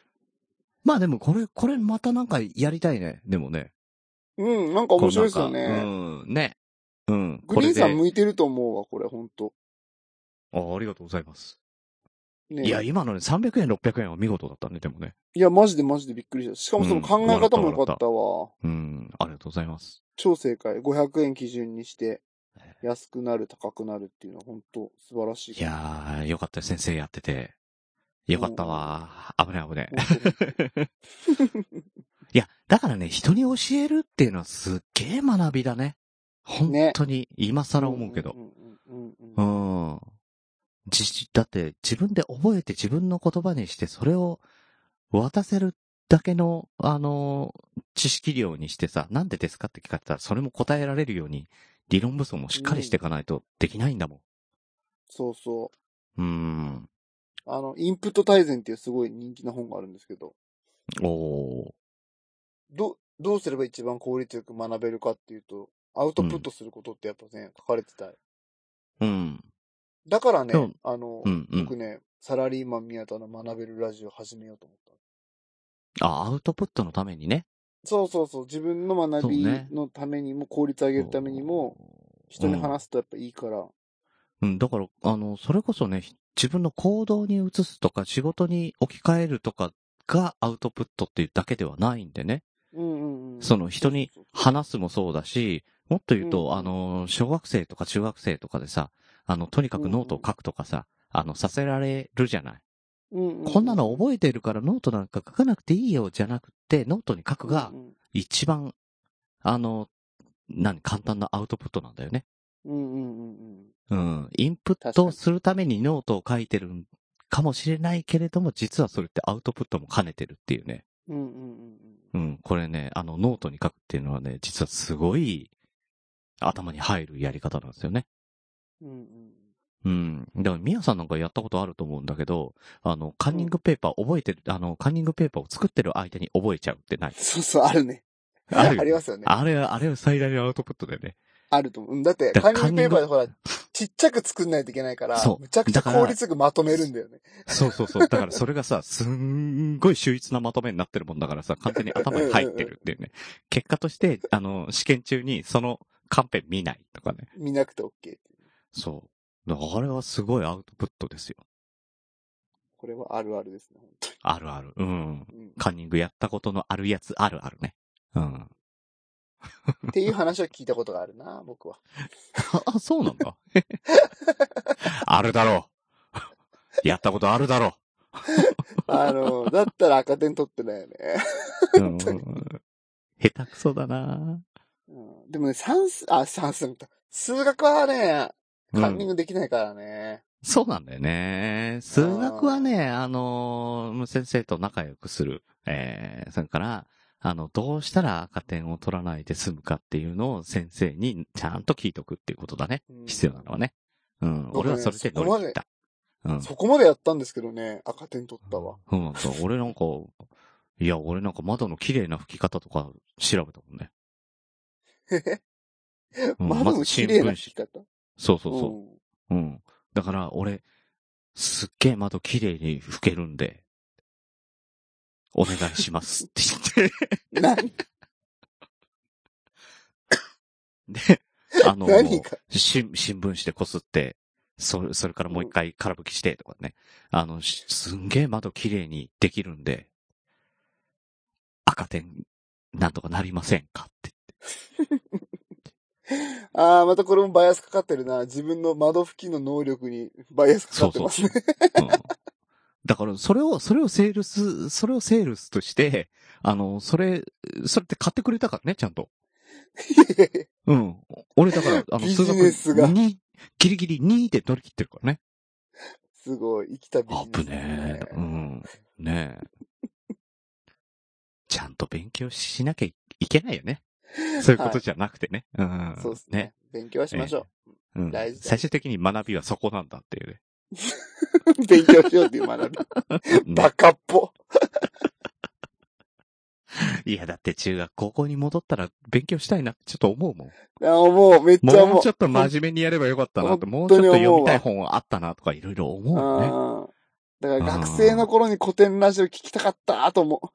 Speaker 3: まあでもこれ、これまたなんかやりたいね。でもね。
Speaker 4: うん、なんか面白いですよ
Speaker 3: これなん
Speaker 4: ね。
Speaker 3: かうん、ね。うん。
Speaker 4: グリーンさん
Speaker 3: こ
Speaker 4: 向いてると思うわ、これ、本当
Speaker 3: れであありがとうございます。
Speaker 4: ね
Speaker 3: いや、今のね、300円、600円は見事だったね、でもね。
Speaker 4: いや、マジでマジでびっくりした。しかもその考え方も良かったわ。
Speaker 3: うん、ありがとうございます。
Speaker 4: 超正解。500円基準にして、安くなる、高くなるっていうのは本当素晴らしい。
Speaker 3: いやー、よかったよ、先生やってて。よかったわー。危ない危ない。
Speaker 4: 本当に、
Speaker 3: いや、だからね、人に教えるっていうのはすっげえ学びだね。本当に、今更思うけど
Speaker 4: う。んうんうんう
Speaker 3: うん
Speaker 4: うん
Speaker 3: ん。じ、だって自分で覚えて自分の言葉にして、それを渡せるだけの、あのー、知識量にしてさ、なんでですかって聞かれたら、それも答えられるように、理論武装もしっかりしていかないとできないんだも
Speaker 4: そうそう。
Speaker 3: ん。うーん。
Speaker 4: あの、インプット大全っていうすごい人気な本があるんですけど、
Speaker 3: おー。
Speaker 4: ど、どうすれば一番効率よく学べるかっていうと、アウトプットすることってやっぱね、書かれてた。
Speaker 3: うん。
Speaker 4: だからね、
Speaker 3: うん
Speaker 4: あの、
Speaker 3: うん、うん
Speaker 4: 僕。ね、サラリーマン宮田の学べるラジオ始めようと思った。
Speaker 3: あ、アウトプットのためにね。
Speaker 4: そうそうそう。自分の学び
Speaker 3: そうね
Speaker 4: のためにも、効率上げるためにも、人に話すとやっぱいいから、
Speaker 3: うん、だから、あの、それこそね、自分の行動に移すとか、仕事に置き換えるとかがアウトプットっていうだけではないんでね。
Speaker 4: うんうんうん。
Speaker 3: その人に話すもそうだし、もっと言うと、
Speaker 4: うん
Speaker 3: あの、小学生とか中学生とかでさ、あの、とにかくノートを書くとかさ、あの、させられるじゃない。
Speaker 4: うんうん、
Speaker 3: こんなの覚えてるからノートなんか書かなくていいよ、じゃなくて、ノートに書くが
Speaker 4: う、ん
Speaker 3: 一番、あの、何、簡単なアウトプットなんだよね。
Speaker 4: うんうんうん
Speaker 3: うん。インプットをするためにノートを書いてるんかもしれないけれども、実はそれってアウトプットも兼ねてるっていうね。
Speaker 4: うん。うんうんうん
Speaker 3: うん。これね、あの、ノートに書くっていうのはね、実はすごい頭に入るやり方なんですよね。
Speaker 4: うん。うんうん。
Speaker 3: うん。だから、ミヤさんなんかやったことあると思うんだけど、あの、カンニングペーパー覚えてる、あの、カンニングペーパーを作ってる相手に覚えちゃうってない。
Speaker 4: そうそう、あるね。
Speaker 3: あるよね
Speaker 4: ありますよね。
Speaker 3: あれは、あれは最大のアウトプットだよね。
Speaker 4: あると思ううん。だって、
Speaker 3: だ
Speaker 4: カンニングペーパーで
Speaker 3: カ
Speaker 4: ほ
Speaker 3: ンニ
Speaker 4: ら
Speaker 3: ング、
Speaker 4: ちっちゃく作んないといけないから、
Speaker 3: そう
Speaker 4: むちゃくちゃ効率よくまとめるんだよね。
Speaker 3: そうそうそう。だからそれがさ、すんごい秀逸なまとめになってるもんだからさ、完全に頭に入ってるっていうね。 結果として、あの、試験中にそのカンペ見ないとかね。
Speaker 4: 見なくて OK。
Speaker 3: そう。だからあれはすごいアウトプットですよ。
Speaker 4: これはあるあるですね、本
Speaker 3: あるある。うん。
Speaker 4: 当に。うん
Speaker 3: カンニングやったことのあるやつあるあるね。うん。
Speaker 4: っていう話は聞いたことがあるな、僕は。
Speaker 3: あ、そうなんだ。 あるだろう。 やったことあるだろ
Speaker 4: あの、だったら赤点取ってないよね。
Speaker 3: う。うん、下手くそだな
Speaker 4: うん、でもね、算数、あ、算数みたい。数学はね、カンニングできないからね。
Speaker 3: そうなんだよね。数学はね、あのー先生と仲良くする。えー、それから、あの、どうしたら赤点を取らないで済むかっていうのを先生にちゃんと聞いとくっていうことだね。
Speaker 4: うん
Speaker 3: 必要なのはね。うん。
Speaker 4: かね
Speaker 3: 俺はそれで乗り切った。うん。
Speaker 4: そこまでやったんですけどね、赤点取ったわ。
Speaker 3: そうなんだ。俺なんか、いや、俺なんか窓の綺麗な拭き方とか調べたもんね。うん
Speaker 4: 窓の綺麗な
Speaker 3: ま
Speaker 4: 引
Speaker 3: ず
Speaker 4: き
Speaker 3: 新聞
Speaker 4: 方。
Speaker 3: そうそうそう。
Speaker 4: ん
Speaker 3: うん。だから、俺、すっげえ窓綺麗に拭けるんで、お願いしますって言って。
Speaker 4: 何
Speaker 3: で、あの、
Speaker 4: 何か。
Speaker 3: 新新聞紙でこすって、それ、それからもう一回空拭きしてとかね。あの、しすんげえ窓綺麗にできるんで、赤点、なんとかなりませんかって。
Speaker 4: ああ、またこれもバイアスかかってるな。自分の窓付近の能力にバイアスかかってますね。
Speaker 3: うんだから、それを、それをセールス、それをセールスとして、あの、それ、それって買ってくれたからね、ちゃんと。うん。俺だから、あの、
Speaker 4: ビ
Speaker 3: 数
Speaker 4: ジ
Speaker 3: 学
Speaker 4: ネスが
Speaker 3: 2、ギリギリ2で乗り切ってるからね。
Speaker 4: すごい、生きたビ
Speaker 3: あ
Speaker 4: ジネ
Speaker 3: ぶ
Speaker 4: ス
Speaker 3: ねえ。うん。ねえ。 ちゃんと勉強しなきゃいけないよね。そういうことじゃなくてね。うん。
Speaker 4: そうですね。勉強はしましょ
Speaker 3: ね。うん
Speaker 4: 大事だ
Speaker 3: 最終的に学びはそこなんだっていうね。
Speaker 4: う。 勉強しようっていう学び。バカっぽ。
Speaker 3: いや、だって中学、高校に戻ったら勉強したいなってちょっと思うもん。
Speaker 4: あもう、めっちゃ
Speaker 3: も
Speaker 4: 思
Speaker 3: う
Speaker 4: う。
Speaker 3: ちょっと真面目にやればよかったなって、も
Speaker 4: 本
Speaker 3: うちょ
Speaker 4: 当
Speaker 3: っ
Speaker 4: に
Speaker 3: と
Speaker 4: 思う
Speaker 3: 読
Speaker 4: わ
Speaker 3: みたい本あったなとかいろいろ思うもんね。
Speaker 4: うんだから学生の頃に古典ラジオ聞きたかったと思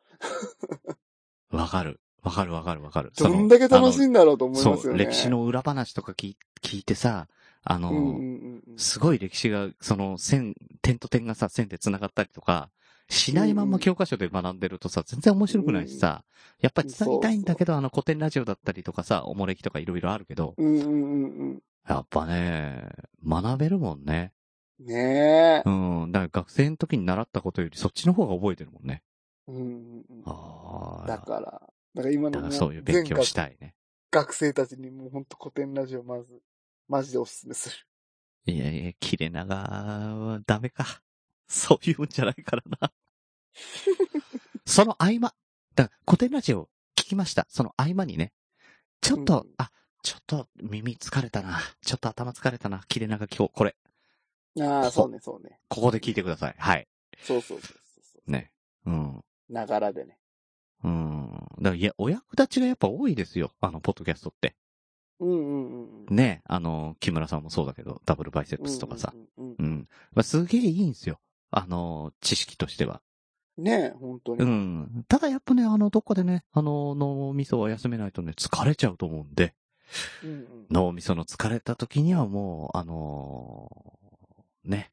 Speaker 3: わかる。わかるわかるわかる。
Speaker 4: う。どんだけ楽しいんだろうと思い
Speaker 3: そ
Speaker 4: ますよ
Speaker 3: う、
Speaker 4: ね。
Speaker 3: 歴史。の裏話とか聞聞いてさ、あの
Speaker 4: う
Speaker 3: ー、
Speaker 4: んうんうんうん。
Speaker 3: すごい歴史が、その線、点と点がさ、線で繋がったりとか、しないまんま教科書で学んでるとさ、全然面白くないしさ、やっぱり伝えたいんだけど、あの古典ラジオだったりとかさ、おもれきとかいろいろあるけど、
Speaker 4: うんうんうん
Speaker 3: やっぱね、学べるもんね。
Speaker 4: うん。ねえ
Speaker 3: う。ん、だから学生の時に習ったことよりそっちの方が覚えてるもんね。
Speaker 4: うんうんうん
Speaker 3: ああ。
Speaker 4: だから、だから今
Speaker 3: だから
Speaker 4: のもう
Speaker 3: そういう勉
Speaker 4: 全
Speaker 3: 強
Speaker 4: 学
Speaker 3: したいね。
Speaker 4: 学生たちにもうほんと古典ラジオまず、マジでおすすめする。
Speaker 3: いやいや、切れ長はダメか。 そういうんじゃないから な。その合間。だから古典ラジオ聞きました。その合間にね。ちょっと、
Speaker 4: うん
Speaker 3: あ、ちょっと耳疲れたな。ちょっと頭疲れたな。切れ長今日、これ。
Speaker 4: ああ、
Speaker 3: ほ
Speaker 4: そうね、そうね。
Speaker 3: ここで聞いてください。はい。
Speaker 4: そうそうそうそ
Speaker 3: ね。うん。
Speaker 4: う。ながらでね。
Speaker 3: うん。だから、いや、お役立ちがやっぱ多いですよ。あの、ポッドキャストって。
Speaker 4: うんうんうんうん。
Speaker 3: ね。あの、木村さんもそうだけど、ダブルバイセップスとかさ。
Speaker 4: うんうん
Speaker 3: うんまあ、すげえいいんですよ。あの、知識としては。
Speaker 4: うん。ねえ、本当に。
Speaker 3: う
Speaker 4: うん
Speaker 3: ん。ただやっぱね、あの、どっかでね、あの、脳みそは休めないとね、疲れちゃうと思うんで、
Speaker 4: うんうん。
Speaker 3: 脳みその疲れた時にはもう、あのーね。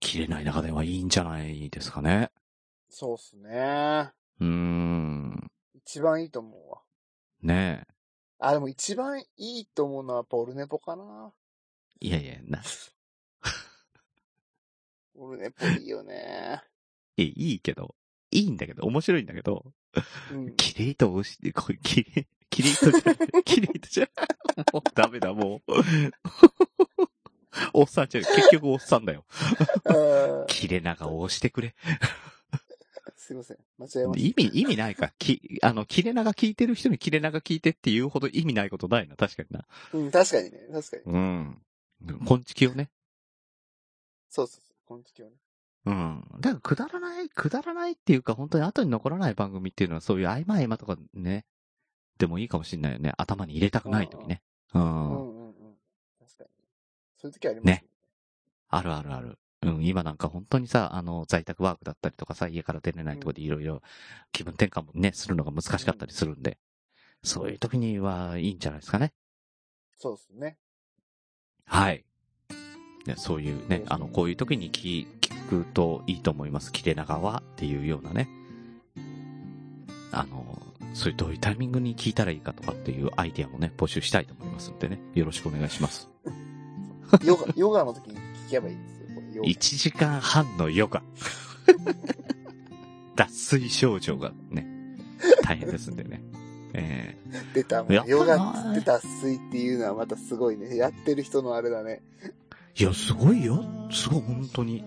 Speaker 3: 切れない中ではいいんじゃないですかね。
Speaker 4: そうっすね。
Speaker 3: うーん。
Speaker 4: 一番いいと思うわ。
Speaker 3: ね
Speaker 4: あ、でも一番いいと思うのはやっぱオルネポかな。
Speaker 3: え。いやいや、な、
Speaker 4: オルネポいいよね。
Speaker 3: いいいいけど、いいんだけど、面白いんだけど、
Speaker 4: うん。
Speaker 3: キリイトをし、これ、キリ、キリイトじゃない、キリイトじゃない、もうダメだ、もう。 おっさんじゃない結局おっさんだよ。
Speaker 4: あー
Speaker 3: 切れ長を押してくれ。
Speaker 4: すいません。間違えまし
Speaker 3: 意味、意味ないか。き、あの、切れ長聞いてる人に切れ長聞いてっていうほど意味ないことないな、確かにな。
Speaker 4: た。うん、確かにね。確かに。
Speaker 3: うん。こんちきをね。
Speaker 4: そうそうそう。こんちきはね。
Speaker 3: うん。だから、くだらない、くだらないっていうか、本当に後に残らない番組っていうのは、そういう合間合間とかね、でもいいかもしんないよね。頭に入れたくない時ね。う
Speaker 4: うん
Speaker 3: ん。
Speaker 4: うんうん。確かに。そういう時あります
Speaker 3: ねあるあるある。うん、今なんか本当にさ、あの、在宅ワークだったりとかさ、家から出れないとこでいろいろ気分転換もね、するのが難しかったりするんで、そういう時にはいいんじゃないですかね。
Speaker 4: そうですね。
Speaker 3: はい。ね、そういうね、あの、こういう時に聞聞くといいと思います。切れ長はっていうようなね。あの、そういうどういうタイミングに聞いたらいいかとかっていうアイディアもね、募集したいと思いますんでね、よろしくお願いします。
Speaker 4: ヨガ、ヨガの時に聞けばいいんですよ。これヨガ。
Speaker 3: 1時間半のヨガ。 脱水症状がね、大変ですんでね。え
Speaker 4: 出たも
Speaker 3: やっ
Speaker 4: ん。
Speaker 3: ぱ
Speaker 4: ヨガ
Speaker 3: な
Speaker 4: っつって脱水っていうのはまたすごいね。やってる人のあれだね。
Speaker 3: ーいや、すごいよ。すごい、本当に。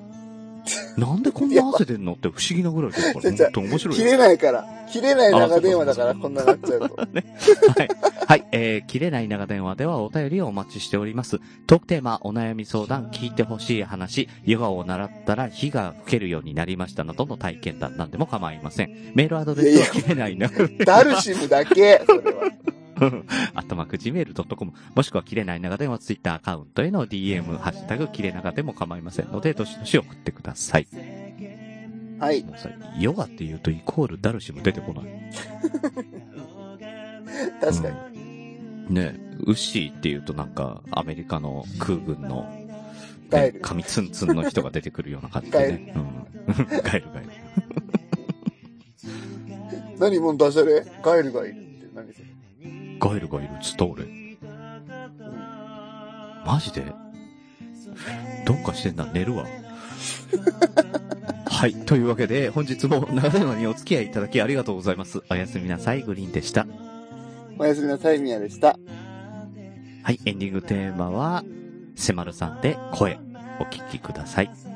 Speaker 3: なんでこんな汗出んのって不思議なぐらいだから、
Speaker 4: いや
Speaker 3: 本当に面白い
Speaker 4: 切
Speaker 3: よ。
Speaker 4: れないから。切れない
Speaker 3: あそう
Speaker 4: 長
Speaker 3: か
Speaker 4: 電話だからこんななっちゃうと。
Speaker 3: はい。はい。えー、切れない長電話ではお便りをお待ちしております。トークテーマ、お悩み相談、聞いてほしい話、ヨガを習ったら火が吹けるようになりましたなどの体験談なんでも構いません。メールアドレスは切れないな。
Speaker 4: ダルシムだけ。それは。
Speaker 3: アットマーク Gmail.com もしくは切れない長電話ツイッターアカウントへの DM、ハッシュタグ切れ長でも構いませんので、どしどし送ってください。
Speaker 4: はい。
Speaker 3: もうさヨガって言うとイコールダルシム出てこない。
Speaker 4: 確かに。
Speaker 3: うんねえウッシーって言うとなんかアメリカの空軍の、
Speaker 4: ガ
Speaker 3: ね
Speaker 4: エル、
Speaker 3: 髪ツンツンの人が出てくるような感じでね。うん、 ガエルガエル。
Speaker 4: 何もうダジャレガエルがいるって何それ。
Speaker 3: ガエルがいるっつった俺。マジでどうかしてんな、寝るわ。 はい。というわけで、本日も長電話にお付き合いいただきありがとうございます。おやすみなさい、グリーンでした。
Speaker 4: おやすみなさい、みやでした。
Speaker 3: はい、エンディングテーマは、せまるさんで声、お聞きください。